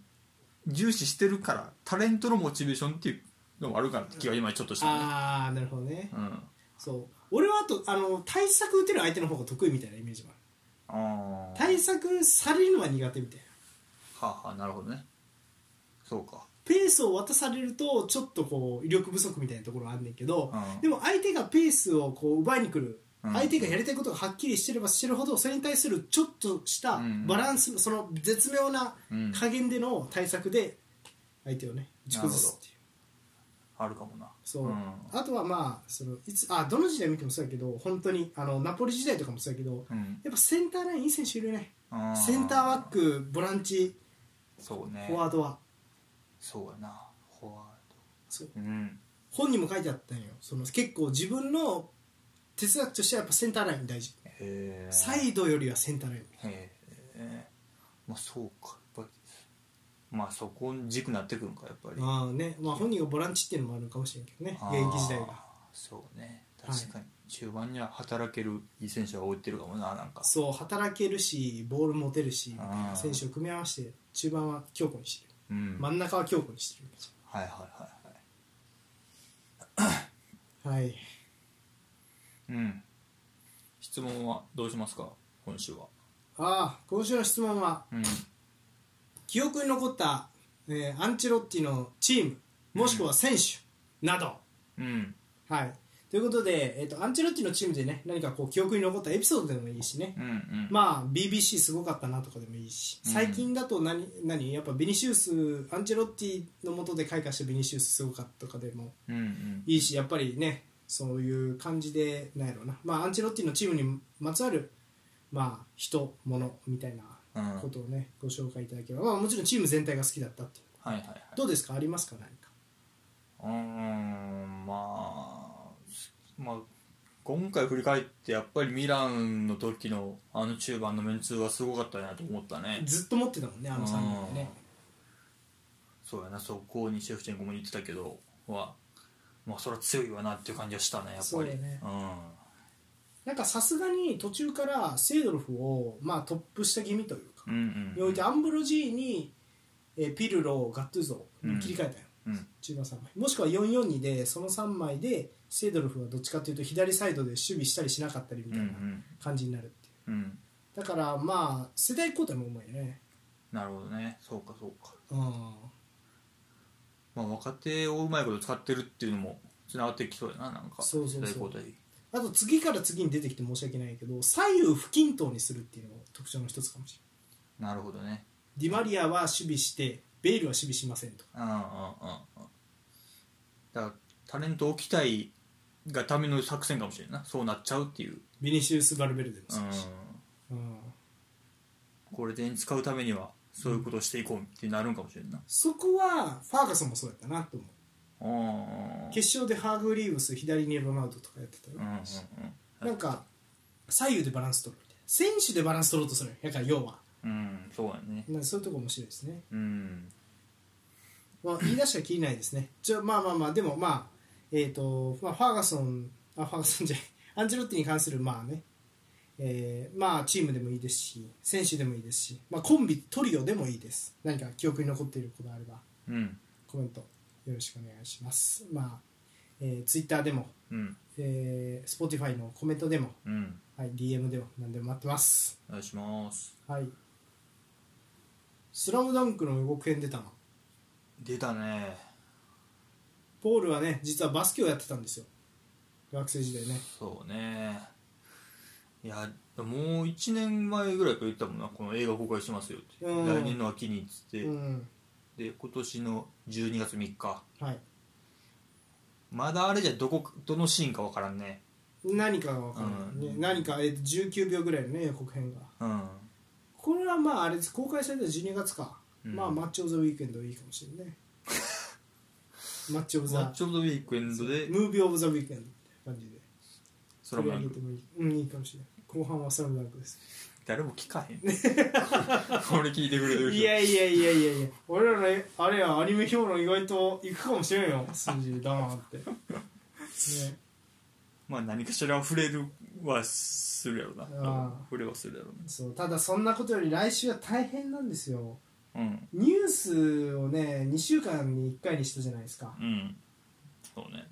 [SPEAKER 2] 重視してるからタレントのモチベーションっていうのもあるかなって気が今ちょっとしたね
[SPEAKER 1] ああなるほどね
[SPEAKER 2] うんあ
[SPEAKER 1] そう俺はあとあの対策打てる相手の方が得意みたいなイメージもある
[SPEAKER 2] あー
[SPEAKER 1] 対策されるのは苦手みたいな
[SPEAKER 2] はあ、はあ、なるほどねそうか
[SPEAKER 1] ペースを渡されるとちょっとこう威力不足みたいなところはあんねんけど、
[SPEAKER 2] うん
[SPEAKER 1] でも相手がペースをこう奪いに来る、
[SPEAKER 2] うん
[SPEAKER 1] 相手がやりたいことがはっきりしてればしてるほどそれに対するちょっとした
[SPEAKER 2] うん
[SPEAKER 1] バランス、その絶妙な
[SPEAKER 2] うん
[SPEAKER 1] 加減での対策で相手をね打ち崩すっていう
[SPEAKER 2] あるかもな
[SPEAKER 1] そう、
[SPEAKER 2] ん、
[SPEAKER 1] あとはまあそのいつあどの時代見てもそうやけど本当にあのナポリ時代とかもそうやけど
[SPEAKER 2] うん
[SPEAKER 1] やっぱセンターラインいい選手いるね
[SPEAKER 2] あー
[SPEAKER 1] センターバックボランチ
[SPEAKER 2] そうね
[SPEAKER 1] フォワードは
[SPEAKER 2] そうやなフォワ
[SPEAKER 1] そう
[SPEAKER 2] ードうん
[SPEAKER 1] 本にも書いてあったんよその結構自分の哲学としてはやっぱセンターライン大事
[SPEAKER 2] へえ
[SPEAKER 1] サイドよりはセンターライン
[SPEAKER 2] へえまあそうかやっぱりまあそこに軸になってくるんかやっぱり
[SPEAKER 1] まあね、まあ、本人がボランチっていうのもあるのかもしれんけどね
[SPEAKER 2] あ
[SPEAKER 1] 現
[SPEAKER 2] ー
[SPEAKER 1] 役時代が
[SPEAKER 2] そうね
[SPEAKER 1] はい
[SPEAKER 2] 確かに中盤には働けるいい選手が置いてるかもななんか
[SPEAKER 1] そう働けるしボール持てるしみたいな
[SPEAKER 2] あー
[SPEAKER 1] 選手を組み合わせて中盤は強固にしてる
[SPEAKER 2] うん
[SPEAKER 1] 真
[SPEAKER 2] はい
[SPEAKER 1] ん中は強固にしてる
[SPEAKER 2] はいはいはい
[SPEAKER 1] はい
[SPEAKER 2] うん質問はどうしますか今週は
[SPEAKER 1] ああ今週の質問は
[SPEAKER 2] うん
[SPEAKER 1] 記憶に残った、えーアンチェロッティのチームもしくは選手など、
[SPEAKER 2] うん
[SPEAKER 1] はいということで、えっとアンチェロッティのチームでね何かこう記憶に残ったエピソードでもいいしね、
[SPEAKER 2] うんうん
[SPEAKER 1] まあ BBC すごかったなとかでもいいし
[SPEAKER 2] うん
[SPEAKER 1] 最近だと何,、何やっぱビニシウスアンチェロッティの下で開花したビニシウスすごかったとかでも
[SPEAKER 2] うんうん
[SPEAKER 1] いいしやっぱりねそういう感じでなんやろうな、まあ、アンチェロッティのチームにまつわる、まあ、人物みたいなことをね、ご紹介いただければ、まあ、もちろんチーム全体が好きだったっていう
[SPEAKER 2] はいはいはい
[SPEAKER 1] どうですかありますか何か
[SPEAKER 2] うーんまあまあ今回振り返ってやっぱりミランの時のあの中盤のメンツはすごかったなと思ったね
[SPEAKER 1] ずっと持ってたもんねあの3人でね
[SPEAKER 2] そうやなそこにシェフチェンコも言ってたけどはまあそれは強いわなっていう感じはしたねやっぱり
[SPEAKER 1] そうだね
[SPEAKER 2] うん
[SPEAKER 1] なんかさすがに途中からセイドロフを、まあ、トップした気味というか
[SPEAKER 2] うんうん
[SPEAKER 1] においてアンブロジーに、えーピルロガットゥーゾに切り替えたよ、
[SPEAKER 2] うん
[SPEAKER 1] 中盤3枚もしくは442でその3枚でセイドルフはどっちかというと左サイドで守備したりしなかったりみ
[SPEAKER 2] う
[SPEAKER 1] た
[SPEAKER 2] んう
[SPEAKER 1] いなん感じになるっていう
[SPEAKER 2] うん
[SPEAKER 1] だからまあ世代交代もうまいよね
[SPEAKER 2] なるほどねそうかそうか
[SPEAKER 1] うん
[SPEAKER 2] まあ若手をうまいこと使ってるっていうのもつながってきそうやななんか
[SPEAKER 1] そうそうそう
[SPEAKER 2] 世代交代
[SPEAKER 1] あと次から次に出てきて申し訳ないけど左右不均等にするっていうのも特徴の一つかもしれない
[SPEAKER 2] なるほどね
[SPEAKER 1] ディマリアは守備してベイルは守備しませんとか
[SPEAKER 2] うんうんうんうんだからタレントを置きたいがための作戦かもしれんなそうなっちゃうっていう、
[SPEAKER 1] ビニシウス・バルベルデも
[SPEAKER 2] う
[SPEAKER 1] そ
[SPEAKER 2] ん
[SPEAKER 1] うだし、うん
[SPEAKER 2] これで使うためにはそういうことをしていこうってなるんかもしれんな、
[SPEAKER 1] そこはファーガソンもそうやったなと思う
[SPEAKER 2] うん、
[SPEAKER 1] 決勝でハーグ・リーブス左にエヴァ・マウトとかやってたよ、
[SPEAKER 2] うんうんうん
[SPEAKER 1] なんか左右でバランス取るみたいな選手でバランス取ろうとするやから要は
[SPEAKER 2] うんそうやね
[SPEAKER 1] なんかそういうとこ面白いですね、
[SPEAKER 2] うん
[SPEAKER 1] まあ、言い出しは切りないですねじゃあまあまあまあでもまあえっ、と、まあ、ファーガソンあファーガソン じゃないアンジェロッティに関するまあねえーまあチームでもいいですし選手でもいいですし、まあ、コンビトリオでもいいです何か記憶に残っていることがあれば
[SPEAKER 2] うん
[SPEAKER 1] コメントよろしくお願いしますまあ、えー、ツイッターでも、
[SPEAKER 2] うん
[SPEAKER 1] えー、Spotify のコメントでも、
[SPEAKER 2] うん
[SPEAKER 1] はい、DM でも何でも待ってます
[SPEAKER 2] お願いします
[SPEAKER 1] はい「スラムダンクの予告編出たな
[SPEAKER 2] 出たね
[SPEAKER 1] ポールはね実はバスケをやってたんですよ学生時代ね
[SPEAKER 2] そうねいやもう1年前ぐらいから言ってたもんなこの映画公開しますよって、
[SPEAKER 1] うん
[SPEAKER 2] 来年の秋にっつって、
[SPEAKER 1] うん
[SPEAKER 2] で今年の12月3日
[SPEAKER 1] はい
[SPEAKER 2] まだあれじゃどこどのシーンかわからんね
[SPEAKER 1] 何かが分からない、ね
[SPEAKER 2] うん
[SPEAKER 1] 何か、えーと、19秒ぐらいのね予告編が
[SPEAKER 2] うん
[SPEAKER 1] これはまああれです公開されたの12月か、
[SPEAKER 2] うん
[SPEAKER 1] まあマッチ・オブ・ザ・ウィークエンドいいかもし れないねマッチ・オブ・
[SPEAKER 2] マ
[SPEAKER 1] ザ
[SPEAKER 2] ッ・チョブ・ウィークエンドで
[SPEAKER 1] ムービー・オブ・ザ・ウィークエンドって感じで
[SPEAKER 2] スラムダン
[SPEAKER 1] 取り上げ
[SPEAKER 2] ク
[SPEAKER 1] てもいいうんいいかもしれない後半はスラムダンクです
[SPEAKER 2] 誰も聞かへん これ聞いてくれてる人
[SPEAKER 1] いやいやいやいやいや俺らねあれやアニメ評論意外といくかもしれんよ数字だなってね
[SPEAKER 2] まあ何かしら触れるはするやろな
[SPEAKER 1] あー
[SPEAKER 2] 触れはするやろう
[SPEAKER 1] そうただそんなことより来週は大変なんですよ
[SPEAKER 2] ね
[SPEAKER 1] ニュースをね2週間に1回にしたじゃないですか
[SPEAKER 2] うんうんそうね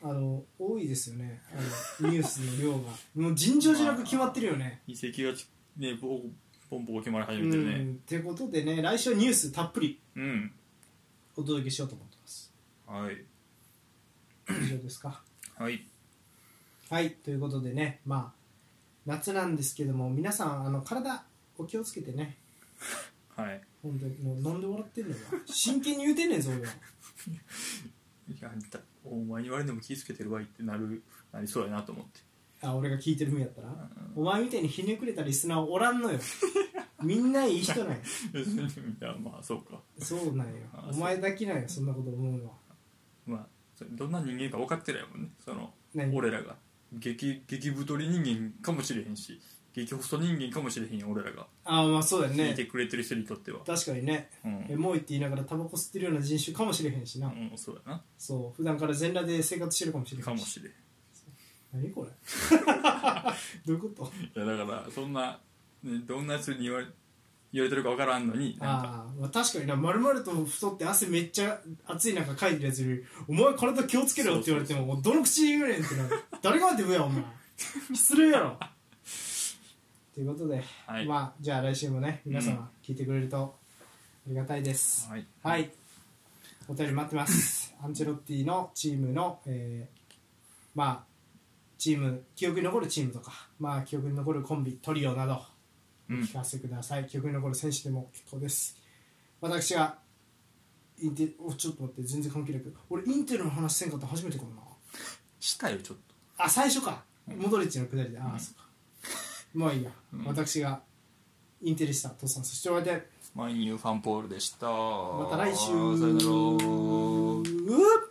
[SPEAKER 1] あの多いですよねあのニュースの量がもう尋常じゃなく決まってるよね
[SPEAKER 2] 遺跡がちねボコポンポコ決まり始
[SPEAKER 1] う
[SPEAKER 2] めてるね
[SPEAKER 1] んってことでね来週はニュースたっぷり
[SPEAKER 2] うん、
[SPEAKER 1] お届けしようと思ってます
[SPEAKER 2] はい
[SPEAKER 1] 以上ですか
[SPEAKER 2] はい
[SPEAKER 1] はいということでねまあ夏なんですけども皆さんあの体お気をつけてね
[SPEAKER 2] はい
[SPEAKER 1] 本当にもうなんで笑ってんのよ真剣に言うてんねんぞ俺はい
[SPEAKER 2] やあんたお前に言われても気ぃつけてるわいってなるなりそうやなと思って
[SPEAKER 1] あ俺が聞いてる分やったら
[SPEAKER 2] う
[SPEAKER 1] お前みたいにひねくれたリスナーおらんのよみんないい人なんや
[SPEAKER 2] 別にいやまあそうか
[SPEAKER 1] そうなんよ
[SPEAKER 2] あ
[SPEAKER 1] お前だけなんよそんなこと思うのは
[SPEAKER 2] まあそれどんな人間か分かってるやもんねその
[SPEAKER 1] 何
[SPEAKER 2] 俺らが激激太り人間かもしれへんし激細人間かもしれへんやん俺らが
[SPEAKER 1] ああまあそうだよ
[SPEAKER 2] 聞い
[SPEAKER 1] ね
[SPEAKER 2] てくれてる人にとっては、
[SPEAKER 1] 確かにね
[SPEAKER 2] うん
[SPEAKER 1] エモいって言いながらタバコ吸ってるような人種かもしれへんしな、
[SPEAKER 2] うん、そうや
[SPEAKER 1] そう普段から全裸で生活してるかもしれへ
[SPEAKER 2] なんかもしれん
[SPEAKER 1] 何これ どういうこと
[SPEAKER 2] いやだからそんな、ね、どんなやつに言われ言われてるか分からんのになんか
[SPEAKER 1] ああ、まあ、確かにな丸々と太って汗めっちゃ暑い中かいてるやつより「お前体気をつけろ」って言われてももうどの口言うねんってなる誰がって上や お前失礼やろということで、
[SPEAKER 2] はい
[SPEAKER 1] まあじゃあ来週もね皆様聞いてくれるとありがたいです、
[SPEAKER 2] はい
[SPEAKER 1] はい。お便り待ってます。アンチェロッティのチームの、えーまあ、チーム、記憶に残るチームとか、まあ、記憶に残るコンビ、トリオなど、お
[SPEAKER 2] うん
[SPEAKER 1] 聞かせください。記憶に残る選手でも結構です。私が、インテおちょっと待って、全然関係なく、俺、インテルの話せんかったの初めてかもな。
[SPEAKER 2] したよちょっと
[SPEAKER 1] あ、最初か。モドリッチのくだりで、ああ、そうか。もういいや。私が、インテリした、父さん、そしてお相手、
[SPEAKER 2] マイニューファンポールでした
[SPEAKER 1] ま
[SPEAKER 2] ま
[SPEAKER 1] た来週。
[SPEAKER 2] さよなら
[SPEAKER 1] うっ